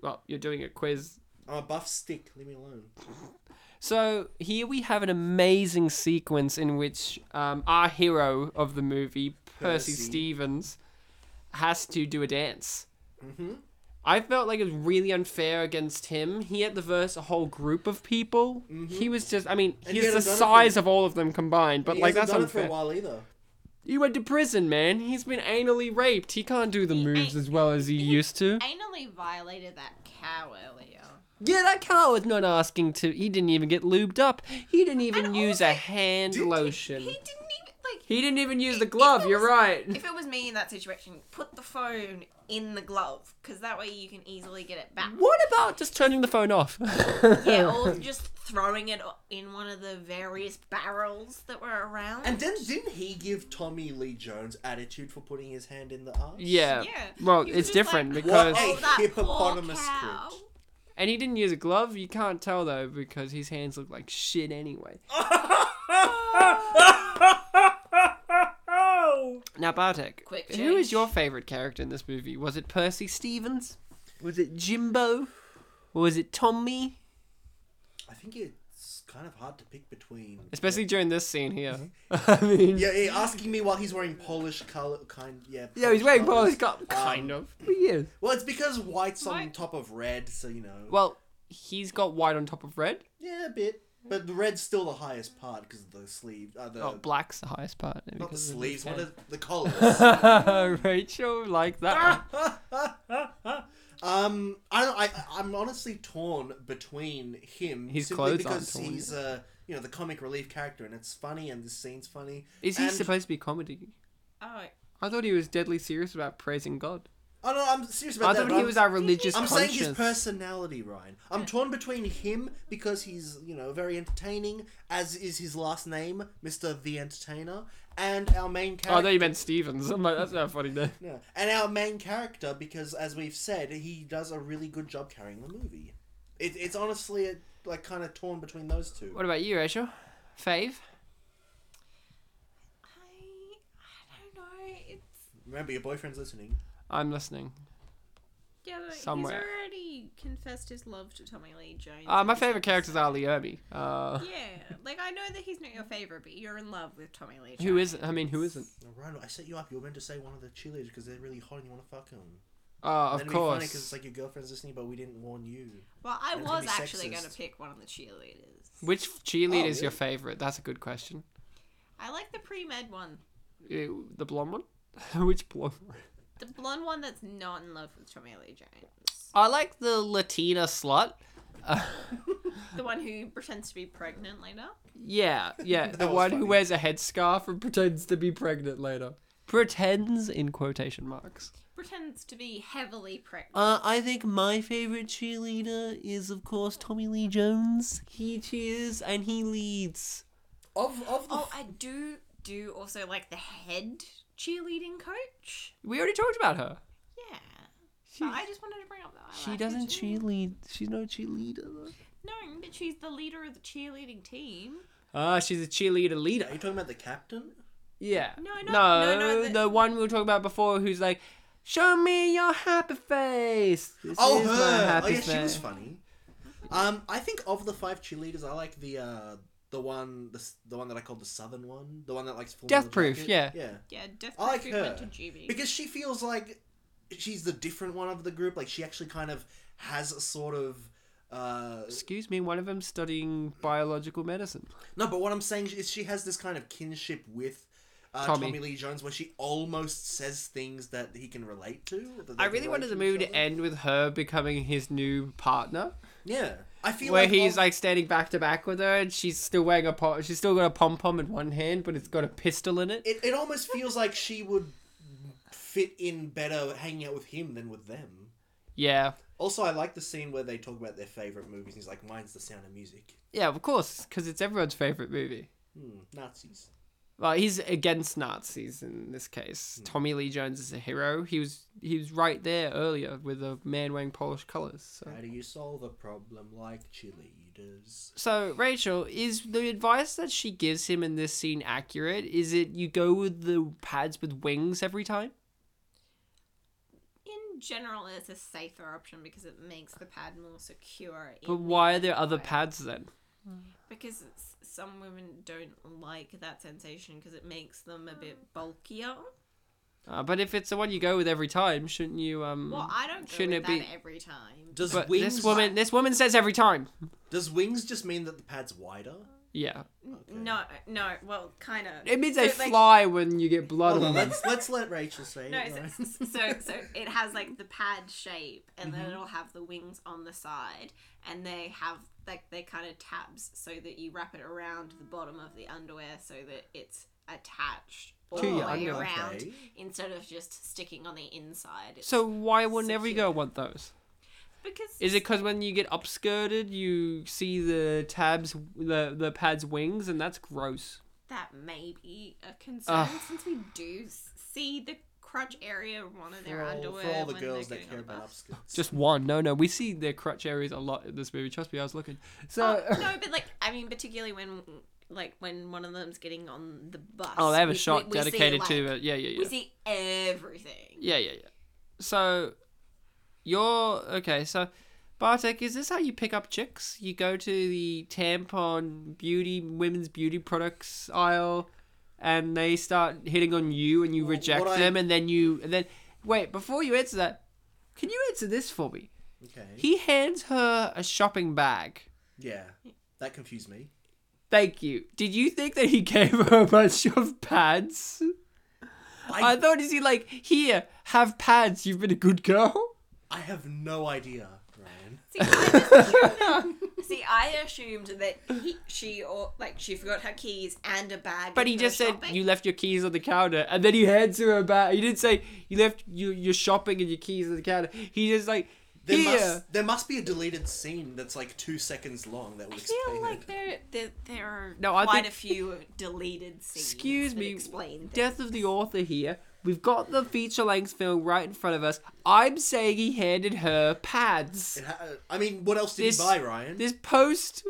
S1: well, you're doing a quiz
S2: I'm a buff stick. Leave me alone.
S1: So here we have an amazing sequence in which um, our hero of the movie, Percy,
S2: Percy.
S1: Stevens, has to do a dance.
S2: Mm-hmm.
S1: I felt like it was really unfair against him. He had to verse a whole group of people. He was just, I mean,
S2: Mm-hmm. And he
S1: he's the
S2: hasn't done it for-
S1: size of all of them combined, but
S2: He
S1: like,
S2: hasn't
S1: that's
S2: done it for
S1: unfair.
S2: a while either.
S1: He went to prison, man. He's been anally raped. He can't do the moves as well as he used to.
S3: Anally violated that cow earlier.
S1: Yeah, that car was not asking to. He didn't even get lubed up. He didn't even
S3: And
S1: use a
S3: also,
S1: hand lotion.
S3: He didn't
S1: He,
S3: even like.
S1: didn't even use
S3: If
S1: the
S3: it
S1: glove. You're
S3: was-
S1: right.
S3: If it was me in that situation, put the phone in the glove because that way you can easily get it back.
S1: What about just turning the phone off?
S3: Yeah, or just throwing it in one of the various barrels that were around.
S2: And then didn't he give Tommy Lee Jones attitude for putting his hand in the arse?
S1: yeah.
S3: Yeah.
S1: Well,
S3: He was
S1: it's
S3: just
S1: different
S3: like,
S1: because,
S2: Hey,
S3: oh, that
S2: hippopotamus
S3: poor cow.
S2: crit.
S1: and he didn't use a glove. You can't tell though because his hands look like shit anyway. Now, Bartek,
S3: Quick
S1: who is
S3: change.
S1: your favorite character in this movie? Was it Percy Stevens? Was it Jimbo? Or was it Tommy?
S2: I think it's kind of hard to pick between.
S1: Especially during this scene here. I mean,
S2: Yeah, yeah, asking me while he's wearing Polish color kind. Yeah.
S1: yeah, he's wearing
S2: colours.
S1: Polish
S3: Um,
S1: cup, kind of. But yeah.
S2: Well, it's because white's on
S3: White.
S2: top of red, so you know.
S1: Well, he's got white on top of red.
S2: yeah, a bit. But the red's still the highest part because of the sleeve. Uh, the,
S1: Oh, black's the highest part.
S2: not the
S1: because of
S2: sleeves, what
S1: tan.
S2: are the collars?
S1: Rachel like
S2: Ah!
S1: that.
S2: um, I, don't- I, I'm honestly torn between him.
S1: His
S2: simply
S1: clothes aren't
S2: because
S1: torn.
S2: he's uh, you know, the comic relief character, and it's funny, and this scene's funny.
S1: Is he
S2: and-
S1: supposed to be comedy?
S3: Oh,
S1: I thought he was deadly serious about praising God.
S2: Oh no, I'm serious
S1: I
S2: about that.
S1: thought
S2: but
S1: he
S2: I'm-
S1: was our religious
S2: I'm saying
S1: conscience.
S2: his personality, Ryan. I'm torn between him because he's, you know, very entertaining, as is his last name, Mr. The Entertainer, and our
S1: oh, I
S2: main
S1: thought
S2: character.
S1: you meant Stevens. I'm like, that's not funny name.
S2: No, and our main character because, as we've said, he does a really good job carrying the movie. It, it's honestly uh, like kind of torn between those two.
S1: What about you, Rachel? Fave?
S3: I, I don't know. It's
S2: Remember, your boyfriend's listening.
S1: I'm listening.
S3: yeah, but
S1: Somewhere.
S3: he's already confessed his love to Tommy Lee Jones.
S1: Uh,
S3: in
S1: my
S3: this
S1: favorite character is
S3: episode.
S1: Ali Erby. Uh,
S3: Yeah, like I know that he's not your favorite, but you're in love with Tommy Lee. Jones.
S1: who isn't? I mean, who isn't?
S2: No, Ryan, I set you up. You were meant to say one of the cheerleaders because they're really hot and you want to fuck them.
S1: Oh, of
S2: That'd be funny because
S1: course.
S2: it's like your girlfriend's listening, but we didn't warn you.
S3: Well, I
S2: That's gonna
S3: was
S2: be
S3: actually
S2: sexist.
S3: going to pick one of the cheerleaders.
S1: Which cheerleader
S2: Oh,
S1: is your
S2: yeah.
S1: favorite? That's a good question.
S3: I like the pre med one,
S1: Ew, the blonde one? Which blonde one?
S3: the blonde one that's not in love with Tommy Lee Jones,
S1: I like the Latina slut.
S3: the one who pretends to be pregnant later.
S1: Yeah, yeah, the
S2: That was
S1: one who
S2: funny.
S1: wears a headscarf and pretends to be pregnant later. Pretends in quotation marks.
S3: pretends to be heavily pregnant.
S1: Uh, I think my favorite cheerleader is, of course, Tommy Lee Jones. He cheers and he leads.
S2: Of of the
S3: oh, I do do also like the head cheerleading coach.
S1: We already talked about her.
S3: Yeah.
S1: She,
S3: But I just wanted to bring up that. I
S1: she
S3: like her
S1: doesn't
S3: too.
S1: cheerlead. She's no cheerleader. though.
S3: No, but she's the leader of the cheerleading team.
S1: Ah, she's a cheerleader
S2: Are
S1: leader.
S2: you talking about the captain?
S1: Yeah.
S3: No, no,
S1: no,
S3: no, no,
S1: The...
S3: the-
S1: one we were talking about before, who's like, "Show me your happy face." This
S2: Oh,
S1: is my
S2: her! Oh,
S1: happy
S2: yeah, she was
S1: face.
S2: funny. Um, I think of the five cheerleaders, I like the uh, the one the, s- the one that I called the southern one, the one that likes full
S1: Death
S2: metal
S1: Proof,
S2: jacket.
S1: yeah.
S2: yeah.
S3: Yeah, Death
S2: I like
S3: Proof went to
S2: her.
S3: GB.
S2: Because she feels like she's the different one of the group. Like she actually kind of has a sort of. Uh,
S1: Excuse me, one of them studying biological medicine.
S2: no, but what I'm saying is she has this kind of kinship with. Uh,
S1: Tommy.
S2: Tommy. Lee Jones, where she almost says things that he can relate to. that they
S1: I
S2: can
S1: really
S2: relate
S1: wanted the
S2: each
S1: movie to
S2: other.
S1: end with her becoming his new partner,
S2: Yeah, I feel
S1: where
S2: like oh.
S1: he's
S2: of-
S1: like standing back to back with her, and she's still wearing a po- she's still got a pom pom in one hand, but it's got a pistol in it.
S2: it, it almost feels like she would fit in better hanging out with him than with them.
S1: Yeah,
S2: Also, I like the scene where they talk about their favorite movies. And he's like, "Mine's The Sound of Music."
S1: yeah, of course, because it's everyone's favorite movie.
S2: Hmm, Nazis.
S1: Well, he's against Nazis in this case. Tommy Lee Jones is a hero. He was he was right there earlier with a man wearing Polish colours. So.
S2: How do you solve a problem like cheerleaders?
S1: So, Rachel, is the advice that she gives him in this scene accurate? Is it you go with the pads with wings every time?
S3: In general, it's a safer option because it makes the pad more secure. in
S1: But
S3: the
S1: why are there other
S3: anyway.
S1: pads then?
S3: Because it's, some women don't like that sensation because it makes them a bit bulkier.
S1: Uh, but if it's the one you go with every time, shouldn't you? Um,
S3: Well, I don't go
S1: Shouldn't
S3: with
S1: it
S3: that
S1: be-
S3: every time.
S2: Does
S1: but
S2: wings
S1: this woman, this woman says every time.
S2: does wings just mean that the pad's wider?
S1: Yeah,
S3: No, no. Well, kind of.
S1: it means they fly when you get blood
S2: Hold
S1: on
S2: on,
S1: them.
S2: let's let's let Rachel say.
S3: No,
S2: it,
S3: so,
S2: right?
S3: so so it has like the pad shape, and
S2: Mm-hmm.
S3: then it'll have the wings on the side, and they have like they kind of tabs so that you wrap it around the bottom of the underwear so that it's attached all
S1: To
S3: the
S1: your
S3: way
S1: underwear.
S3: around
S2: Okay.
S3: instead of just sticking on the inside. It's-
S1: So why wouldn't every
S3: Secure.
S1: girl want those?
S3: because
S1: Is it because when you get upskirted, you see the tabs, the the pad's wings, and that's gross.
S3: that may be a concern
S1: Ugh.
S3: since we do s- see the crotch area of one of
S2: for,
S3: their
S2: all,
S3: underwear
S2: for all the
S3: when they're
S2: girls that
S3: going on
S2: care
S3: the
S2: about
S3: bus.
S2: upskirts.
S1: Just one. No, no, we see their crutch areas a lot in this movie. Trust me, I was looking. So.
S3: Oh, no, but like I mean, particularly when like when one of them's getting on the bus.
S1: Oh, they have a
S3: we-
S1: shot
S3: we- we see,
S1: dedicated to
S3: like,
S1: it. Yeah, yeah, yeah.
S3: We see everything.
S1: Yeah, yeah, yeah. So you're okay. So Bartek, is this how you pick up chicks? You go to the tampon beauty, women's beauty products aisle, and they start hitting on you, and you reject
S2: what I-
S1: them, and then you, and then wait. Before you answer that, can you answer this for me?
S2: Okay.
S1: He hands her a shopping bag.
S2: Yeah, that confused me.
S1: Thank you. Did you think that he gave her a bunch of pads?
S2: I,
S1: I thought is he like here have pads? You've been a good girl.
S2: I have no idea, Ryan.
S3: See, I just assumed that- see, I assumed that he, she, or like she forgot her keys and a bag.
S1: But
S3: with
S1: he
S3: her
S1: just said
S3: shopping.
S1: you left your keys on the counter, and then he hands her a bag. He didn't say you left you your shopping and your keys on the counter. He just like
S2: There
S1: here.
S2: must there must be a deleted scene that's like two seconds long that would
S3: I
S2: explain
S3: feel
S2: it.
S3: like there, there, there are
S1: No, I
S3: quite
S1: think-
S3: a few deleted scenes.
S1: Excuse
S3: that
S1: me.
S3: Explain things.
S1: Death of the author here. We've got the feature length film right in front of us. I'm saying he handed her pads.
S2: It ha- I mean, what else did
S1: This-
S2: he buy, Ryan?
S1: This post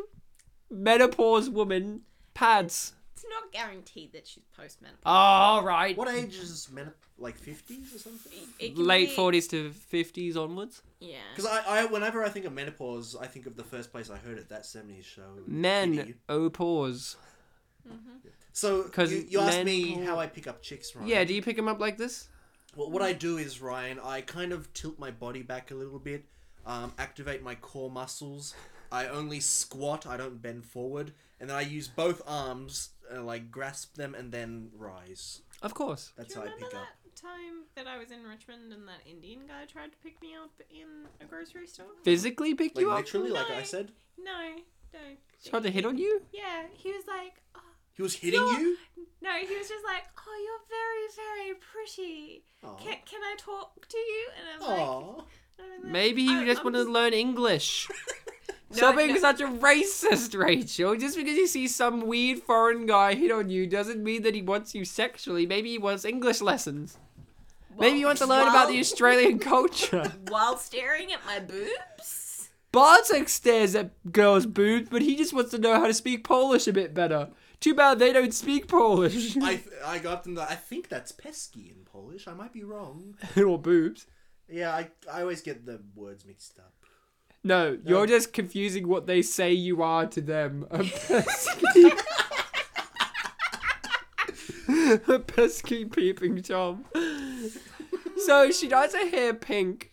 S1: menopause woman pads.
S3: It's not guaranteed that she's postmenopausal.
S1: All right.
S2: what age is men like fifties or something?
S3: It can
S1: Late
S3: be-
S1: forties to fifties onwards.
S3: Yeah.
S2: Because I, I, whenever I think of menopause, I think of the first place I heard it, that seventies show.
S1: Men
S2: Kitty.
S1: oh pause.
S2: So
S1: 'Cause
S2: you, you asked
S1: men
S2: me
S1: pull-
S2: how I pick up chicks, Ryan.
S1: Yeah. Do you pick them up like this?
S2: Well, what I do is Ryan, I kind of tilt my body back a little bit, um, activate my core muscles. I only squat. I don't bend forward, and then I use both arms, uh, like grasp them, and then rise.
S1: Of course.
S2: That's
S3: Do
S2: how
S3: you
S2: I
S3: remember
S2: pick up.
S3: that time that I was in Richmond and that Indian guy tried to pick me up in a grocery store?
S1: Physically pick
S2: Like
S1: you up.
S2: literally, like I
S3: No.
S2: said,
S3: No, don't.
S1: Tried to hit on you?
S3: Yeah, he was like, oh.
S2: he was hitting
S3: You're-
S2: you.
S3: no, he was just like, oh, you're very, very pretty.
S2: Aw.
S3: Can, can I talk to you? And I was like, "Oh,
S2: Aw.
S3: I was like,
S1: Maybe he
S3: "I-
S1: just
S3: I'm
S1: wanted to learn English.
S3: No,
S1: Stop being
S3: no.
S1: such a racist, Rachel. Just because you see some weird foreign guy hit on you doesn't mean that he wants you sexually. Maybe he wants English lessons. Maybe you want to learn about the
S3: while-
S1: Australian culture.
S3: While staring at my boobs?
S1: Bartek stares at girls' boobs, but he just wants to know how to speak Polish a bit better. Too bad they don't speak Polish.
S2: I, th- I got them. that I think that's pesky in Polish. I might be wrong.
S1: or boobs.
S2: Yeah, I, I always get the words mixed up.
S1: No, you're just confusing what they say you are to them. A pesky. a pesky peeping Tom. So she dyes her hair pink.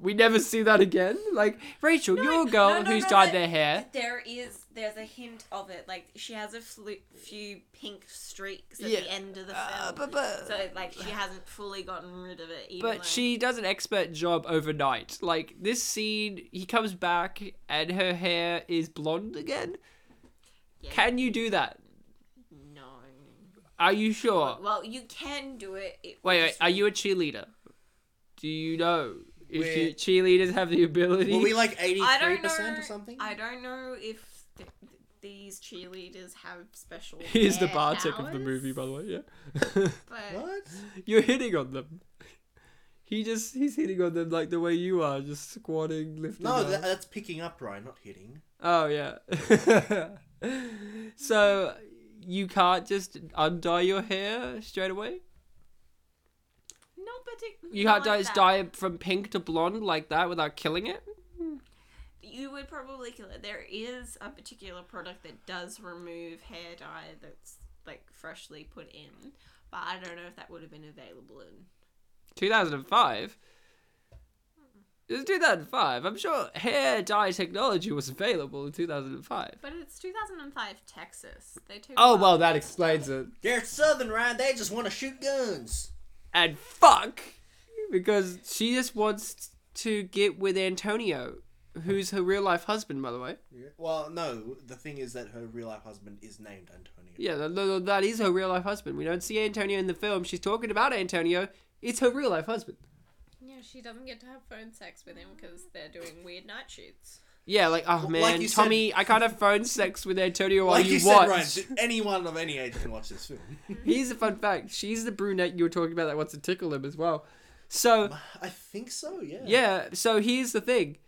S1: We never see that again. Like, Rachel, you're a girl
S3: no, no,
S1: who's
S3: no,
S1: dyed
S3: but
S1: their hair.
S3: There is, there's a hint of it. Like she has a flu- few pink streaks at
S1: Yeah. Uh,
S3: the end of the film,
S1: but- but-
S3: so like she hasn't fully gotten rid of it. Even
S1: But
S3: though-
S1: she does an expert job overnight. Like, this scene, he comes back and her hair is blonde again.
S3: Yeah.
S1: Can you do that?
S3: no.
S1: Are you sure?
S3: Well, you can do it. it
S1: Wait, wait, are you a cheerleader? Do you know if
S2: We're-
S1: you, cheerleaders have the ability?
S2: Were we like eighty
S3: I
S2: three
S3: don't know.
S2: percent or something?
S3: I don't know if th- th- these cheerleaders have special.
S1: Here's the
S3: hair
S1: Bartek of the
S3: powers,
S1: movie, by the way. Yeah,
S3: But
S2: What?
S1: you're hitting on them. He just he's hitting on them like the way you are, just squatting, lifting.
S2: No,
S1: up.
S2: that, that's picking up, Ryan. Not hitting.
S1: oh yeah. so you can't just undye your hair straight away.
S3: not particularly.
S1: You can't
S3: like
S1: just
S3: that.
S1: dye it from pink to blonde like that without killing it.
S3: You would probably kill it. There is a particular product that does remove hair dye that's like freshly put in, But I don't know if that would have been available in
S1: 2005. It was 2005. I'm sure hair dye technology was available in 2005.
S3: But it's 2005 Texas. They took
S4: Oh
S3: up-
S4: well, that explains it.
S2: They're southern, right? They just want to shoot guns.
S1: And fuck! Because she just wants to get with Antonio, who's her real life husband, by the way.
S2: Well, no. The thing is that her real life husband is named Antonio.
S1: Yeah, th- th- that is her real life husband. We don't see Antonio in the film. She's talking about Antonio. It's her real life husband.
S3: Yeah, she doesn't get to have phone sex with him because they're doing weird night shoots.
S1: Yeah, like, oh
S2: Like
S1: man,
S2: you said-
S1: Tommy, I can't have phone sex with Antonio while
S2: Like you,
S1: you,
S2: said,
S1: watch.
S2: Ryan, anyone of any age can watch this film.
S1: Here's a fun fact. She's the brunette you were talking about that wants to tickle him as well. So,
S2: I think so. Yeah.
S1: yeah, so here's the thing.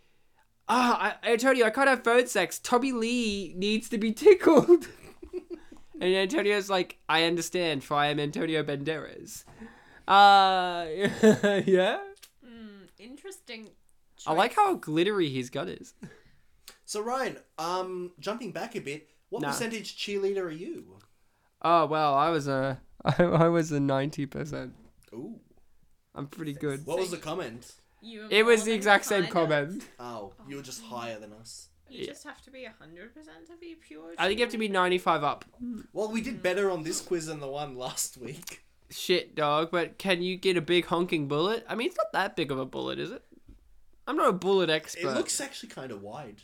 S1: Ah, I Antonio, I can't have phone sex. Tommy Lee needs to be tickled. and Antonio's like, I understand, for I am Antonio Banderas. Uh, yeah.
S3: Mm, interesting. Choice.
S1: I like how glittery his gut is.
S2: So Ryan, um, jumping back a bit, what
S1: No.
S2: percentage cheerleader are you?
S1: Oh well, I was a, I, I was a ninety percent.
S2: Ooh.
S1: I'm pretty good.
S2: What was the comment?
S3: You were
S1: It was
S3: more
S1: the
S3: than
S1: exact same
S3: kind of-
S1: comment.
S2: Oh, you were just higher than us.
S3: You just have to be 100% to be pure.
S1: I think you have to be ninety-five up.
S2: Well, we did better on this quiz than the one last week.
S1: Shit, dog. But can you get a big honking bullet? I mean, it's not that big of a bullet, is it? I'm not a bullet
S2: It
S1: expert.
S2: looks actually kind of wide,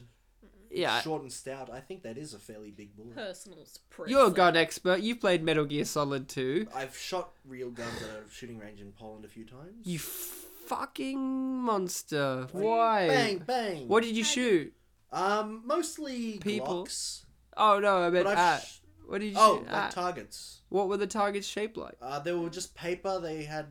S1: yeah.
S2: short and stout. I think that is a fairly big bullet.
S3: Personals. Pretty
S1: You're a gun expert. You've played Metal Gear Solid 2.
S2: I've shot real guns at a shooting range in Poland a few times.
S1: You fucking monster. Why?
S2: Bang bang.
S1: What did you shoot?
S2: Um, mostly
S1: People.
S2: Glocks,
S1: Oh no, I meant
S2: but I've
S1: at.
S2: sh-
S1: What did you
S2: oh,
S1: shoot
S2: like
S1: at?
S2: targets.
S1: what were the targets shaped like?
S2: Uh, they were just paper. They had.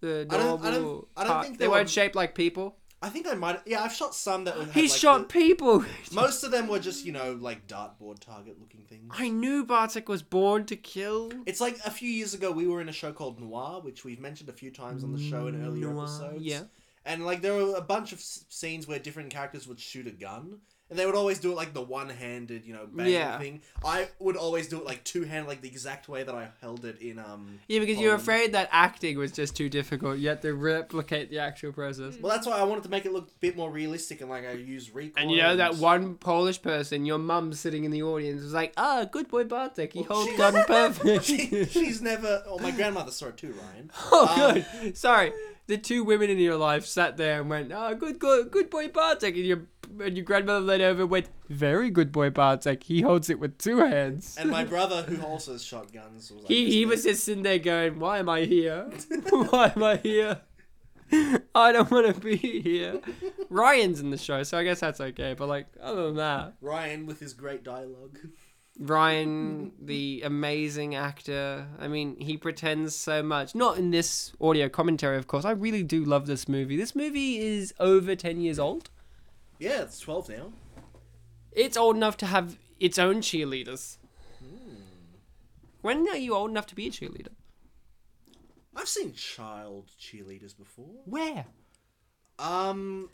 S1: The
S2: I
S1: normal.
S2: don't- I don't- I don't
S1: tar-
S2: think
S1: they,
S2: they were-
S1: weren't shaped like people.
S2: I think I might. Yeah, I've shot some that. Had,
S1: He
S2: like,
S1: shot
S2: the-
S1: people.
S2: Most of them were just you know like dartboard target looking things.
S1: I knew Bartek was born to kill.
S2: It's like a few years ago we were in a show called Noir, which we've mentioned a few times on the show in earlier
S1: Noir,
S2: episodes.
S1: yeah.
S2: And like there were a bunch of s- scenes where different characters would shoot a gun, and they would always do it like the one-handed, you know, bang
S1: Yeah.
S2: thing. I would always do it like two-handed, like the exact way that I held it in um.
S1: Yeah, because you were
S2: Poland.
S1: afraid that acting was just too difficult. You had to replicate the actual process.
S2: Well, that's why I wanted to make it look a bit more realistic, and like I use recoil.
S1: And you know that one Polish person, your mum sitting in the audience, was like, "Ah, good boy Bartek, he
S2: Well,
S1: holds
S2: she-
S1: gun perfect."
S2: Oh, She- she's never. Oh, my grandmother saw it too, Ryan.
S1: oh,
S2: Um,
S1: good. Sorry, the two women in your life sat there and went, "Ah, good, good, good boy Bartek," and your and your grandmother leaned over and went, "Very good boy Bartek, he holds it with two hands."
S2: And my brother, who also has shotguns, was like,
S1: He,
S2: "This
S1: he
S2: thing-
S1: was just sitting there going, Why am I here? Why am I here? I don't want to be here. Ryan's in the show, so I guess that's okay. But, like, other than that,
S2: Ryan with his great dialogue.
S1: Ryan, the amazing actor, I mean, he pretends so much. Not in this audio commentary, of course. I really do love this movie. This movie is over 10 years old.
S2: Yeah, it's twelve now.
S1: It's old enough to have its own cheerleaders. When are you old enough to be a cheerleader?
S2: I've seen child cheerleaders before.
S1: Where?
S2: Um,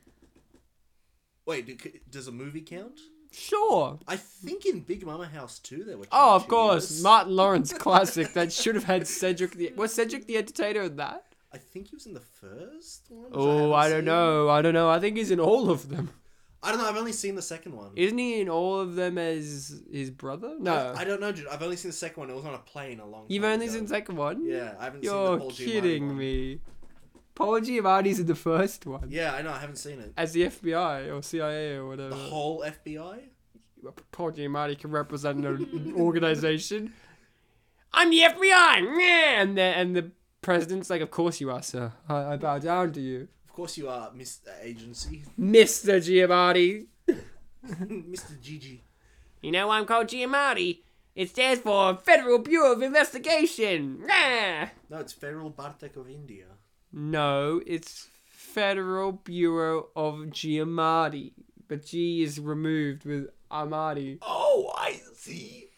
S2: wait, do, does a movie count?
S1: Sure.
S2: I think in Big Mama House too there were.
S1: Oh,
S2: child
S1: of course,
S2: cheerleaders.
S1: Martin Lawrence classic that should have had Cedric the was Cedric the Entertainer in that.
S2: I think he was in the first one. which
S1: Oh,
S2: haven't
S1: I don't
S2: seen.
S1: know, I don't know. I think he's in all of them.
S2: I don't know. I've only seen the second one.
S1: Isn't he in all of them as his brother? No,
S2: I don't know, dude. I've only seen the second one. It was on a plane a long.
S1: you've
S2: time
S1: only
S2: ago.
S1: seen second one.
S2: Yeah, I haven't seen the
S1: you're
S2: Paul Giamatti
S1: kidding
S2: one.
S1: me. Paul Giamatti's in the first one
S2: Yeah, I know. I haven't seen it.
S1: as the FBI or CIA or whatever.
S2: The whole FBI.
S1: Paul Giamatti can represent an organization. I'm the FBI, meh, and the and the president's like, of course you are, sir. I, I bow down to you,
S2: Of course, you are Miss Agency,
S1: Mister Giamatti.
S2: Mr. Gigi.
S1: You know I'm called Giamatti. It stands for Federal Bureau of Investigation. Meh.
S2: No, it's Feral Bartek of India.
S1: No, it's Federal Bureau of Giamatti, but G is removed with Amati.
S2: Oh, I see.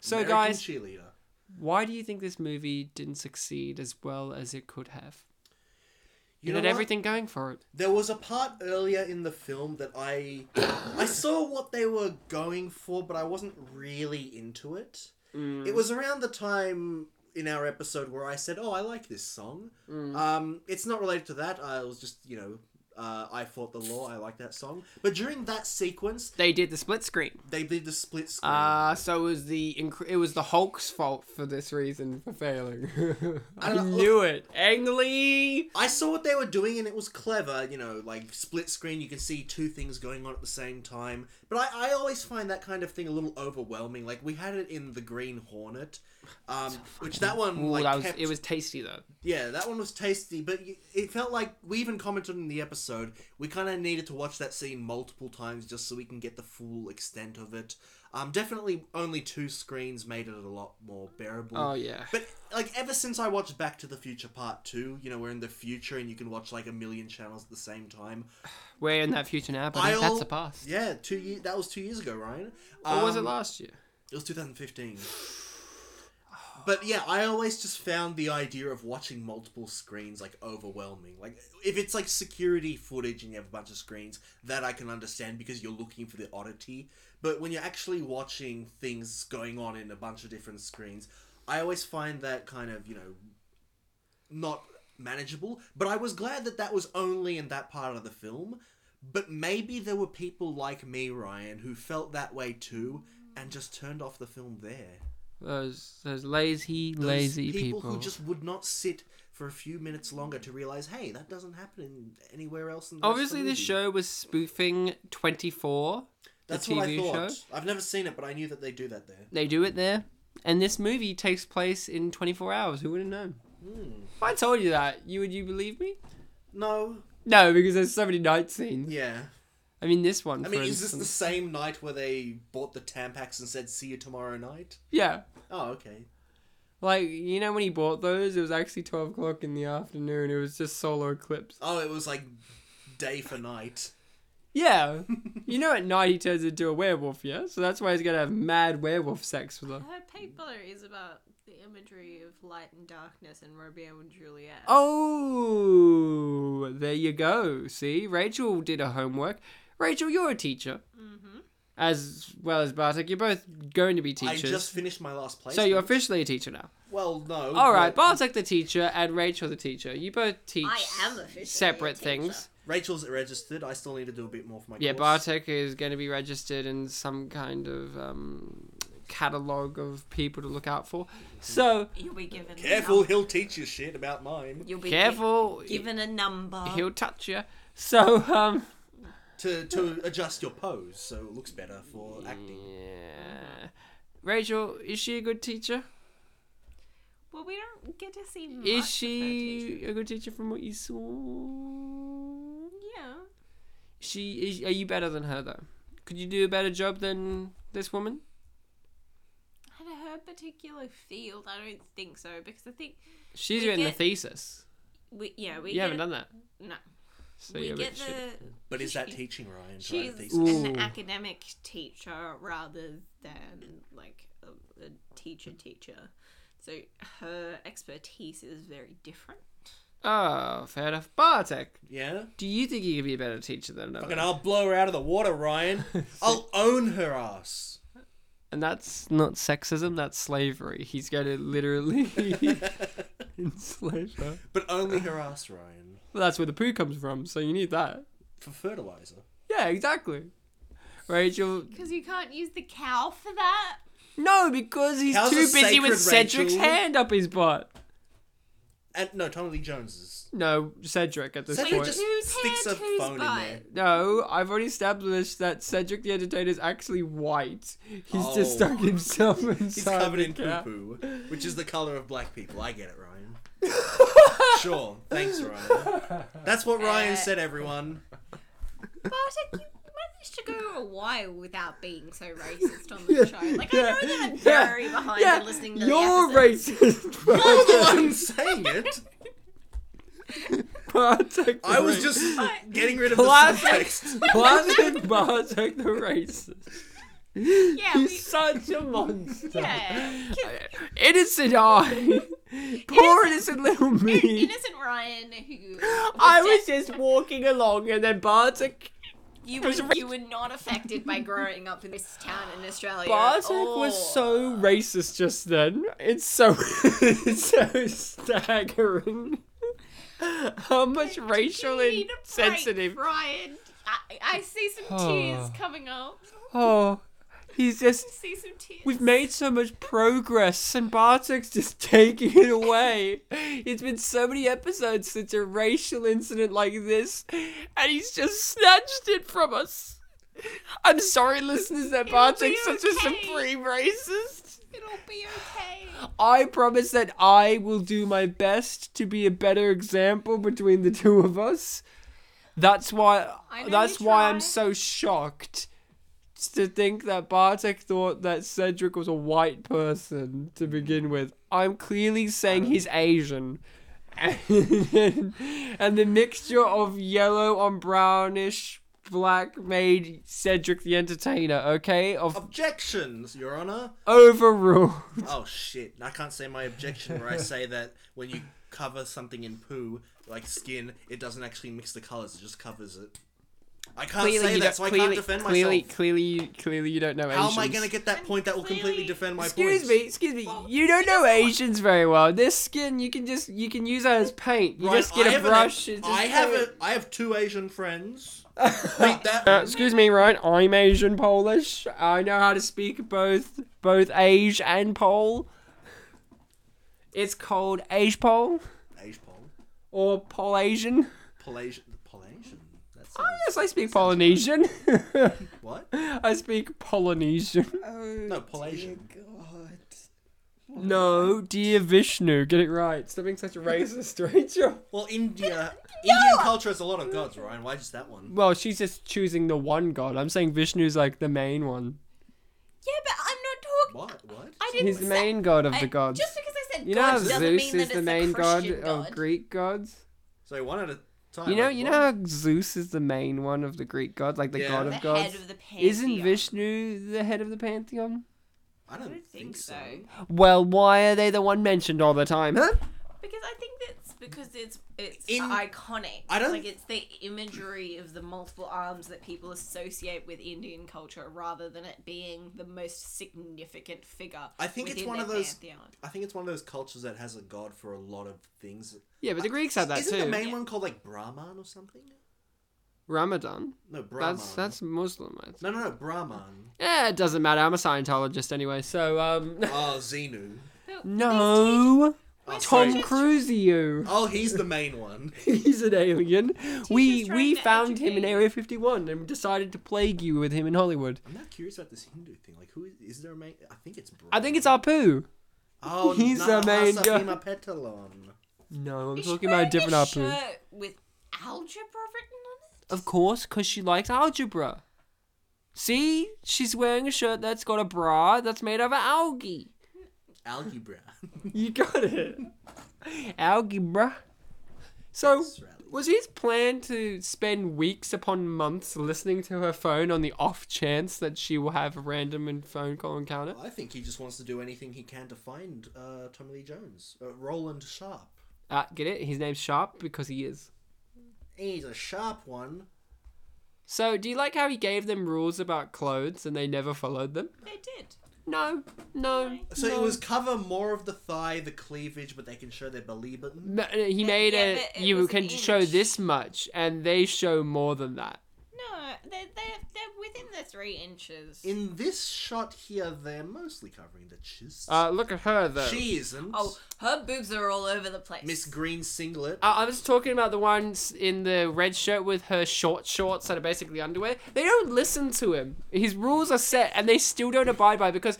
S1: so
S2: American
S1: guys,
S2: cheerleader.
S1: why do you think this movie didn't succeed as well as it could have?
S2: You
S1: it
S2: know
S1: had
S2: what?
S1: everything going for it.
S2: There was a part earlier in the film that I I saw what they were going for, but I wasn't really into it.
S1: Mm.
S2: It was around the time in our episode where I said, "Oh, I like this song."
S1: Mm.
S2: Um, it's not related to that. I was just, you know, uh, I fought the law. I like that song. But during that sequence,
S1: They did the split screen.
S2: they did the split screen.
S1: Uh, so it was the inc- it was the Hulk's fault for this reason for failing. I,
S2: don't know,
S1: knew it, Angley.
S2: I saw what they were doing and it was clever, you know, like split screen, you can see two things going on at the same time. But I, I always find that kind of thing a little overwhelming. Like, we had it in The Green Hornet, um, which that one,
S1: Ooh,
S2: like,
S1: that was
S2: kept-
S1: it was tasty though.
S2: yeah, that one was tasty, but y- it felt like we even commented in the episode, we kind of needed to watch that scene multiple times just so we can get the full extent of it. Um, definitely only two screens made it a lot more bearable.
S1: Oh yeah.
S2: But like ever since I watched Back to the Future Part Two, you know, we're in the future and you can watch like a million channels at the same time.
S1: We're in that future now, but I think
S2: I'll-
S1: that's the past.
S2: Yeah, two years. That was two years ago, Ryan.
S1: Or was it
S2: Um,
S1: last year?
S2: It was 2015. But yeah, I always just found the idea of watching multiple screens like overwhelming. Like if it's like security footage and you have a bunch of screens, that I can understand because you're looking for the oddity. But when you're actually watching things going on in a bunch of different screens, I always find that kind of, you know, not manageable. But I was glad that that was only in that part of the film. But maybe there were people like me, Ryan, who felt that way too and just turned off the film there.
S1: Those those lazy
S2: Those
S1: lazy
S2: people,
S1: people.
S2: who just would not sit for a few minutes longer to realize, hey, that doesn't happen in anywhere else. In the rest of the
S1: Obviously, this
S2: movie."
S1: show was spoofing Twenty Four, the
S2: That's
S1: TV
S2: what I thought.
S1: show.
S2: I've never seen it, but I knew that they do that there.
S1: They do it there, and this movie takes place in twenty four hours. Who would have known? If I told you that, you would you believe me?
S2: No.
S1: No, because there's so many night scenes.
S2: Yeah.
S1: I mean, this one.
S2: I mean,
S1: for
S2: is this the
S1: instance.
S2: same night where they bought the Tampax and said, see you tomorrow night?
S1: Yeah.
S2: Oh, okay.
S1: Like, you know when he bought those, it was actually 12 o'clock in the afternoon. It was just solo clips.
S2: Oh, it was like day for night.
S1: Yeah. you know at night he turns into a werewolf, yeah? So that's why he's going to have mad werewolf sex with her.
S3: Her paper is about the imagery of light and darkness and Romeo and Juliet.
S1: Oh, there you go. See, Rachel did her homework. Rachel, you're a teacher. Mm-hmm. As well as Bartek, you're both going to be teachers.
S2: I just finished my last place.
S1: So you're officially a teacher now.
S2: Well, no.
S1: All right,
S2: but
S1: Bartek the teacher and Rachel the teacher. You both teach
S3: I am officially a
S1: separate
S3: teacher.
S1: things.
S2: Rachel's registered. I still need to do a bit more for my
S1: Yeah,
S2: course.
S1: Bartek is going to be registered in some kind of um, catalog of people to look out for. So
S3: You'll be given a
S2: Careful,
S3: num-
S2: he'll teach you shit about mine.
S3: You'll be gi-
S1: careful,
S3: given a number.
S1: he'll touch you. So um,
S2: To, to adjust your pose so it looks better for acting.
S1: yeah. Rachel, is she a good teacher?
S3: Well, we don't get to see much.
S1: Is
S3: Of her
S1: she
S3: teacher.
S1: a good teacher from what you saw?
S3: yeah.
S1: She is. Are you better than her though? Could you do a better job than this woman?
S3: And her particular field, I don't think so because I think
S1: She's
S3: We
S1: written the
S3: get-
S1: thesis.
S3: we yeah we
S1: you haven't
S3: get,
S1: done that.
S3: no
S1: So
S3: we
S1: you're a
S3: get
S1: bit shit.
S3: the
S2: But is that
S3: she-
S2: teaching, Ryan? Trying
S3: she's
S2: to thesis?
S1: Ooh.
S3: an academic teacher rather than like a, a teacher teacher. So her expertise is very different.
S1: Oh, fair enough. Bartek,
S2: Yeah?
S1: do you think you could be a better teacher than another?
S2: Fucking I'll blow her out of the water, Ryan. I'll own her ass.
S1: And that's not sexism, that's slavery. He's going to literally enslave her.
S2: But only her ass, Ryan.
S1: Well, that's where the poo comes from, so you need that.
S2: For fertilizer.
S1: Yeah, exactly. Rachel.
S3: Because you can't use the cow for that.
S1: No, because he's
S2: How's
S1: too
S2: a
S1: busy with
S2: sacred
S1: Cedric's
S2: Rachel?
S1: hand up his butt.
S2: And no, Tommy Lee Jones's.
S1: No, Cedric at this
S2: Cedric
S1: point.
S2: just
S3: Whose
S2: sticks a
S3: head, whose
S2: phone in
S3: butt?
S2: there.
S1: No, I've already established that Cedric the Entertainer is actually white. He's just
S2: Oh.
S1: stuck himself inside.
S2: He's covered
S1: the
S2: in
S1: cat.
S2: poo poo, which is the color of black people. I get it, Ryan. sure. Thanks, Ryan. That's what Ryan
S1: Uh,
S2: said, everyone.
S3: Bartek, you managed to go a while without being so racist on the show. Like I know that I'm
S1: yeah,
S3: very behind
S1: yeah,
S3: and listening to
S1: You're
S3: the episode.
S1: racist.
S2: I'm
S1: Bartek.
S2: the one saying it.
S1: Bartek the
S2: I was
S1: racist.
S2: just getting rid of the
S1: Classic.
S2: subtext.
S1: Classic Bartek the racist.
S3: Yeah,
S1: He's
S3: we,
S1: such a monster.
S3: yeah.
S1: Innocent I. Poor innocent, little me.
S3: Innocent Ryan, who
S1: I was just walking along and then Bartek
S3: You were, you were not affected by growing up in this town in Australia. at
S1: Bartek was so
S3: all.
S1: racist just then. It's so it's so staggering. How much racial
S3: You need a break,
S1: insensitive.
S3: Ryan, I, I see some tears coming up.
S1: Oh, he's just.
S3: I see some tears.
S1: We've made so much progress, and Bartek's just taking it away. It's been so many episodes since a racial incident like this, and he's just snatched it from us. I'm sorry, listeners, that
S3: It'll be
S1: Bartek's such a
S3: okay.
S1: supreme racist.
S3: It'll be okay.
S1: I promise that I will do my best to be a better example between the two of us. That's why
S3: I know
S1: that's
S3: you
S1: why I'm
S3: tried.
S1: so shocked to think that Bartek thought that Cedric was a white person to begin with. I'm clearly saying
S3: Um,
S1: he's Asian. and, and the mixture of yellow on brownish black made Cedric the Entertainer, okay? Of
S2: Objections, Your Honor.
S1: overruled.
S2: Oh shit! I can't say my objection where I say that when you cover something in poo, like skin, it doesn't actually mix the colors; it just covers it. I can't say
S1: you
S2: that,
S1: don't-
S2: so I can't
S1: clearly-
S2: defend
S1: clearly,
S2: myself.
S1: Clearly, you, clearly you don't know
S2: How
S1: Asians.
S2: am I gonna get that point that will completely
S3: Clearly-
S2: defend my point?
S1: Excuse me, excuse me. you don't know Asians very well. This skin, you can just you can use it as paint. You
S2: Ryan,
S1: just get
S2: I
S1: a
S2: have an-
S1: brush. it's just
S2: I have
S1: paint.
S2: a, I have two Asian friends. Beat that.
S1: Uh, excuse me, Ryan. I'm Asian Polish. I know how to speak both both Age and Pole. It's called Age Pole
S2: Asian Pol,
S1: or Pole Asian.
S2: Polasian, Polasian. That's
S3: Oh,
S1: Yes, I speak Polynesian.
S2: what?
S1: I speak Polynesian.
S2: No, Polasian.
S5: God.
S1: No, dear Vishnu, get it right. Stop being such a racist, Rachel.
S2: Well, India, Indian culture has a lot of gods, Ryan. Why just that one?
S1: Well, she's just choosing the one god. I'm saying Vishnu's like the main one.
S3: Yeah, but I'm not talking.
S2: What? What?
S3: I didn't.
S1: He's the
S3: say-
S1: main god of
S3: I-
S1: the gods.
S3: Just because I said
S1: You know
S3: god
S1: how
S3: doesn't
S1: Zeus
S3: mean
S1: is
S3: that
S1: the
S3: it's
S1: main
S3: a
S1: god
S3: Christian god
S1: of Greek gods?
S2: So one at a time.
S1: You know,
S2: like,
S1: you know
S2: what?
S1: how Zeus is the main one of the Greek gods, like the
S2: Yeah.
S1: god
S3: The
S1: of
S3: head
S1: gods.
S3: of the pantheon.
S1: Isn't Vishnu the head of the pantheon?
S2: I don't
S3: I don't think so.
S1: Well, why are they the one mentioned all the time, huh?
S3: Because I think that's because it's it's
S2: In-
S3: iconic.
S2: I don't-
S3: like it's the imagery of the multiple arms that people associate with Indian culture, rather than it being the most significant figure.
S2: I think it's
S3: within
S2: one
S3: their
S2: of those-
S3: pantheon.
S2: I think it's one of those cultures that has a god for a lot of things.
S1: Yeah, but the Greeks have that
S2: Isn't
S1: too.
S2: the main one called like Brahman or something?
S1: Ramadan.
S2: No, Brahman.
S1: That's that's Muslim. I think.
S2: No, no, no, Brahman.
S1: Yeah, Eh, it doesn't matter. I'm a Scientologist anyway, so um.
S2: Oh, Xenu.
S3: But these
S1: No.
S2: Oh, sorry.
S1: Tom Cruise, you.
S2: Oh, he's the main one.
S1: He's an alien. We
S3: trying
S1: we
S3: to
S1: found him in
S3: educate.
S1: Area 51 and decided to plague you with him in Hollywood.
S2: I'm not curious about this Hindu thing. Like, who is, is there a main? I think it's. Brahman.
S1: I think it's Apu.
S2: Oh,
S1: he's the main guy.
S2: Narasimha Petalon.
S1: No, I'm
S3: Is she
S1: talking about a
S3: wearing
S1: different Apu.
S3: shirt with algebra written on it.
S1: Of course, because she likes algebra. See, she's wearing a shirt that's got a bra that's made out of algae.
S2: Algebra.
S1: You got it. algae, bruh. So, was his plan to spend weeks upon months listening to her phone on the off chance that she will have a random and phone call encounter?
S2: I think he just wants to do anything he can to find uh, Tommy Lee Jones, uh, Roland Sharp.
S1: Uh, get it? His name's Sharp because he is.
S2: He's a sharp one.
S1: So, do you like how he gave them rules about clothes and they never followed them?
S3: They did.
S1: No, no.
S2: So
S1: no.
S2: it was cover more of the thigh, the cleavage, but they can show their belly button.
S1: Ma- He made
S3: yeah,
S1: a.
S3: but it
S1: You
S3: was
S1: can
S3: an
S1: show
S3: image.
S1: this much, and they show more than that.
S3: No, they're they're, they're within the three inches.
S2: In this shot here, they're mostly covering the chest.
S1: Uh, look at her though.
S2: she isn't.
S3: oh, her boobs are all over the place.
S2: Miss Green singlet.
S1: I I was talking about the ones in the red shirt with her short shorts that are basically underwear. They don't listen to him. His rules are set, and they still don't abide by because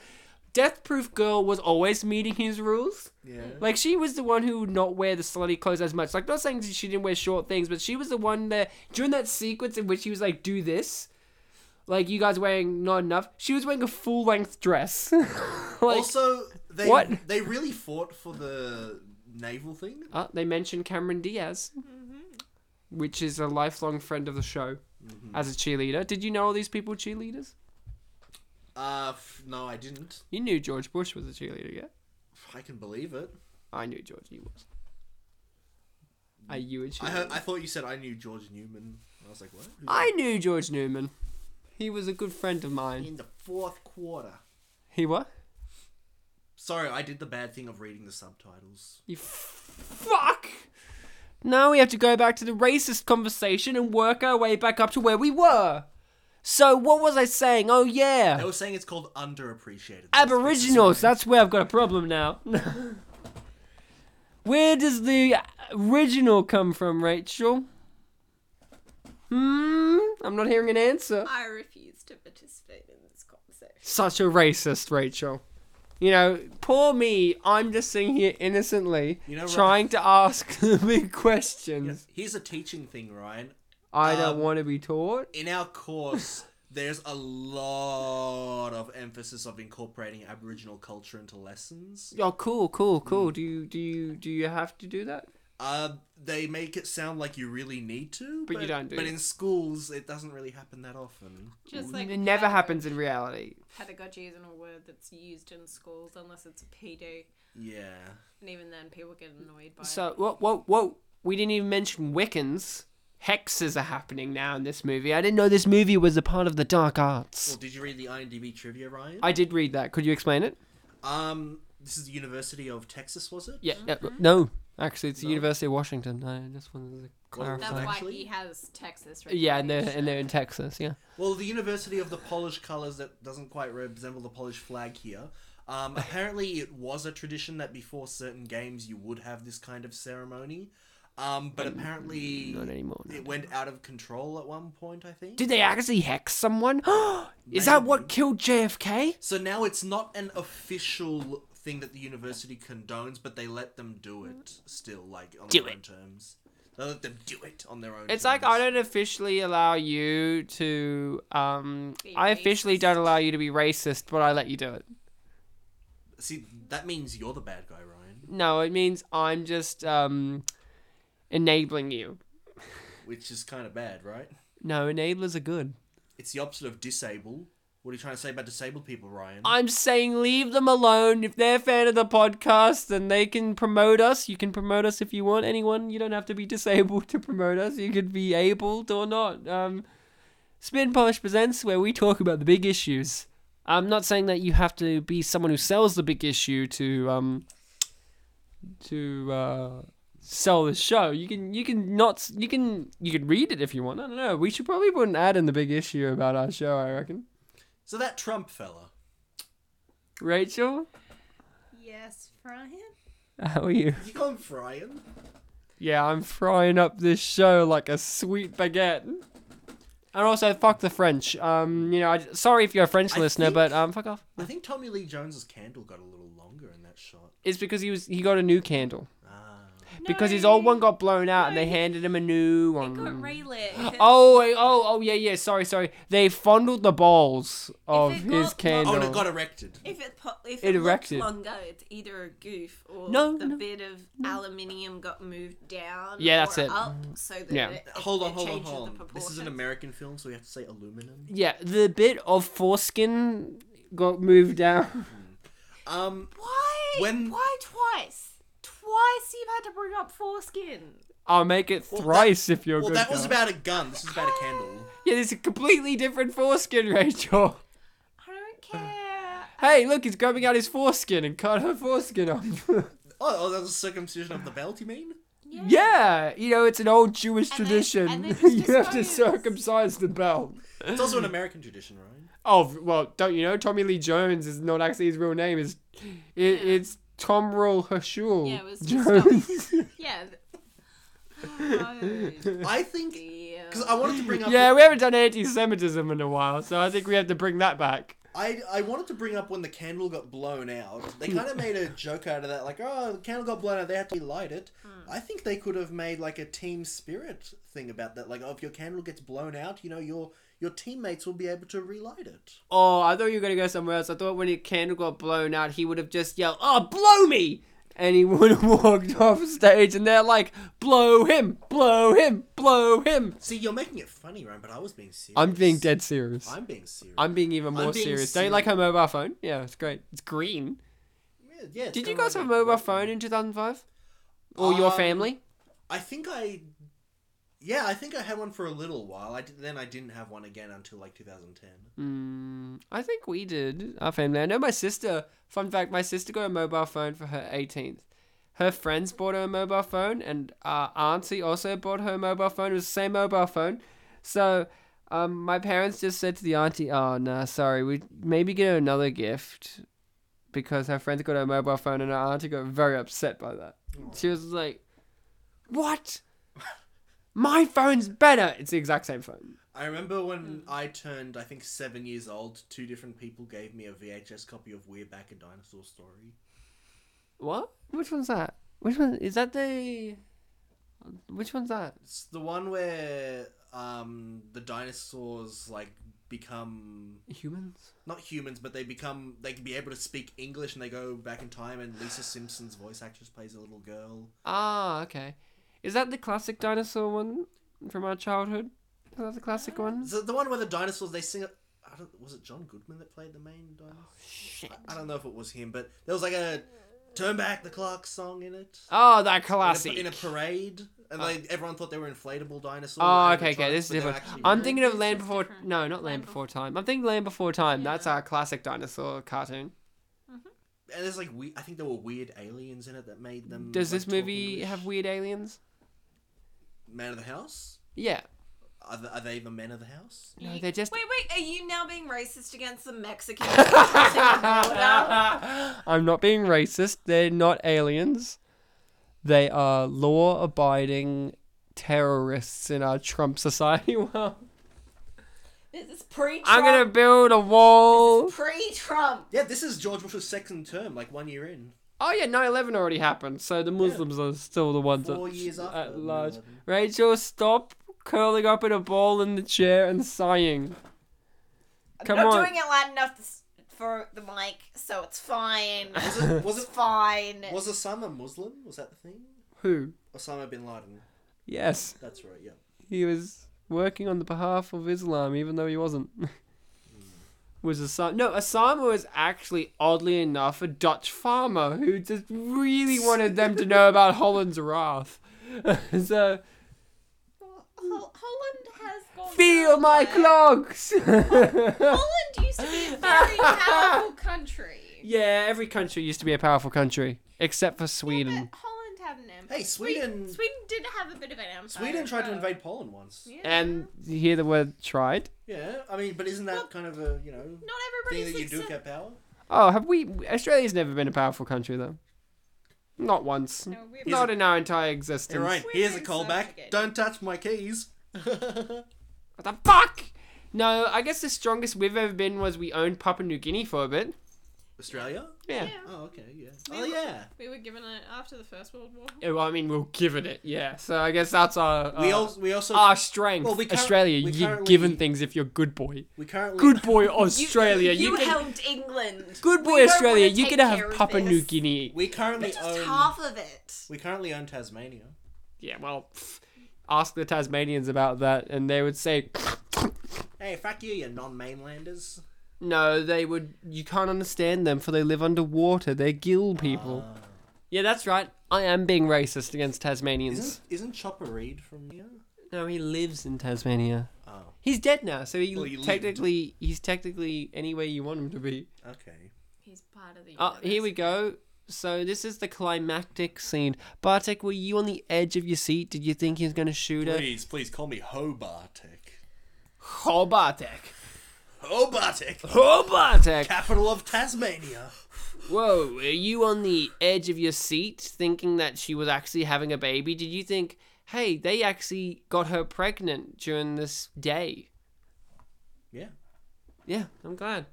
S1: Death Proof Girl was always meeting his rules.
S2: yeah.
S1: Like she was the one who would not wear the slutty clothes as much. Like not saying that she didn't wear short things, but she was the one that during that sequence in which he was like, "Do this," like you guys wearing not enough. She was wearing a full length dress. like,
S2: also, they
S1: what?
S2: they really fought for the naval thing.
S1: uh, they mentioned Cameron Diaz, which is a lifelong friend of the show, as a cheerleader. Did you know all these people were cheerleaders?
S2: Uh, f- no, I didn't.
S1: You knew George Bush was a cheerleader, yeah?
S2: I can believe it.
S1: I knew George. You was. Are you a
S2: I
S1: cheerleader?
S2: heard, I thought you said I knew George Newman. I was like, what?
S1: I knew George Newman. He was a good friend of mine.
S2: In the fourth quarter.
S1: He what?
S2: Sorry, I did the bad thing of reading the subtitles.
S1: You f- fuck! Now we have to go back to the racist conversation and work our way back up to where we were. So what was I saying? Oh
S2: They
S1: yeah,
S2: were saying it's called underappreciated.
S1: Aboriginals. That's where I've got a problem now. where does the original come from, Rachel? Hmm. I'm not hearing an answer.
S3: I refuse to participate in this conversation.
S1: Such a racist, Rachel. You know, poor me. I'm just sitting here innocently,
S2: You know, Ro-
S1: trying to ask the big questions.
S2: Here's a teaching thing, Ryan.
S1: I
S2: Um,
S1: don't want to be taught.
S2: In our course, there's a lot of emphasis of incorporating Aboriginal culture into lessons.
S1: Oh, cool, cool,
S2: Hmm.
S1: cool. Do you do you do you have to do that?
S2: Uh, they make it sound like you really need to,
S1: But you don't do
S2: But
S1: it.
S2: in schools, it doesn't really happen that often.
S3: Just like
S1: it never
S3: pedag-
S1: happens in reality.
S3: Pedagogy isn't a word that's used in schools unless it's a PD,
S2: Yeah.
S3: and even then, people get annoyed by it.
S1: So whoa, whoa, whoa! We didn't even mention Wiccans. Hexes are happening now in this movie. I didn't know this movie was a part of the dark
S2: Well,
S1: arts.
S2: did you read the IMDb trivia, Ryan?
S1: I did read that. Could you explain it?
S2: Um, this is the University of Texas, was it?
S1: Yeah. yeah, No, actually, it's the
S2: No.
S1: University of Washington. I just wanted to
S3: That's
S1: clarify.
S2: Well,
S3: why
S2: Actually-
S3: he has Texas.
S1: Yeah, and they're
S3: reputation.
S1: and they're in Texas. Yeah.
S2: Well, the University of the Polish colors that doesn't quite resemble the Polish flag here. Um, apparently, it was a tradition that before certain games you would have this kind of ceremony, um, but apparently
S1: Not anymore. no.
S2: it went out of control at one point. I think.
S1: Did they actually hex someone? Is that what
S2: Maybe.
S1: killed JFK?
S2: so now it's not an official thing that the university condones, but they let them do it still, like on
S1: Do
S2: their own
S1: it.
S2: terms. They let them do it on their own.
S1: It's like I don't officially allow you to. Um,
S3: Be
S1: I officially
S3: racist.
S1: don't allow you to be racist, but I let you do it.
S2: see. That means you're the bad guy, Ryan,
S1: No, it means I'm just um, enabling you.
S2: which is kind of bad, right?
S1: No, enablers are good.
S2: It's the opposite of disable. What are you trying to say about disabled people, Ryan?
S1: I'm saying leave them alone. If they're a fan of the podcast, then they can promote us. You can promote us if you want. Anyone, you don't have to be disabled to promote us. You could be abled or not. Um, Spin Polish presents where we talk about the big issues. I'm not saying that you have to be someone who sells the big issue to um to uh, sell the show. You can you can not you can you can read it if you want. I don't know. We should probably put an ad in the big issue about our show. I reckon.
S2: So that Trump fella.
S1: Rachel,
S3: Yes, Brian.
S1: how are you?
S2: You call him Fryan?
S1: Yeah, I'm frying up this show like a sweet baguette. And also, fuck the French. Um, you know, I, sorry if you're a French
S2: I
S1: listener,
S2: think-
S1: but um, fuck off.
S2: I think Tommy Lee Jones's candle got a little longer in that shot.
S1: It's because he was he got a new candle
S2: Ah.
S1: because his
S3: No,
S1: old one got blown out and
S3: No,
S1: they
S3: he-
S1: handed him a new
S3: It got
S1: one.
S3: relit.
S1: Oh, I- oh, oh, yeah, yeah. Sorry, sorry. They fondled the balls of
S3: it
S1: his
S3: got blown-
S1: candle.
S2: Oh, and it got erected.
S3: If it po- if
S1: It
S3: it, looks
S1: erected.
S3: longer, it's either a goof or
S1: No,
S3: the
S1: no,
S3: bit of aluminium got moved down.
S1: Yeah, that's
S3: or
S1: it.
S3: Up so that
S1: Yeah.
S3: it, it,
S2: Hold on,
S3: it
S2: hold on,
S3: changes
S2: hold
S3: The
S2: on. This is an
S3: proportions.
S2: American film, so we have to say aluminum.
S1: yeah, the bit of foreskin got moved down.
S2: Um,
S3: Why?
S2: When-
S3: Why twice? Twice you've had to bring up foreskin.
S1: I'll make it
S2: Well, that-
S1: thrice if you're
S2: well,
S1: good.
S2: that was
S1: guy.
S2: about a gun. This is about a candle.
S1: Yeah, this is a completely different foreskin, Rachel.
S3: I don't
S2: Uh,
S3: care.
S1: Hey, look, he's grabbing out his foreskin and cut her foreskin off.
S2: Oh, oh, that was circumcision of the belt, you mean?
S1: yeah, you know, it's an old Jewish
S3: And they-
S1: tradition.
S3: and they just
S1: you have to
S3: dispose.
S1: circumcise the belt.
S2: It's also an American tradition, Ryan.
S1: Oh, well, don't you know? Tommy Lee Jones is not actually his real name. It's, it, it's Tomril Hashul
S3: Yeah, it was just
S1: Jones.
S3: Yeah. Oh,
S2: I think
S3: dear.
S2: because I wanted to bring up.
S1: yeah, we haven't done anti Semitism in a while, so I think we have to bring that back.
S2: I, I wanted to bring up when the candle got blown out. They kind of made a joke out of that, like, oh, the candle got blown out, they had to relight it. I think they could have made like a team spirit thing about that, like, oh, if your candle gets blown out, you know, your your teammates will be able to relight it.
S1: Oh, I thought you were going to go somewhere else. I thought when your candle got blown out, he would have just yelled, Oh, blow me! And he would have walked off stage, and they're like, Blow him! Blow him! Blow him!
S2: See, you're making it funny, Ryan, but I was being serious.
S1: I'm being dead serious. I'm,
S2: I'm being serious.
S1: being even more
S2: being
S1: serious. Don't you like her mobile phone? Yeah, it's great. It's green.
S2: Yeah, yeah, it's
S1: Did you
S2: kinda
S1: guys
S2: like
S1: have a mobile
S2: great-
S1: phone in 2005? Or your
S2: Um,
S1: family?
S2: I think I. Yeah, I think I had one for a little while. I did, then I didn't have one again until like 2010.
S1: Mm, I think we did. Our family. I know my sister. Fun fact: my sister got a mobile phone for her 18th. Her friends bought her a mobile phone, and uh, auntie also bought her a mobile phone. It was the same mobile phone. So, um, my parents just said to the auntie, "Oh no, sorry, we maybe get her another gift." Because her friends got her a mobile phone, and her auntie got very upset by that. She was like, "What? My phone's better. It's the exact same phone."
S2: I remember when I turned, I think, seven years old, two different people gave me a VHS copy of We're Back a Dinosaur Story.
S1: What? Which one's that? Which one is that the? Which one's that?
S2: It's the one where um, the dinosaurs like become
S1: Humans.
S2: not humans, but they become they can be able to speak English and they go back in time. And Lisa Simpson's voice actress plays a little girl.
S1: Ah, okay. Is that the classic dinosaur one from our childhood? Is that the classic one?
S2: Is it the one where the dinosaurs they sing? I don't, was it John Goodman that played the main dinosaur?
S1: Shit.
S2: I don't know if it was him, but there was like a "Turn Back the Clock" song in it.
S1: Oh, that
S2: in
S1: classic.
S2: a, in a parade, and they, everyone thought they were inflatable dinosaurs.
S1: Oh,
S2: animatronics,
S1: okay, okay, this is
S2: but they were
S1: different.
S2: actually
S1: I'm
S2: real.
S1: thinking of
S3: This
S1: Land
S3: is
S1: Before.
S3: different.
S1: No, not Land
S3: Land
S1: Before Time. I'm thinking Land Before Time. That's
S3: Yeah.
S1: our classic dinosaur cartoon.
S2: And there's like we, I think there were weird aliens in it that made them.
S1: Does
S2: Mm, like,
S1: this
S2: talk
S1: movie
S2: English.
S1: have weird aliens?
S2: man of the house?
S1: Yeah.
S2: Are, the, are they the men of the house?
S1: No,
S3: You-
S1: they're just-
S3: Wait, wait. Are you now being racist against the Mexicans? crossing the border?
S1: I'm not being racist. They're not aliens. They are law abiding terrorists in our Trump society world.
S3: This is pre-Trump.
S1: I'm going to build a wall.
S3: pre-Trump.
S2: Yeah, this is George Bush's second term, like one year in.
S1: Oh, yeah, 9 11 already happened. So the Muslims are still the ones
S2: Four
S1: at,
S2: years after
S1: at
S2: 9/11.
S1: large. Rachel, stop curling up in a ball in the chair and sighing. Come
S3: I'm
S1: on.
S3: doing it loud enough to s- for the mic, so it's fine.
S2: Was it, was
S3: It's
S2: it
S3: fine.
S2: was Osama Muslim? Was that the thing?
S1: Who?
S2: Osama bin Laden.
S1: Yes,
S2: That's right. Yeah.
S1: he was working on the behalf of Islam, even though he wasn't. was Osama? No, Osama was actually, oddly enough, a Dutch farmer who just really wanted them to know about Holland's wrath. so
S3: Hol- Holland has gone.
S1: feel my
S3: nowhere.
S1: clogs.
S3: Holland used to be a very powerful country.
S1: yeah, every country used to be a powerful country except for
S3: But
S1: Sweden.
S3: Holland had an empire.
S2: Hey, Sweden. Sweden,
S3: Sweden did have a bit of an empire.
S2: tried to
S3: but-
S2: invade Poland once.
S3: uh, Yeah.
S1: And you hear the word tried?
S2: Yeah, I mean, but isn't that kind of a you know
S3: not
S2: thing
S3: everybody's
S2: that you do get
S3: accept-
S2: power?
S1: Oh, have we? Australia's never been a powerful country though. Not once.
S3: No, we're
S1: Not in our entire existence.
S2: All right,
S3: We're
S2: here's a
S3: being
S2: callback.
S3: subjugated.
S2: Don't touch my keys.
S1: What the fuck? No, I guess the strongest we've ever been was we owned Papua New Guinea for a bit.
S2: Australia?
S1: Yeah.
S3: Yeah.
S2: Oh, okay, yeah.
S3: We
S2: Oh,
S3: were-
S2: yeah.
S3: We were given it after the First World War.
S1: Yeah, Well, I mean, we'll give it it. Yeah. So I guess that's our
S2: We,
S1: our-
S2: also, we also
S1: our strength.
S2: Well, we curr-
S1: Australia,
S2: we
S1: you're
S2: currently-
S1: given things if you're good boy.
S2: we currently
S1: Good boy, Australia.
S3: you,
S1: you, can.
S3: helped England.
S1: Good
S3: We
S1: boy,
S3: don't
S1: Australia.
S3: wanna
S1: You
S3: take
S1: can
S3: care
S1: have
S3: of
S1: Papua New
S3: this.
S1: Guinea. Um,
S2: we currently
S3: Just
S2: own
S3: half of it.
S2: we currently own Tasmania.
S1: Yeah. Well, pff, ask the Tasmanians about that, and they would say.
S2: Hey, fuck you, you non-mainlanders.
S1: No, they would. You can't understand them, for they live underwater. They're gill people. yeah, that's right. I am being racist against Tasmanians.
S2: Isn't isn't Chopper Reed from here?
S1: No, he lives in Tasmania.
S2: Oh,
S1: He's dead now, so he
S2: Well, he lived.
S1: technically he's technically anywhere you want him to be.
S2: okay.
S3: He's part of the.
S1: Oh, here we
S3: universe.
S1: go. So this is the climactic scene. Bartek, were you on the edge of your seat? Did you think he was going to shoot her?
S2: Please, please call me Hobartek.
S1: Oh, Bartek!
S2: Hobartek,
S1: Oh, Bartek!
S2: capital of Tasmania.
S1: Whoa, were you on the edge of your seat thinking that she was actually having a baby? Did you think, hey, they actually got her pregnant during this day?
S2: Yeah,
S1: Yeah, I'm glad.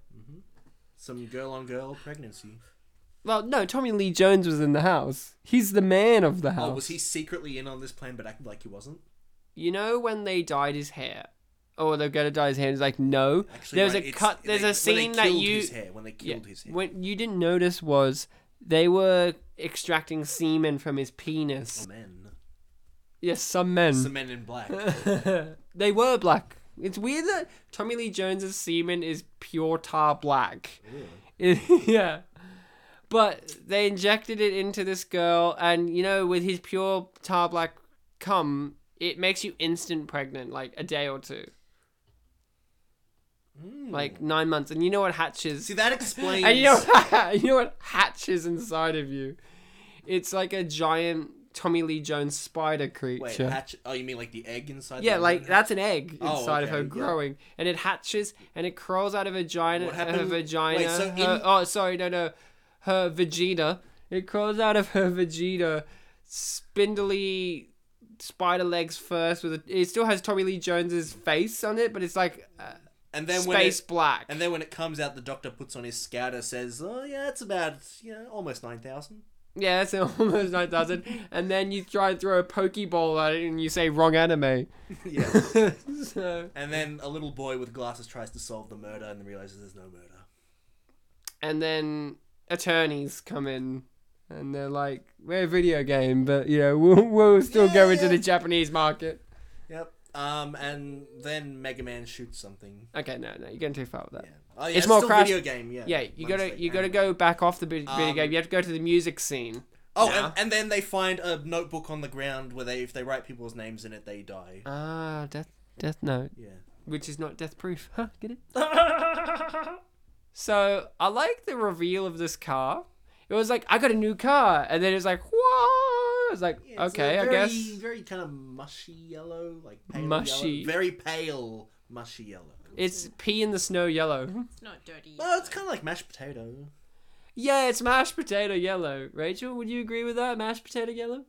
S2: some girl-on-girl pregnancy.
S1: Well, no, Tommy Lee Jones was in the house. He's the man of the house.
S2: Oh, was he secretly in on this plan but acted like he wasn't?
S1: You know when they dyed his hair? Oh, they're gonna dye his hair. He's like, no.
S2: Actually,
S1: there's
S2: right,
S1: a
S2: it's-
S1: cut. There's
S2: they-
S1: a scene
S2: when they
S1: that
S2: killed
S1: you
S2: his hair, when they killed his hair.
S1: What you didn't notice was they were extracting semen from his penis.
S2: Men.
S1: Yes, some men.
S2: It's the men in black.
S1: They were black. It's weird that Tommy Lee Jones's semen is pure tar black. yeah. But they injected it into this girl, and you know, with his pure tar black cum, it makes you instant pregnant, like a day or two, like nine months. And you know what hatches?
S2: Hmm. See, that explains.
S1: and you know, you know what hatches inside of you? It's like a giant Tommy Lee Jones spider creature.
S2: Wait, hatch. Oh, you mean like the egg inside?
S1: Yeah,
S2: the-
S1: like that's an egg
S2: Oh,
S1: inside of
S2: okay,
S1: her
S2: yeah.
S1: growing, and it hatches and it crawls out of her vagina.
S2: What happened-
S1: Her vagina.
S2: wait, so
S1: her-
S2: in-
S1: Oh, sorry, no, no, her vagina. It crawls out of her vagina, spindly spider legs first. With a, it still has Tommy Lee Jones's face on it, but it's like uh,
S2: and then when
S1: space
S2: it,
S1: black.
S2: and then when it comes out, the doctor puts on his scouter, says, "Oh yeah, it's about you know almost nine thousand.
S1: yeah, it's almost nine thousand. and then you try and throw a pokeball at it, and you say wrong anime.
S2: yeah.
S1: so.
S2: And then a little boy with glasses tries to solve the murder and then realizes there's no murder.
S1: and then attorneys come in and they're like, "We're a video game, but you know we'll, we'll still
S2: Yeah,
S1: go into
S2: yeah.
S1: the Japanese market."
S2: Yep. Um, and then Mega Man shoots something.
S1: Okay, no, no, you're going too far with that.
S2: Yeah. Oh, yeah,
S1: It's more
S2: still
S1: Crash-
S2: video game. Yeah.
S1: Yeah, you
S2: My
S1: gotta
S2: mistake.
S1: you gotta
S2: Anyway.
S1: go back off the bi- video
S2: Um,
S1: game. You have to go to the music scene.
S2: Oh,
S1: now.
S2: and, and then they find a notebook on the ground where they, if they write people's names in it, they die.
S1: Ah, death death note,
S2: Yeah.
S1: which is not death proof. Huh? Get it? so I like the reveal of this car. It was like I got a new car, and then it was like, "Whoa!" I was like,
S2: Yeah, it's
S1: "Okay,
S2: a
S1: I
S2: very,
S1: guess."
S2: Very kind of mushy yellow, like pale
S1: Mushy.
S2: yellow. very pale mushy yellow.
S1: It's pea in the snow yellow.
S3: It's not dirty.
S1: Ah.
S2: Well, it's kind of like mashed potato.
S1: Yeah, it's mashed potato yellow. Rachel, would you agree with that? Mashed potato yellow?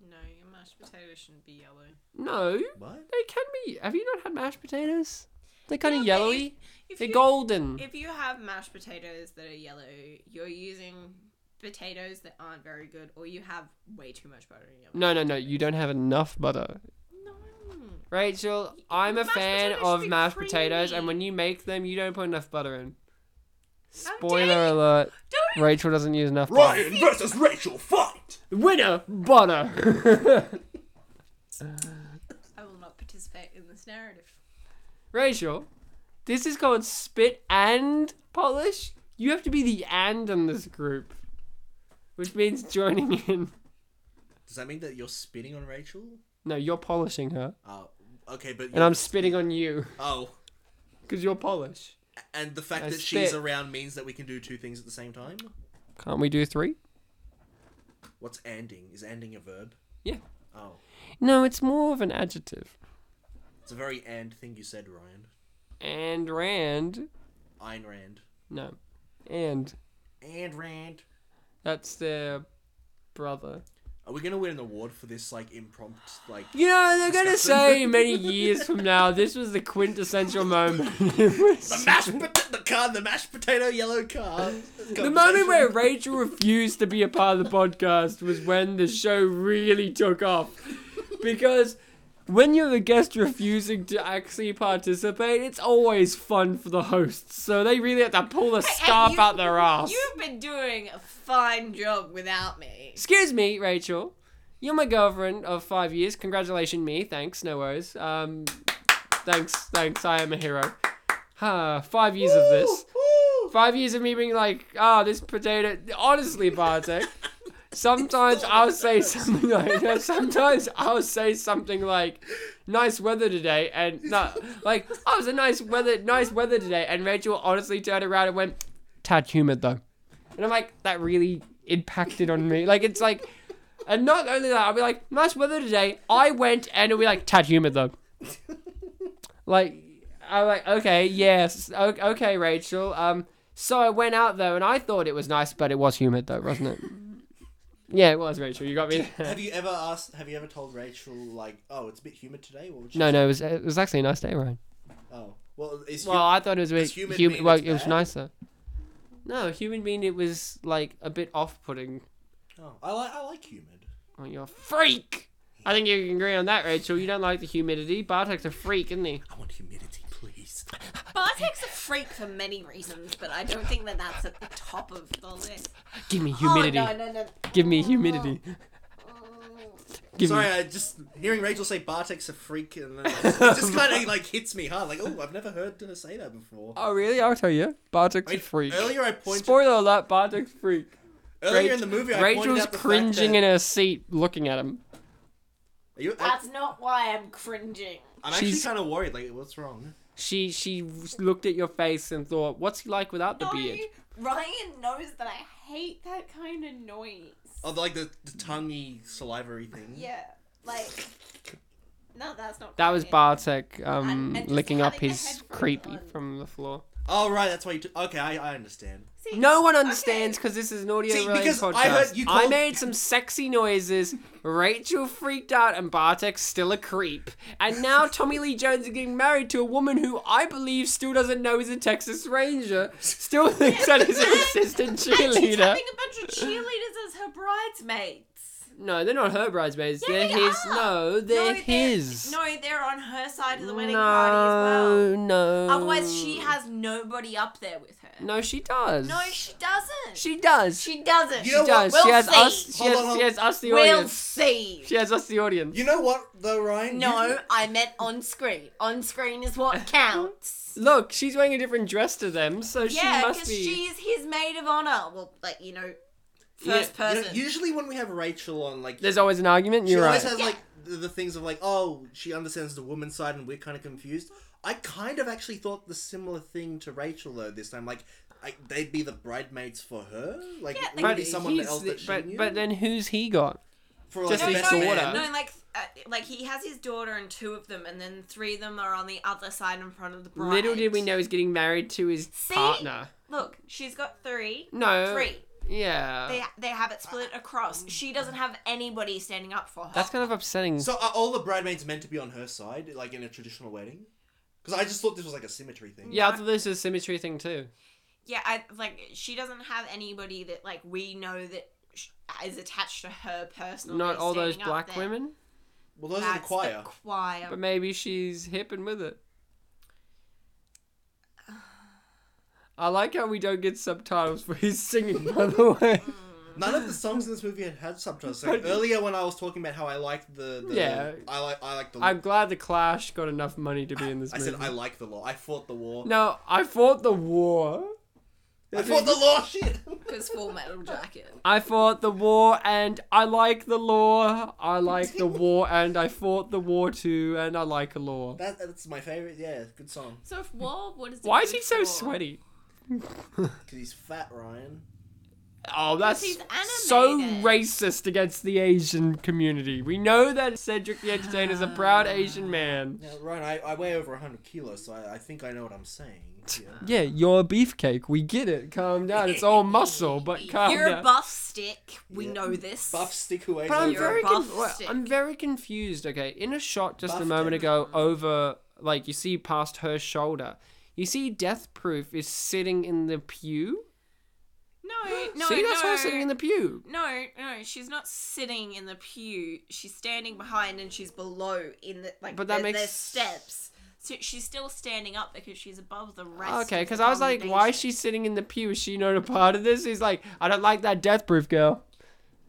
S3: No, your mashed potato shouldn't be yellow.
S1: No,
S2: What?
S1: they can be. Have you not had mashed potatoes? They're kind
S3: Yeah,
S1: of
S3: but
S1: yellowy.
S3: If
S1: They're
S3: you,
S1: golden.
S3: if you have mashed potatoes that are yellow, you're using potatoes that aren't very good, or you have way too much butter in your
S1: No, no, no. You don't have enough butter.
S3: No.
S1: Rachel, I'm a
S3: mashed
S1: fan
S3: potatoes should
S1: of
S3: be
S1: mashed potatoes, and
S3: creamy.
S1: when you make them, you don't put enough butter in.
S3: How
S1: Spoiler
S3: dare you-
S1: alert:
S3: Don't
S1: Rachel doesn't use enough butter.
S2: Ryan versus Rachel fight.
S1: Winner, butter.
S3: I will not participate in this narrative.
S1: Rachel, this is called spit and polish. You have to be the and in this group, which means joining in.
S2: Does that mean that you're spitting on Rachel?
S1: No, you're polishing her,
S2: Oh, okay, but
S1: and I'm spitting on you
S2: oh.
S1: because you're polish.
S2: And the fact
S1: I
S2: that she's
S1: spit.
S2: around means that we can do two things at the same time?
S1: Can't we do three?
S2: What's anding? Is anding a verb?
S1: Yeah.
S2: Oh.
S1: No, it's more of an adjective.
S2: It's a very and thing you said, Ryan.
S1: And rand,
S2: Ayn Rand.
S1: no, and
S2: And Rand.
S1: that's their brother.
S2: Are we gonna win an award for this like impromptu like
S1: You know, they're gonna
S2: Disgusting.
S1: say many years from now, this was the quintessential moment. It was-
S2: the mashed pot- the car the mashed potato yellow car?
S1: The moment where Rachel refused to be a part of the podcast was when the show really took off. Because when you're a guest refusing to actually participate, it's always fun for the hosts. So they really have to pull the scarf
S3: you-
S1: out their ass.
S3: You've been doing a fine job without me.
S1: Excuse me, Rachel. You're my girlfriend of five years. Congratulations, me. Thanks, no worries. Um, thanks, thanks. I am a hero. Huh, five years of this. Five years of me being like, ah, this potato. Honestly, Bartek, sometimes I'll say something like, no, sometimes I'll say something like, nice weather today, and no, like, oh, it was a nice weather, nice weather today, and Rachel honestly turned around and went, tad humid though, and I'm like, that really impacted on me. Like, it's like, and not only that, I'll be like, nice weather today. I went, and it'll be like, tad humid though. Like, I'm like, okay, yes, o- okay, Rachel. Um, so I went out though, and I thought it was nice, but it was humid though, wasn't it? yeah, it was, Rachel. You got me.
S2: have you ever asked have you ever told Rachel like, oh it's a bit humid today? What would you
S1: no, no, it was it was actually a nice day, Ryan.
S2: Oh. Well is
S1: Well, I thought it was a bit
S2: Does humid
S1: humid.
S2: mean
S1: well,
S2: it's
S1: it was
S2: bad?
S1: nicer. No, humid mean it was like a bit off-putting.
S2: hum- oh, I like I like humid.
S1: Oh, you're a freak. I think you can agree on that, Rachel. You don't like the humidity. Bartek's a freak, isn't he?
S2: I want humidity, please.
S3: Bartek's a freak for many reasons, but I don't think that that's at the top of the list.
S1: Give me humidity.
S3: Oh, no, no, no.
S1: Give me humidity. Give
S2: Sorry,
S1: me.
S2: I just hearing Rachel say Bartek's a freak, and then it just kind of like hits me hard. Like, oh, I've never heard her say that before.
S1: Oh, really? I'll tell you. Bartek's
S2: I mean,
S1: a freak.
S2: Earlier, I pointed
S1: Spoiler alert, Bartek's freak.
S2: earlier in the movie. I pointed
S1: Rachel's
S2: out the
S1: cringing
S2: fact
S1: in her seat looking at him.
S2: Are you,
S3: That's not why I'm cringing.
S2: I'm actually
S1: She's-
S2: kind of worried. Like, what's wrong?
S1: She she looked at your face and thought, "What's he like without the
S3: No,
S1: beard?"
S3: Ryan knows that I hate that kind of noise.
S2: Oh, the- like the, the tonguey, salivary thing.
S3: Yeah, like no, that's not.
S1: That was
S3: quite it.
S1: Bartek um,
S3: And- and just
S1: licking up
S3: having the
S1: his
S3: headphones
S1: creepy
S3: on.
S1: from the floor.
S2: Oh, right. That's why you. T- okay, I, I understand.
S3: See,
S1: No one
S3: okay.
S1: understands because this is an audio
S2: See,
S1: related
S2: because
S1: podcast.
S2: I
S1: I,
S2: heard you called-
S1: made some sexy noises. Rachel freaked out, and Bartek's still a creep. And now Tommy Lee Jones is getting married to a woman who I believe still doesn't know is a Texas Ranger. Still thinks that he's an assistant
S3: And she's
S1: cheerleader.
S3: having a bunch of cheerleaders as her bridesmaids.
S1: No, they're not her bridesmaids.
S3: Yeah,
S1: they're
S3: they
S1: his.
S3: are.
S1: No,
S3: No,
S1: they're his.
S3: No, they're on her side of the wedding party
S1: no,
S3: as
S1: no.
S3: well. Otherwise, she has nobody up there with her.
S1: No, she does.
S3: No, she doesn't. She,
S1: She does. She,
S3: doesn't.
S2: You know what?
S1: does. she
S3: We'll
S1: has
S3: see.
S1: us. She
S2: Hold
S1: has,
S2: on, hold-
S1: she has us, the
S3: We'll
S1: audience.
S3: see.
S1: She has us, the audience.
S2: You know what, though, Ryan?
S3: No,
S2: You-
S3: I meant on screen. On screen is what counts.
S1: Look, she's wearing a different dress to them, so
S3: yeah,
S1: she must
S3: because
S1: be.
S3: she's his maid of honor. Well, like you know,
S1: Yeah,
S3: first
S2: you know,
S3: person.
S2: usually when we have Rachel on, like,
S1: There's always an argument.
S2: she
S1: You're right.
S2: always has like the, the things of like, oh, she understands the woman's side, and we're kind of confused. I kind of actually thought the similar thing to Rachel though this time, like. I, they'd be the bridesmaids for her, like
S3: Yeah,
S2: it would
S3: like-
S2: be someone
S1: he's
S2: else
S1: the-
S2: that she
S1: but,
S2: knew.
S1: but then who's he got?
S2: for
S1: just
S2: like,
S1: his
S2: best man.
S1: daughter.
S3: No, like uh, like he has his daughter and two of them, and then three of them are on the other side in front of the bride.
S1: Little did we know he's getting married to his
S3: See?
S1: partner.
S3: Look, she's got three.
S1: No.
S3: Three.
S1: Yeah.
S3: They they have it split across. She doesn't have anybody standing up for her.
S1: That's kind of upsetting.
S2: So are all the bridesmaids meant to be on her side, like in a traditional wedding? Because I just thought this was like a symmetry thing.
S1: yeah, I thought this was a symmetry thing too.
S3: yeah, I, like she doesn't have anybody that like we know that sh- is attached to her personally.
S1: Not all those
S3: standing
S1: black
S3: up there.
S1: women,
S2: Well, those are
S3: That's
S2: the choir.
S3: The choir.
S1: but maybe she's hip and with it. I like how we don't get subtitles for his singing, by the way.
S3: Mm.
S2: None of the songs in this movie had had subtitles. So earlier, when I was talking about how I liked the, the
S1: Yeah.
S2: I like I like the.
S1: I'm glad the Clash got enough money to be in this
S2: I
S1: movie.
S2: said I like the law. I fought the war.
S1: No, I fought the war.
S2: I fought the law. Shit.
S3: Because Full Metal Jacket.
S1: I fought the war and I like the law. I like the war and I fought the war too and I like a law.
S2: That, that's my favorite. Yeah, good song.
S3: So if war, what is?
S1: Why is he so sweaty?
S2: Because he's fat, Ryan.
S1: Oh, that's
S3: he's
S1: so
S3: animated.
S1: racist against the Asian community. We know that Cedric the Entertainer is a proud Asian man.
S2: Now, Ryan, I, I weigh over hundred kilos, so I, I think I know what I'm saying. Yeah.
S1: Yeah, you're a beefcake. We get it. Calm down. It's all muscle, but calm
S3: You're
S1: down.
S3: a buff stick. We
S2: Yeah.
S3: know this.
S2: Buff stick away.
S1: But I'm
S3: You're a
S1: very
S3: buff
S1: con- well,
S3: stick.
S1: I'm very confused. Okay, in a shot just a
S2: Buff
S1: moment
S2: dick.
S1: ago, over like you see past her shoulder, you see Death Proof is sitting in the pew.
S3: No, no,
S1: see, that's
S3: no.
S1: her sitting in the pew.
S3: No, no, she's not sitting in the pew. She's standing behind and she's below in the like
S1: But that
S3: there-
S1: makes-
S3: there's steps. So she's still standing up because she's above the rest.
S1: Okay,
S3: because
S1: because I was like, why is she sitting in the pew? Is she not a part of this? He's like, I don't like that Death Proof girl.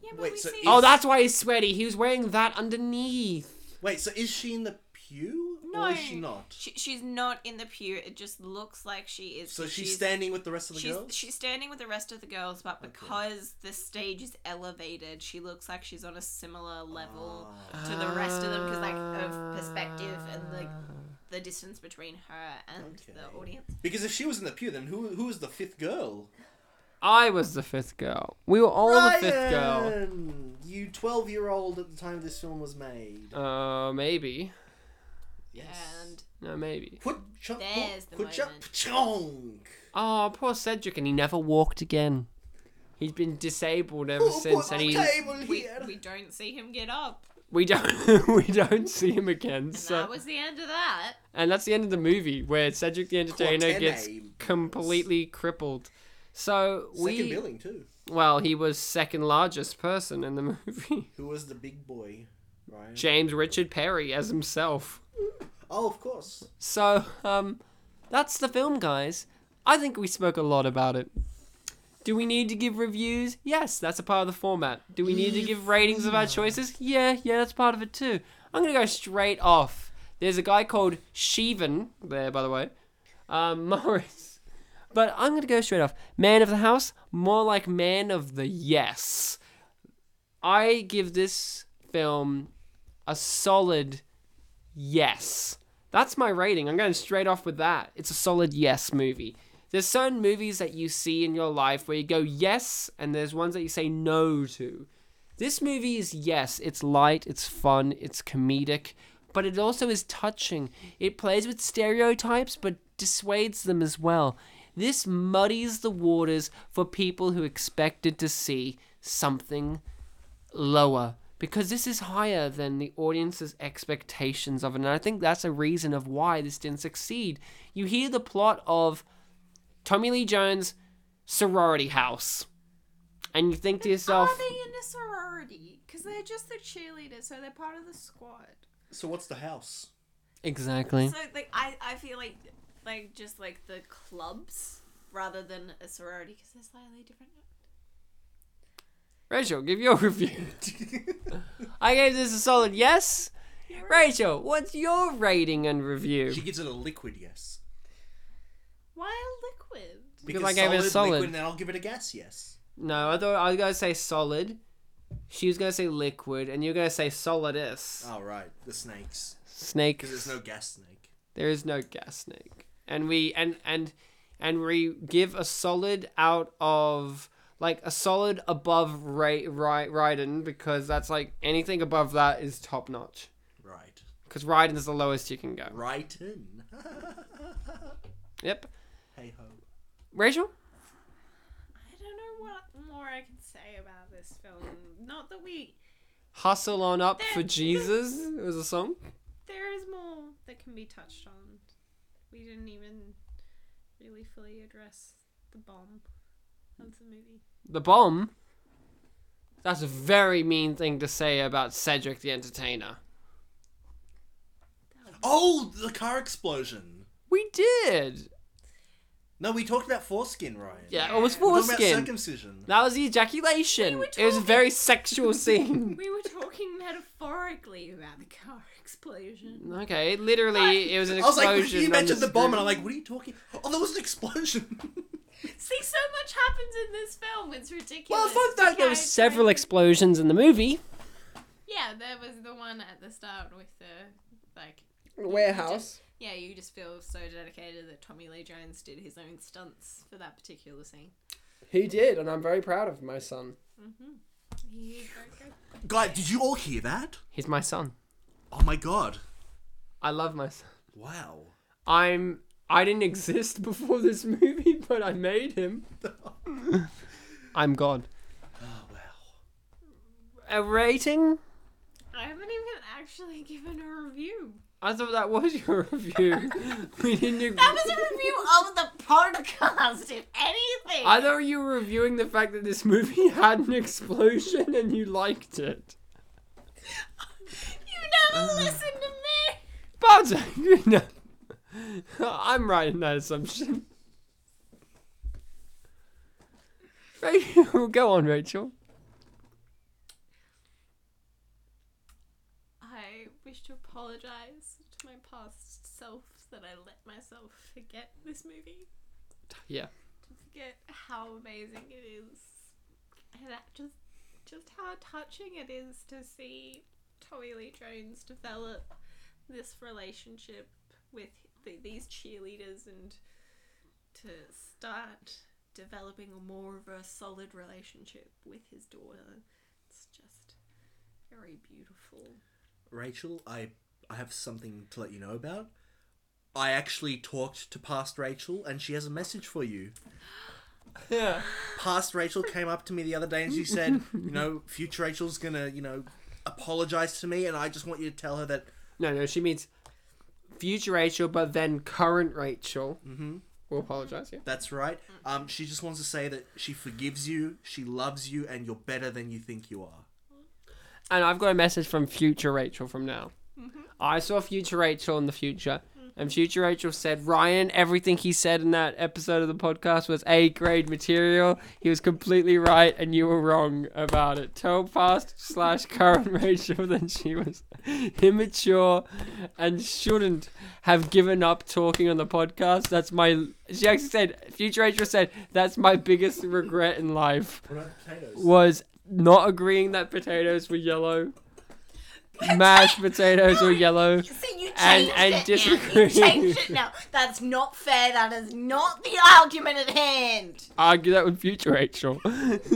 S3: Yeah, but
S2: Wait,
S3: we
S2: so
S3: see.
S2: is-
S1: Oh, that's why he's sweaty. He was wearing that underneath.
S2: Wait, so is she in the pew?
S3: no,
S2: Or is she not?
S3: She, she's not in the pew. It just looks like she is.
S2: So
S3: 'cause
S2: she's, standing with the rest of the
S3: She's,
S2: girls.
S3: she's standing with the rest of the girls, but because the stage is elevated, she looks like she's on a similar level
S2: Ah.
S3: to the rest of them because, like, of perspective and like the distance between her and
S2: Okay.
S3: the audience.
S2: Because if she was in the pew, then who who was the fifth girl?
S1: I was the fifth girl. We were all the fifth girl.
S2: Ryan, You twelve year old at the time this film was made.
S1: Uh, maybe.
S2: Yes.
S3: And
S1: No, maybe.
S2: Put chunk,
S3: There's the
S2: put chunk,
S3: moment.
S2: chunk.
S1: Oh, poor Cedric, and he never walked again. He's been disabled
S2: Oh,
S1: ever since, and he
S2: table
S3: we,
S2: here.
S3: we don't see him get up.
S1: we don't we don't see him again.
S3: And
S1: So,
S3: that was the end of that.
S1: and that's the end of the movie where Cedric the Entertainer
S2: Quatene.
S1: gets completely crippled. So
S2: Second
S1: we
S2: billing too.
S1: well, he was second largest person in the movie.
S2: Who was the big boy? Ryan.
S1: James Richard Perry as himself.
S2: oh, of course.
S1: So, um, that's the film, guys. I think we spoke a lot about it. Do we need to give reviews? Yes, that's a part of the format. Do we need to give ratings of our choices? Yeah, yeah, that's part of it too. I'm gonna go straight off. There's a guy called Sheevan there, by the way, um, Morris. But I'm gonna go straight off. Man of the house, more like man of the yes. I give this film a solid yes. That's my rating. I'm going straight off with that. It's a solid yes movie. There's certain movies that you see in your life where you go yes, and there's ones that you say no to. This movie is yes, it's light, it's fun, it's comedic, but it also is touching. It plays with stereotypes but dissuades them as well. This muddies the waters for people who expected to see something lower because this is higher than the audience's expectations of it. And I think that's a reason of why this didn't succeed. You hear the plot of Tommy Lee Jones sorority house and you think to yourself
S3: Are they Oh, in a sorority? Because they're just the cheerleaders, so they're part of the squad.
S2: So what's the house?
S1: exactly
S3: So like I, I feel like like just like the clubs rather than a sorority because they're slightly different.
S1: Rachel, give your review. I gave this a solid yes. Rachel, what's your rating and review?
S2: She gives it a liquid yes.
S3: Why a liquid?
S2: Because
S1: I gave it a solid.
S2: Liquid, and then I'll give it a gas yes.
S1: No, I thought I was gonna say solid. She was gonna say liquid, and you're gonna say solidus.
S2: Oh, right. The snakes.
S1: Snake.
S2: Because there's no gas snake.
S1: There is no gas snake, and we and and and we give a solid out of like a solid above Ray, Ray, Raiden because that's like anything above that is top notch
S2: Right.
S1: because Raiden is the lowest you can go.
S2: Right in.
S1: Yep.
S2: hey ho.
S1: Rachel.
S3: I don't know what more I can say about this film. Not that we
S1: Hustle on up for Jesus. It was a song.
S3: there is more that can be touched on. We didn't even really fully address the bomb of the movie.
S1: The bomb. That's a very mean thing to say about Cedric the Entertainer.
S2: Oh, the car explosion.
S1: We did.
S2: No, we talked about foreskin, Ryan.
S1: Yeah, it was
S2: We're talking about
S1: foreskin.
S2: circumcision.
S1: That was the ejaculation.
S3: were
S1: it was a very sexual scene.
S3: We were talking metaphorically about the car explosion.
S1: okay, literally, it was an
S2: I was
S1: explosion.
S2: like, you
S1: on
S2: mentioned the bomb, and I'm
S1: screen.
S2: like, what are you talking? Oh, there was an explosion.
S3: See, so much happens in this film. It's ridiculous.
S1: Well, fuck that. There
S3: Yeah,
S1: were
S3: it's
S1: several
S3: like-
S1: explosions in the movie.
S3: Yeah, there was the one at the start with the like
S1: Warehouse.
S3: Yeah, you just feel so dedicated that Tommy Lee Jones did his own stunts for that particular scene.
S1: He did, and I'm very proud of my son.
S3: He was very good.
S2: Guys, did you all hear that?
S1: He's my son.
S2: Oh my god.
S1: I love my son.
S2: Wow.
S1: I'm. I didn't exist before this movie, but I made him. I'm God.
S2: Oh, wow.
S1: A rating?
S3: I haven't even actually given a review.
S1: I thought that was your review. we didn't. Ag-
S3: That was a review of the podcast, if anything.
S1: I thought you were reviewing the fact that this movie had an explosion and you liked it.
S3: You never listen to me.
S1: But you know, I'm right in that assumption. Rachel, go on, Rachel.
S3: I wish to apologize to my past self that I let myself forget this movie.
S1: Yeah.
S3: forget how amazing it is and that just just how touching it is to see Tommy Lee Jones develop this relationship with th these cheerleaders and to start developing a more of a solid relationship with his daughter. It's just very beautiful.
S2: Rachel, I I have something to let you know about. I actually talked to past Rachel and she has a message for you.
S1: Yeah.
S2: Past Rachel came up to me the other day and she said, you know, future Rachel's gonna, you know, apologize to me and I just want you to tell her that
S1: No, no, she means future Rachel, but then current Rachel. Mm-hmm. Will apologize. Yeah.
S2: that's right. Um, she just wants to say that she forgives you, she loves you, and you're better than you think you are.
S1: And I've got a message from future Rachel from now. I saw future Rachel in the future, and future Rachel said, Ryan, everything he said in that episode of the podcast was A grade material. He was completely right, and you were wrong about it. Tell past slash current Rachel that she was immature and shouldn't have given up talking on the podcast. That's my. She actually said, future Rachel said, that's my biggest regret in life
S2: What about potatoes?
S1: was not agreeing that potatoes were yellow. mashed potatoes were yellow.
S3: See, you changed
S1: And- and
S3: it now.
S1: disagree.
S3: You changed it now. That's not fair. That is not the argument at hand.
S1: Argue that with future Rachel.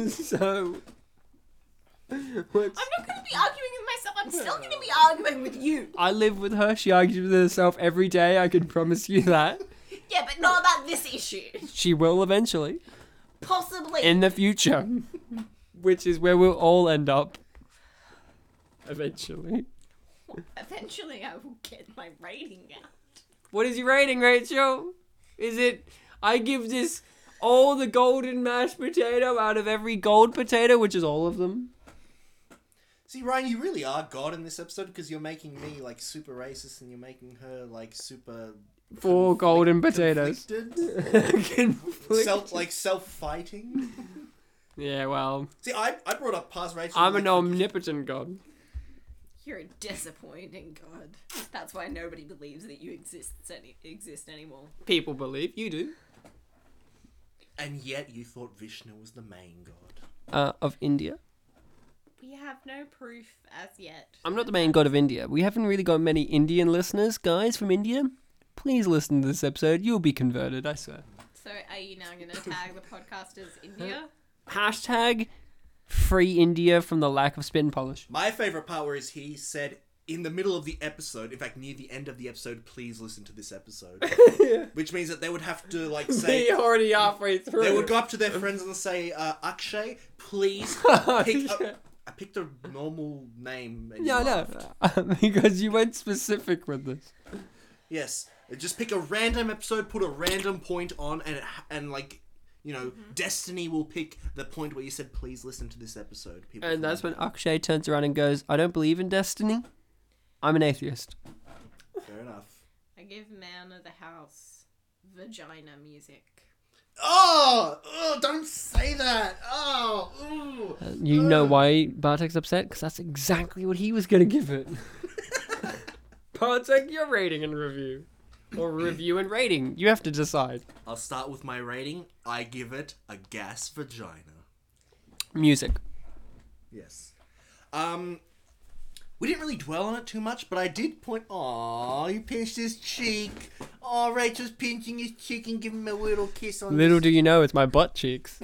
S1: so, what's,
S3: I'm not going to be arguing with myself. I'm still going to be arguing with you.
S1: I live with her. She argues with herself every day. I can promise you that.
S3: Yeah, but not about this issue.
S1: She will eventually
S3: Possibly.
S1: in the future, which is where we'll all end up. Eventually.
S3: Eventually, I will get my rating out.
S1: What is your rating, Rachel? Is it? I give this all the golden mashed potato out of every gold potato, which is all of them.
S2: See, Ryan, you really are God in this episode because you're making me like super racist and you're making her like super
S1: Four golden potatoes.
S2: conflicted,
S1: Conflict.
S2: self like self fighting.
S1: yeah, well,
S2: See, I, I brought up past Rachel.
S1: I'm an omnipotent god.
S3: You're a disappointing god. That's why nobody believes that you exist any- exist anymore.
S1: People believe you do.
S2: and yet you thought Vishnu was the main god.
S1: Uh, of India.
S3: We have no proof as yet.
S1: I'm not the main god of India. We haven't really got many Indian listeners, guys from India. Please listen to this episode. You'll be converted, I swear.
S3: So, are you now going to tag the podcast as India?
S1: Hashtag free India from the lack of spin polish.
S2: My favorite part where is he said in the middle of the episode, in fact near the end of the episode, please listen to this episode, which means that they would have to like say.
S1: already halfway through.
S2: They would go up to their friends and say, uh, "Akshay, please pick." A, I picked a normal name. And you
S1: Yeah, I know.
S2: laughed.
S1: because you went specific with this.
S2: Yes, Uh, just pick a random episode, put a random point on, and it, ha- and like, you know,
S1: Mm-hmm.
S2: Destiny will pick the point where you said, "Please listen to this episode." People
S1: And that's
S2: find
S1: when Akshay turns around and goes, I don't believe in destiny. I'm an atheist.
S2: it. fair enough.
S3: I give man of the house vagina music.
S2: Oh, oh, don't say that. Oh, ooh.
S1: You know why Bartek's upset? Because that's exactly what he was going to give it. Bartek, your rating and review. Or review and rating. You have to decide.
S2: I'll start with my rating. I give it a gas vagina.
S1: Music.
S2: Yes. Um, we didn't really dwell on it too much, but I did point. Aw, you pinched his cheek. Aw, Rachel's pinching his cheek and giving him a little kiss on.
S1: Little
S2: his-
S1: do you know, it's my butt cheeks.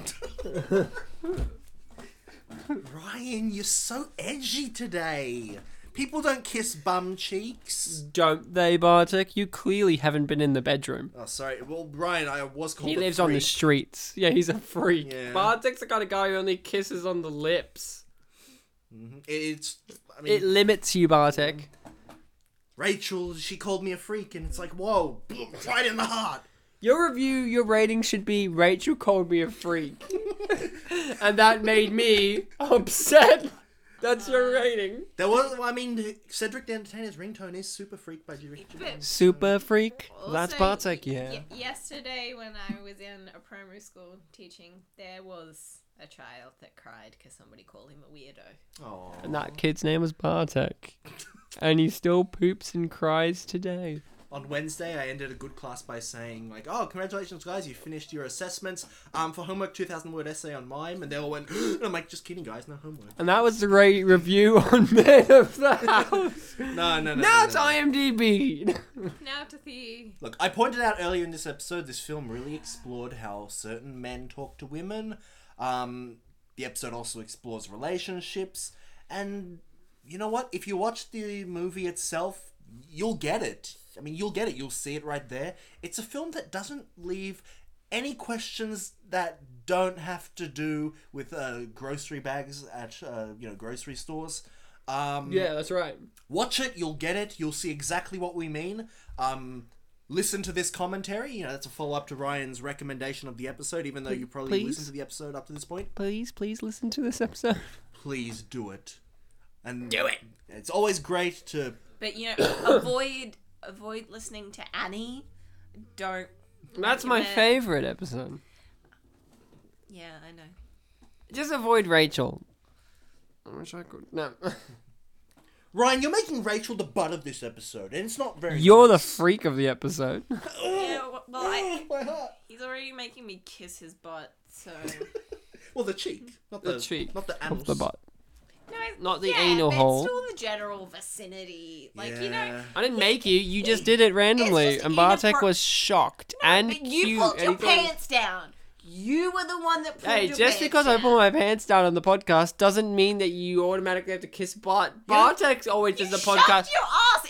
S2: Ryan, you're so edgy today. People don't kiss bum cheeks.
S1: Don't they, Bartek? You clearly haven't been in the bedroom.
S2: Oh, sorry. Well, Ryan, I was called.
S1: He
S2: a
S1: lives on the
S2: freak.
S1: streets. Yeah, he's a freak.
S2: Yeah.
S1: Bartek's the kind of guy who only kisses on the lips.
S2: It's. I mean,
S1: It limits you, Bartek.
S2: Rachel. She called me a freak, and it's like, whoa, right in the heart.
S1: Your review, your rating should be Rachel called me a freak. and that made me upset. That's your rating.
S2: There was. I mean, Cedric the Entertainer's ringtone is "Super Freak" by Jerry.
S3: But
S1: Super freak. That's
S3: also,
S1: Bartek,
S3: y-
S1: yeah.
S3: y- yesterday, when I was in a primary school teaching, there was a child that cried because somebody called him a weirdo.
S2: Oh.
S1: And that kid's name was Bartek. And he still poops and cries today.
S2: on Wednesday, I ended a good class by saying, like, oh, congratulations, guys, you finished your assessments um, for homework 2,000 word essay on mime. And they all went, and I'm like, just kidding, guys, no homework.
S1: And that was the rate review on Men of the House.
S2: No, no, no.
S1: now
S2: no,
S1: it's
S2: no.
S1: IMDb.
S3: Now to the
S2: Look, I pointed out earlier in this episode, this film really explored how certain men talk to women. Um, the episode also explores relationships. And you know what? If you watch the movie itself, you'll get it. I mean, you'll get it. You'll see it right there. It's a film that doesn't leave any questions that don't have to do with uh, grocery bags at uh, you know grocery stores. Um,
S1: yeah, that's right.
S2: watch it you'll get it you'll see exactly what we mean um listen to this commentary you know that's a follow-up to ryan's recommendation of the episode even though you probably
S1: Please?
S2: listened to the episode up to this point
S1: Please, please listen to this episode.
S2: please do it and do it it's always great to
S3: But you know, avoid avoid listening to Annie. Don't.
S1: That's my
S3: recommend-
S1: favorite episode.
S3: Yeah, I know.
S1: Just avoid Rachel. I wish I could. No.
S2: ryan you're making rachel the butt of this episode and it's not very
S1: You're the freak of the episode.
S3: Yeah, w- well, I,
S2: Oh, my heart.
S3: he's already making me kiss his butt, so
S2: well the cheek not the,
S1: cheek
S2: not the
S1: of
S2: anus
S1: the butt.
S3: No,
S1: Not the
S3: yeah,
S1: anal
S3: but
S1: hole.
S3: Still the general vicinity. Like you know,
S2: Yeah.
S1: I didn't make you. You just did it randomly,
S3: just
S1: and Bartek
S3: inappro-
S1: was shocked and
S3: but you
S1: cute.
S3: pulled
S1: and
S3: your
S1: he thought-
S3: pants down. You were the one that pulled
S1: Hey,
S3: your
S1: just
S3: pants
S1: because I
S3: down.
S1: pull my pants down on the podcast doesn't mean that you automatically have to kiss Bart. Bartek always does the podcast.
S3: Shoved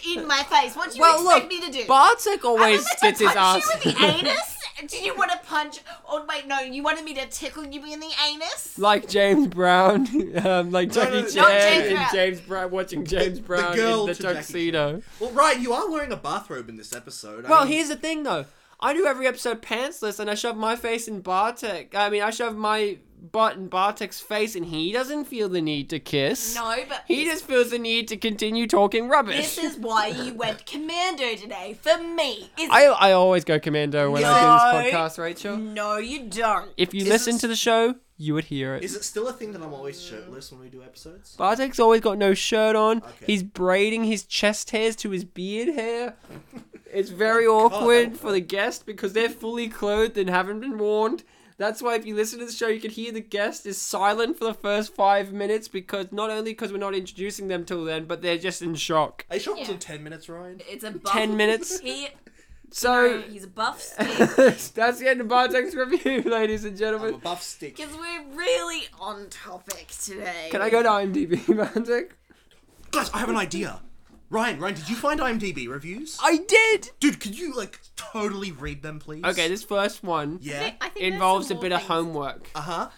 S3: your ass in my face. What do you
S1: Well,
S3: expect
S1: look,
S3: me to do?
S1: Bartek
S3: I
S1: always
S3: remember to
S1: spits his
S3: punch
S1: ass.
S3: You in the anus? Did you want to punch? Oh wait, no. You wanted me to tickle you in the anus?
S1: like James Brown, um, like Jackie
S2: no,
S1: Chan,
S3: not James
S1: and
S3: Brown.
S1: James Brown watching James
S2: the
S1: Brown
S2: girl
S1: in the
S2: to Jackie
S1: tuxedo.
S2: Well, right, you are wearing a bathrobe in this episode. I
S1: Well,
S3: Mm.
S2: mean,
S1: here's the thing though. I do every episode pantsless, and I shove my face in Bartek. I mean, I shove my butt in Bartek's face, and he doesn't feel the need to kiss.
S3: No, but
S1: He
S3: this-
S1: just feels the need to continue talking rubbish.
S3: This is why you went commando today for me. Is
S1: I, I always go commando when I do this
S3: No.
S1: podcast, Rachel.
S3: No, you don't.
S1: If you
S2: Is
S1: listen
S2: this-
S1: to the show, you would hear it.
S2: Is it still a thing that I'm always shirtless when we do episodes?
S1: Bartek's always got no shirt on.
S2: Okay.
S1: He's braiding his chest hairs to his beard hair. It's very awkward for the guest because they're fully clothed and haven't been warned. That's why if you listen to the show, you can hear the guest is silent for the first five minutes because not only because we're not introducing them till then, but they're just in shock.
S2: Are you sure it was
S3: Yeah.
S2: in 10 minutes, Ryan?
S3: It's a buff.
S1: Ten minutes.
S3: He, uh,
S1: So
S3: he's a buff stick.
S1: that's the end of Bartek's review, ladies and
S2: I'm a
S1: gentlemen.
S2: buff stick.
S3: Because we're really on topic today.
S1: Can I go to IMDb, Bartek?
S2: Guys, I have an idea. Ryan, Ryan, did you find IMDb reviews?
S1: I did.
S2: Dude, could you, like, totally read them, please?
S1: Okay, this first one
S2: Yeah.
S3: I think
S1: involves a
S3: there's some
S1: bit
S3: more
S1: of
S3: things.
S1: homework.
S2: Uh huh.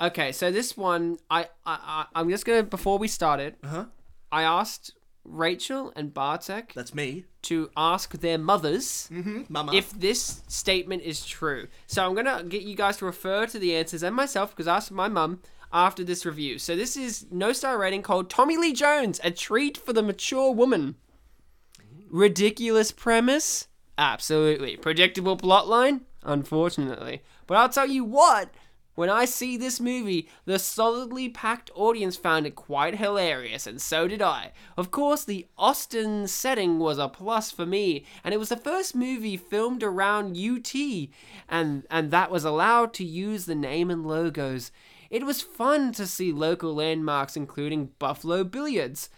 S1: Okay, so this one, I, I, I I'm just gonna before we start it,
S2: Uh huh.
S1: I asked Rachel and Bartek
S2: That's me.
S1: to ask their mothers
S2: Mm-hmm. Mama.
S1: if this statement is true. So I'm gonna get you guys to refer to the answers and myself because I asked my mum after this review. So this is no star rating called Tommy Lee Jones, a treat for the mature woman. Ridiculous premise? Absolutely. Predictable plotline? Unfortunately. But I'll tell you what, when I see this movie, the solidly packed audience found it quite hilarious, and so did I. Of course, the Austin setting was a plus for me, and it was the first movie filmed around UT, and, and that was allowed to use the name and logos. It was fun to see local landmarks, including Buffalo Billiards,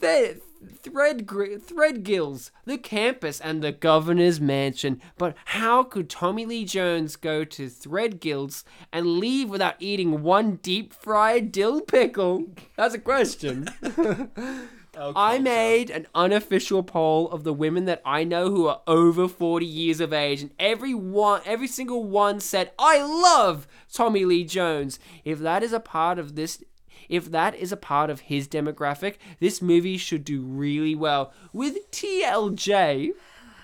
S1: Thread, thread, thread gills, the campus, and the governor's mansion. But how could Tommy Lee Jones go to thread gills and leave without eating one deep fried dill pickle? That's a question. I made an unofficial poll of the women that I know who are over 40 years of age, and every one, every single one said, "I love Tommy Lee Jones." If that is a part of this, if that is a part of his demographic, this movie should do really well. With TLJ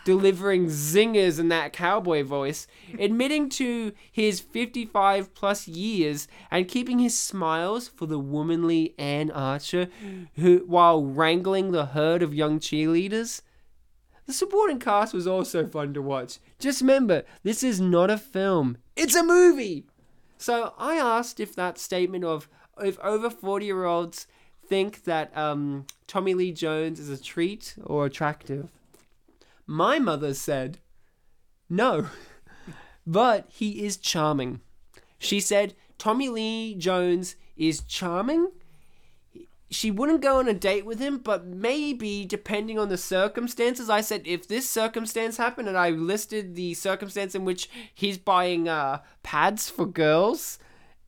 S1: delivering zingers in that cowboy voice, admitting to his 55 plus years and keeping his smiles for the womanly Anne Archer who while wrangling the herd of young cheerleaders. The supporting cast was also fun to watch. Just remember, this is not a film. It's a movie. So I asked if that statement of if over 40 year olds think that um, Tommy Lee Jones is a treat or attractive. My mother said, no, but he is charming. She said, Tommy Lee Jones is charming. She wouldn't go on a date with him, but maybe depending on the circumstances. I said, if this circumstance happened, and I listed the circumstance in which he's buying uh, pads for girls,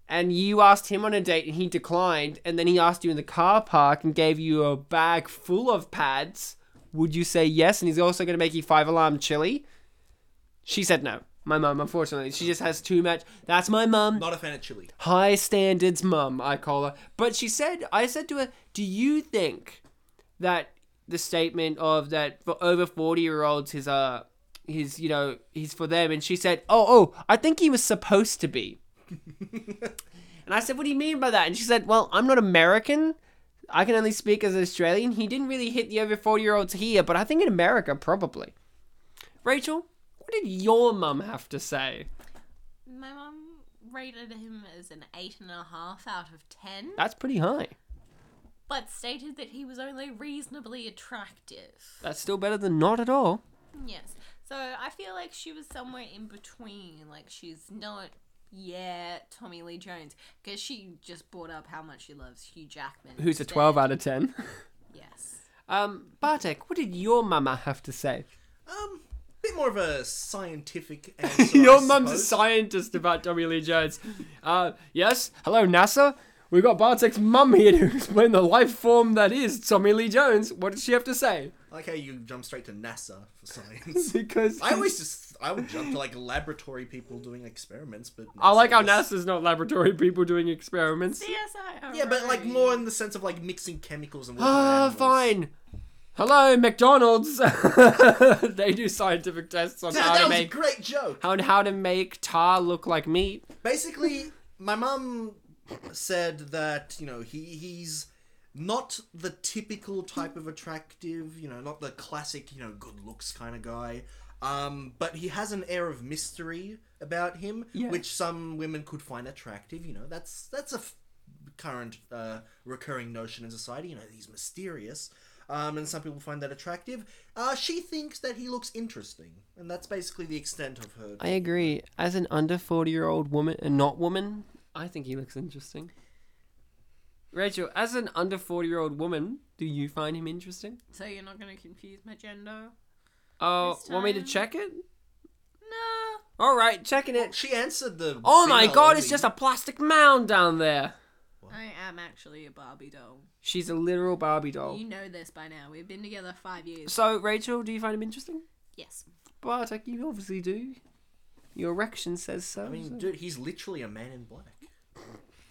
S1: and you asked him on a date and he declined, and then he asked you in the car park and gave you a bag full of pads, would you say yes? And he's also going to make you five alarm chili? She said no. My mum, unfortunately, she just has too much. That's my mum
S2: Not a fan of chili.
S1: high standards mum i call her but she said i said to her do you think that the statement of that for over 40 year olds his uh his you know he's for them and she said oh oh i think he was supposed to be and i said what do you mean by that and she said well i'm not american i can only speak as an australian he didn't really hit the over 40 year olds here but i think in america probably rachel what did your mum have to say
S3: My mum rated him as an eight and a half out of ten,
S1: that's pretty high
S3: but stated that he was only reasonably attractive.
S1: that's still better than not at all
S3: Yes. So I feel like she was somewhere in between. Like she's not Yeah, Tommy Lee Jones. Because she just brought up how much she loves Hugh Jackman.
S1: Who's a
S3: instead.
S1: 12 out of 10.
S3: Yes.
S1: Um, Bartek, what did your mama have to say?
S2: Um, bit more of a scientific answer.
S1: Your
S2: I
S1: mum's a
S2: suppose.
S1: scientist about Tommy Lee Jones. Uh, yes, hello NASA. We've got Bartek's mum here to explain the life form that is Tommy Lee Jones. What did she have to say?
S2: I like how you jump straight to NASA for science.
S1: Because
S2: I always just I would jump to like laboratory people doing experiments, but
S1: I like how
S2: just-
S1: NASA's not laboratory people doing experiments.
S3: CSI.
S2: Yeah, but like more in the sense of like mixing chemicals and. working with
S1: Ah,
S2: animals.
S1: fine. Hello, McDonald's. they do scientific tests on
S2: Dude,
S1: how
S2: that
S1: to
S2: was a
S1: make
S2: great joke.
S1: on how to make tar look like meat.
S2: Basically, my mum said that you know he he's not the typical type of attractive, you know, not the classic you know good looks kind of guy. Um, but he has an air of mystery about him, which some women could find attractive. You know, that's that's a f- current uh, recurring notion in society. You know, he's mysterious, um, and some people find that attractive. Uh, she thinks that he looks interesting, and that's basically the extent of her.
S1: I agree. As an under forty year old woman and not woman, I think he looks interesting. Rachel, as an under forty year old woman, do you find him interesting?
S3: So you're not going to confuse my gender?
S1: Oh,
S3: This
S1: want me to
S3: time-
S1: check it?
S3: No.
S1: All right, checking it.
S2: She answered the.
S1: Oh my
S2: female
S1: god, it's
S2: only.
S1: just a plastic mound down there.
S3: I am actually a Barbie doll.
S1: She's a literal Barbie doll.
S3: You know this by now. We've been together five years.
S1: So, Rachel, do you find him interesting?
S3: Yes.
S1: Bartek, you obviously do. Your erection says so.
S2: I mean, dude, he's literally a man in black.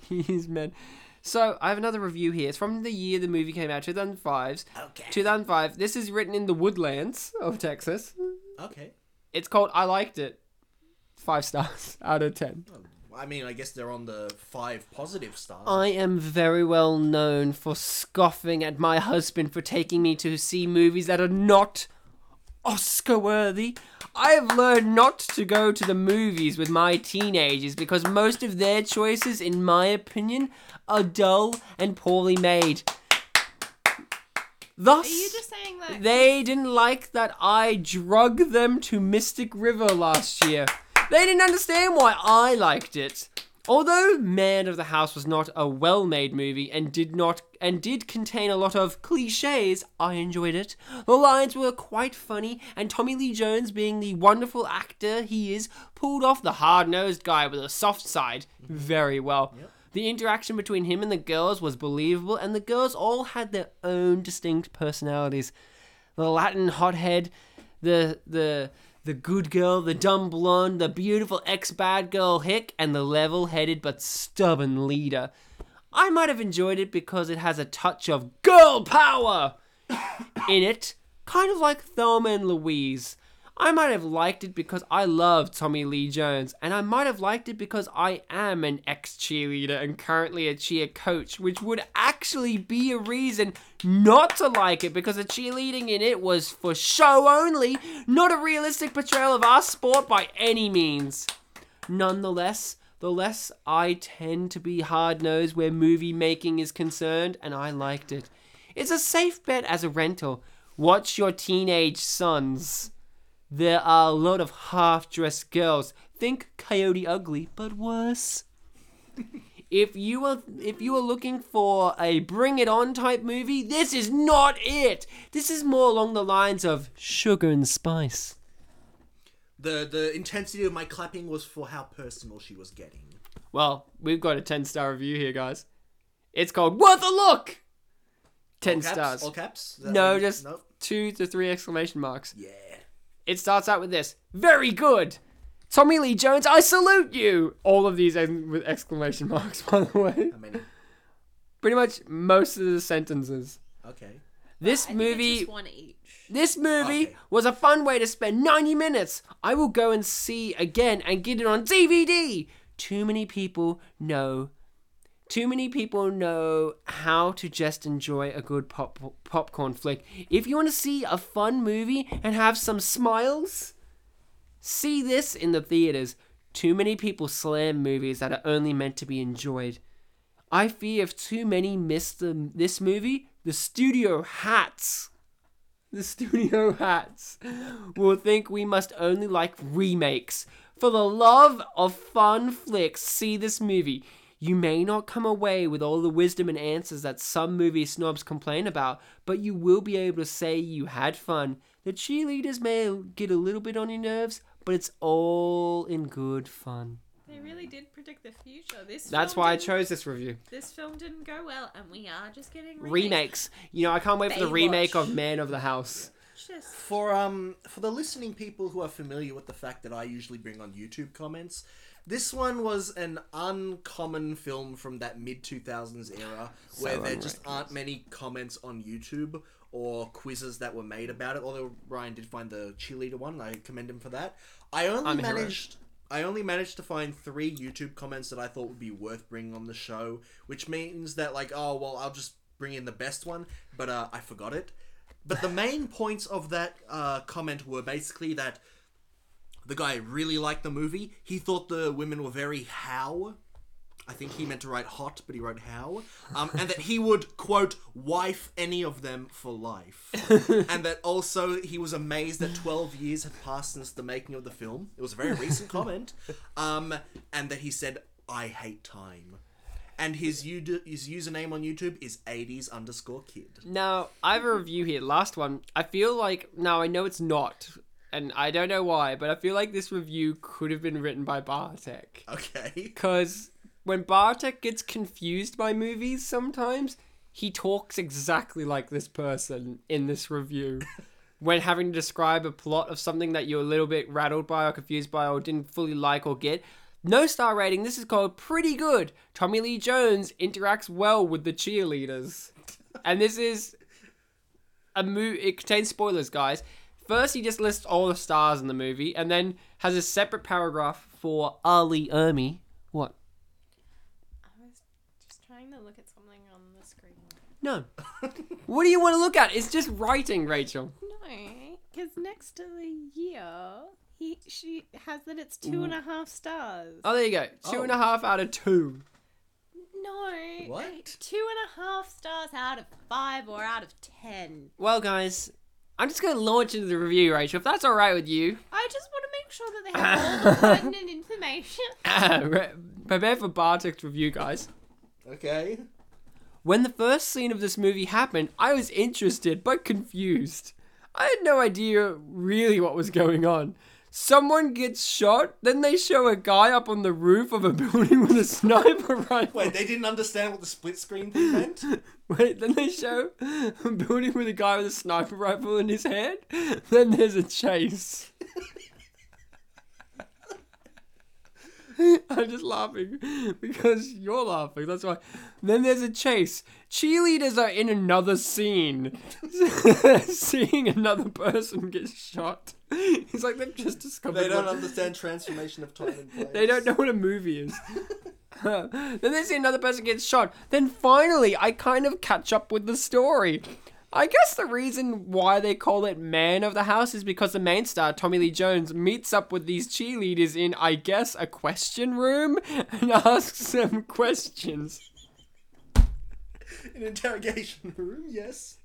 S1: He's men. So I have another review here. It's from the year the movie came out, 2005.
S3: Oh.
S1: Okay. 2005. This is written in the woodlands of Texas.
S2: Okay.
S1: It's called I Liked It. Five stars out of ten.
S2: Oh, I mean, I guess they're on the five positive stars.
S1: I am very well known for scoffing at my husband for taking me to see movies that are not Oscar worthy. I have learned not to go to the movies with my teenagers because most of their choices, in my opinion, are dull and poorly made. Thus,
S3: Are you just saying that?
S1: they didn't like that I drug them to Mystic River last year. They didn't understand why I liked it. Although Man of the House was not a well-made movie and did not and did contain a lot of clichés, I enjoyed it. The lines were quite funny, and Tommy Lee Jones, being the wonderful actor he is, pulled off the hard-nosed guy with a soft side very well. The interaction between him and the girls was believable, and the girls all had their own distinct personalities the Latin hothead, the the the good girl, the dumb blonde, the beautiful ex bad girl hick, and the level headed but stubborn leader. I might have enjoyed it because it has a touch of girl power in it, kind of like Thelma and Louise. I might have liked it because I love Tommy Lee Jones, and I might have liked it because I am an ex cheerleader and currently a cheer coach, which would actually be a reason not to like it because the cheerleading in it was for show only, not a realistic portrayal of our sport by any means. Nonetheless, the less I tend to be hard nosed where movie making is concerned, and I liked it. It's a safe bet as a rental. Watch your teenage sons. There are a lot of half dressed girls. Think Coyote Ugly, but worse. if you are if you are looking for a bring it on type movie, this is not it. This is more along the lines of sugar and spice.
S2: the the intensity of my clapping was for how personal she was getting.
S1: Well, we've got a 10 star review here, guys. It's called Worth a Look! 10
S2: All caps?
S1: stars.
S2: All caps? That
S1: No,
S2: one?
S1: just
S2: Nope.
S1: two to three exclamation marks.
S2: Yeah.
S1: It starts out with this Very good! Tommy Lee Jones, I salute you! All of these end with exclamation marks, by the way.
S2: I mean,
S1: Pretty much most of the sentences.
S2: okay.
S1: This
S3: I think it's
S1: movie
S3: just one each.
S1: This movie
S2: Okay.
S1: was a fun way to spend 90 minutes. I will go and see again and get it on DVD. Too many people know. Too many people know how to just enjoy a good pop- popcorn flick. If you want to see a fun movie and have some smiles, see this in the theaters. Too many people slam movies that are only meant to be enjoyed. I fear if too many miss the, this movie, the studio hats the studio hats, will think we must only like remakes. For the love of fun flicks, see this movie. You may not come away with all the wisdom and answers that some movie snobs complain about, but you will be able to say you had fun. The cheerleaders may get a little bit on your nerves, but it's all in good fun.
S3: They really did predict the future. This
S1: That's
S3: film
S1: why I
S3: didn't-
S1: chose this review.
S3: This film didn't go well, and we are just getting remakes.
S1: Remakes. You know, I can't wait for the
S3: Baywatch.
S1: remake of Man of the House.
S3: Just
S2: For um for the listening people who are familiar with the fact that I usually bring on YouTube comments, this one was an uncommon film from that mid two thousands era where there just aren't many comments on YouTube or quizzes that were made about it. Although Ryan did find the cheerleader one, and I commend him for that. I only
S1: I'm a hero.
S2: managed. I only managed to find three YouTube comments that I thought would be worth bringing on the show, which means that like, oh well, I'll just bring in the best one, but uh, I forgot it. But the main points of that uh, comment were basically that the guy really liked the movie. He thought the women were very how. I think he meant to write hot, but he wrote how. Um, and that he would, quote, wife any of them for life. and that also he was amazed that 12 years had passed since the making of the film. It was a very recent comment. Um, and that he said, I hate time. And his, ud- his username on YouTube is 80s underscore kid.
S1: Now, I have a review here. Last one. I feel like now I know it's not, and I don't know why, but I feel like this review could have been written by Bartek.
S2: Okay.
S1: Because when Bartek gets confused by movies sometimes, he talks exactly like this person in this review. when having to describe a plot of something that you're a little bit rattled by or confused by or didn't fully like or get. No star rating, this is called pretty good. Tommy Lee Jones interacts well with the cheerleaders. And this is a movie. It contains spoilers, guys. First, he just lists all the stars in the movie, and then has a separate paragraph for Ali Ermi. What?
S3: I was just trying to look at something on the screen.
S1: No. what do you want to look at? It's just writing, Rachel.
S3: No, because next to the year, he she has that it's two and a half stars.
S1: Oh, there you go. Two and a half out of two.
S3: no,
S2: What?
S3: Two and a half stars out of five or out of ten.
S1: Well, guys, I'm just going to launch into the review, Rachel, if that's all right with you.
S3: I just want to make sure that they have all the pertinent information.
S1: Re- Prepare for Bartek's review, guys.
S2: Okay.
S1: When the first scene of this movie happened, I was interested but confused. I had no idea really what was going on. Someone gets shot, then they show a guy up on the roof of a building with a sniper rifle.
S2: Wait, they didn't understand what the split screen thing meant?
S1: Wait, then they show a building with a guy with a sniper rifle in his hand. Then there's a chase. I'm just laughing because you're laughing. That's why. Then there's a chase. Cheerleaders are in another scene, seeing another person get shot. It's like they've just discovered.
S2: They don't
S1: what-
S2: understand transformation of time and place.
S1: they don't know what a movie is. then they see another person gets shot. Then finally, I kind of catch up with the story. I guess the reason why they call it Man of the House is because the main star, Tommy Lee Jones, meets up with these cheerleaders in, I guess, a question room and asks them questions.
S2: An interrogation room, yes.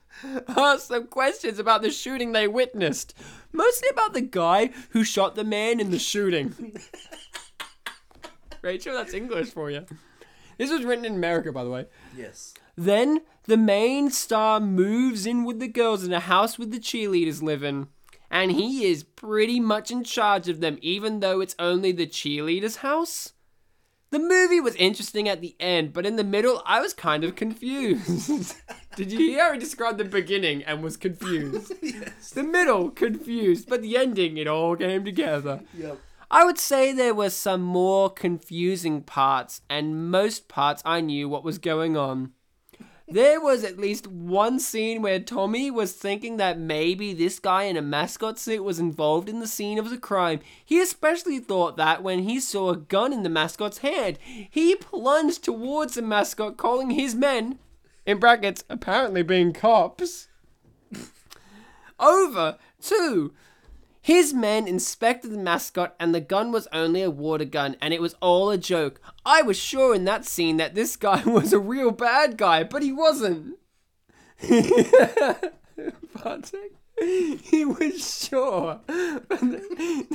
S1: asked them questions about the shooting they witnessed, mostly about the guy who shot the man in the shooting. Rachel, that's English for you. This was written in America, by the way.
S2: Yes.
S1: Then the main star moves in with the girls in a house with the cheerleaders live in, and he is pretty much in charge of them, even though it's only the cheerleaders' house. The movie was interesting at the end, but in the middle, I was kind of confused. Did you hear how he described the beginning and was confused?
S2: yes.
S1: the middle, confused, but the ending, it all came together.
S2: Yep.
S1: I would say there were some more confusing parts, and most parts I knew what was going on. There was at least one scene where Tommy was thinking that maybe this guy in a mascot suit was involved in the scene of the crime. He especially thought that when he saw a gun in the mascot's hand. He plunged towards the mascot, calling his men, in brackets, apparently being cops, over to his men inspected the mascot, and the gun was only a water gun, and it was all a joke. I was sure in that scene that this guy was a real bad guy, but he wasn't. Bartek. He was sure, but then,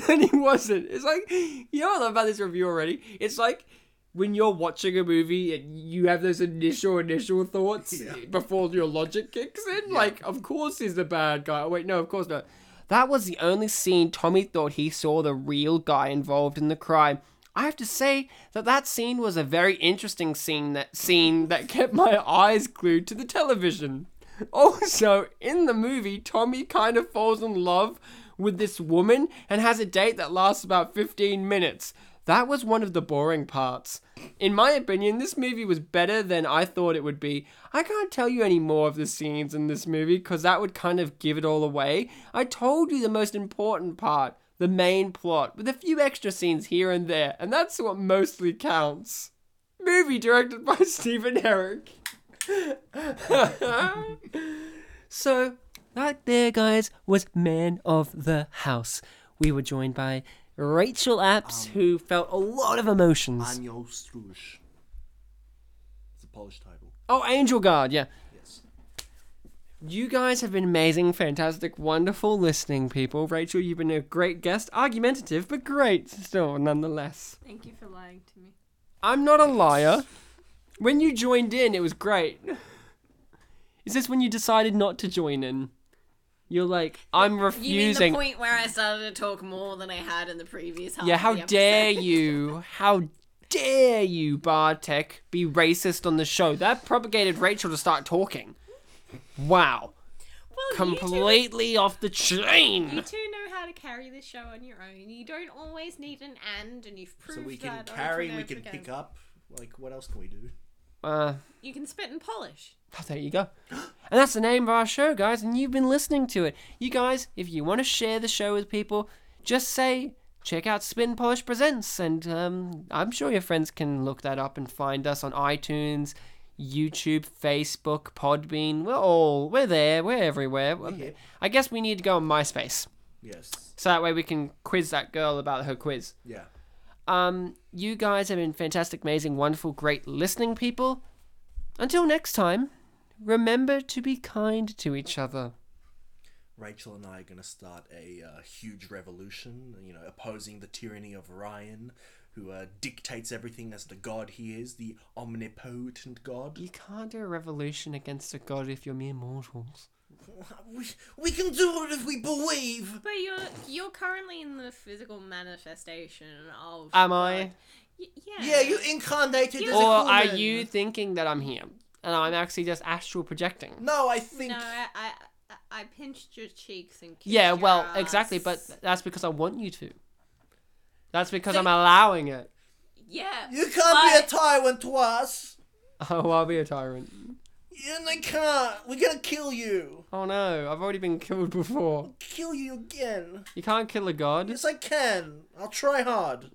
S1: then he wasn't. It's like you know what I love about this review already. It's like when you're watching a movie and you have those initial initial thoughts
S2: Yeah.
S1: before your logic kicks in. Like, of course he's the bad guy. Wait, no, of course not. That was the only scene Tommy thought he saw the real guy involved in the crime. I have to say that that scene was a very interesting scene that scene that kept my eyes glued to the television. Also, in the movie, Tommy kind of falls in love with this woman and has a date that lasts about 15 minutes. That was one of the boring parts. In my opinion, this movie was better than I thought it would be. I can't tell you any more of the scenes in this movie because that would kind of give it all away. I told you the most important part, the main plot, with a few extra scenes here and there, and that's what mostly counts. Movie directed by Stephen Herrick. so, that there, guys, was Man of the House. We were joined by Rachel Apps, who felt a lot of emotions.
S2: Anioł Stróż. It's a Polish title.
S1: Oh, Angel Guard, yeah.
S2: Yes.
S1: You guys have been amazing, fantastic, wonderful listening people. Rachel, you've been a great guest, argumentative, but great still, nonetheless.
S3: Thank you for lying to me.
S1: I'm not a liar. When you joined in, it was great. Is this when you decided not to join in? You're like, I'm
S3: You mean the
S1: refusing.
S3: point where I started to talk more than I had in the previous half?
S1: Yeah,
S3: of
S1: how
S3: the episode?
S1: dare you? How dare you, Bartek, be racist on the show? That propagated Rachel to start talking. Wow.
S3: Well, you two-
S1: Completely off the
S3: You
S1: chain.
S3: two know how to carry the show on your own. You don't always need an and, and you've
S2: So
S3: proved
S2: we can
S3: that over
S2: carry,
S3: and
S2: we
S3: over
S2: can
S3: again.
S2: pick up. Like, what else can we do?
S1: Uh,
S3: You can spit and polish.
S1: Oh, there you go. And that's the name of our show, guys, and you've been listening to it. You guys, if you want to share the show with people, just say, check out Spin Polish Presents, and um, I'm sure your friends can look that up and find us on iTunes, YouTube, Facebook, Podbean. We're all, we're there, we're everywhere.
S2: hip.
S1: I guess we need to go on MySpace,
S2: Yes.
S1: so that way we can quiz that girl about her quiz.
S2: Yeah.
S1: Um, you guys have been fantastic, amazing, wonderful, great listening people. Until next time, remember to be kind to each other.
S2: Rachel and I are going to start a uh, huge revolution, you know, opposing the tyranny of Ryan, who uh, dictates everything as the god he is, the omnipotent god.
S1: You can't do a revolution against a god if you're mere mortals.
S2: We, we can do it if we believe!
S3: But you're you're currently in the physical manifestation of.
S1: Am I?
S3: Y- yeah.
S2: Yeah, you incarnated as a
S1: Or are
S2: human.
S1: you thinking that I'm here and I'm actually just astral projecting?
S2: No, I think.
S3: No, I, I I pinched your cheeks and. Kissed
S1: Yeah,
S3: your
S1: well,
S3: ass.
S1: exactly, but that's because I want you to. That's because
S3: So-
S1: I'm allowing it.
S3: Yeah.
S2: You can't
S3: but
S2: be a tyrant to us!
S1: Oh, I'll be a tyrant.
S2: And I can't! We're gonna kill you!
S1: Oh no, I've already been killed before.
S2: Kill you again!
S1: You can't kill a god.
S2: Yes, I can! I'll try hard!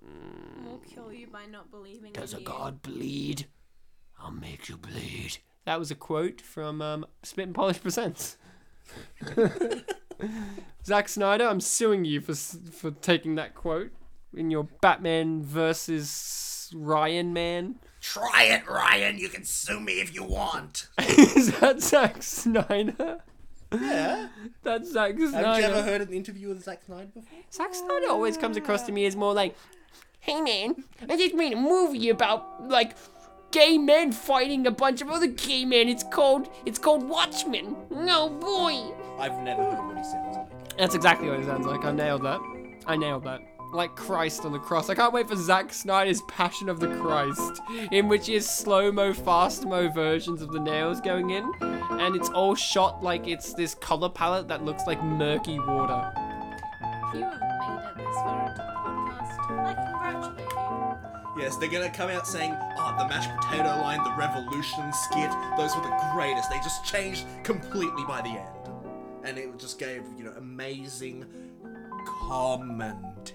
S3: We'll kill you by not believing
S1: Does
S3: in
S1: a
S3: you.
S1: god bleed? I'll make you bleed. That was a quote from um, Spit and Polish Presents. Zack Snyder, I'm suing you for s- for taking that quote in your Batman versus Ryan Man.
S2: Try it, Ryan! You can sue me if you want!
S1: Is that Zack Snyder?
S2: Yeah?
S1: That's Zack Snyder.
S2: Have you ever heard an interview with Zack Snyder before?
S1: Zack Snyder always comes across to me as more like, "Hey man, I just made a movie about like gay men fighting a bunch of other gay men. It's called it's called Watchmen. No boy."
S2: I've never heard what he sounds like.
S1: That's exactly what it sounds like. I nailed that. I nailed that. Like Christ on the cross. I can't wait for Zack Snyder's Passion of the Christ, in which he has slow mo, fast mo versions of the nails going in, and it's all shot like it's this color palette that looks like murky water.
S3: If you have made it this far into the podcast, I congratulate you.
S2: Yes, they're gonna come out saying, oh, the mashed potato line, the revolution skit, those were the greatest. They just changed completely by the end. And it just gave, you know, amazing commentary.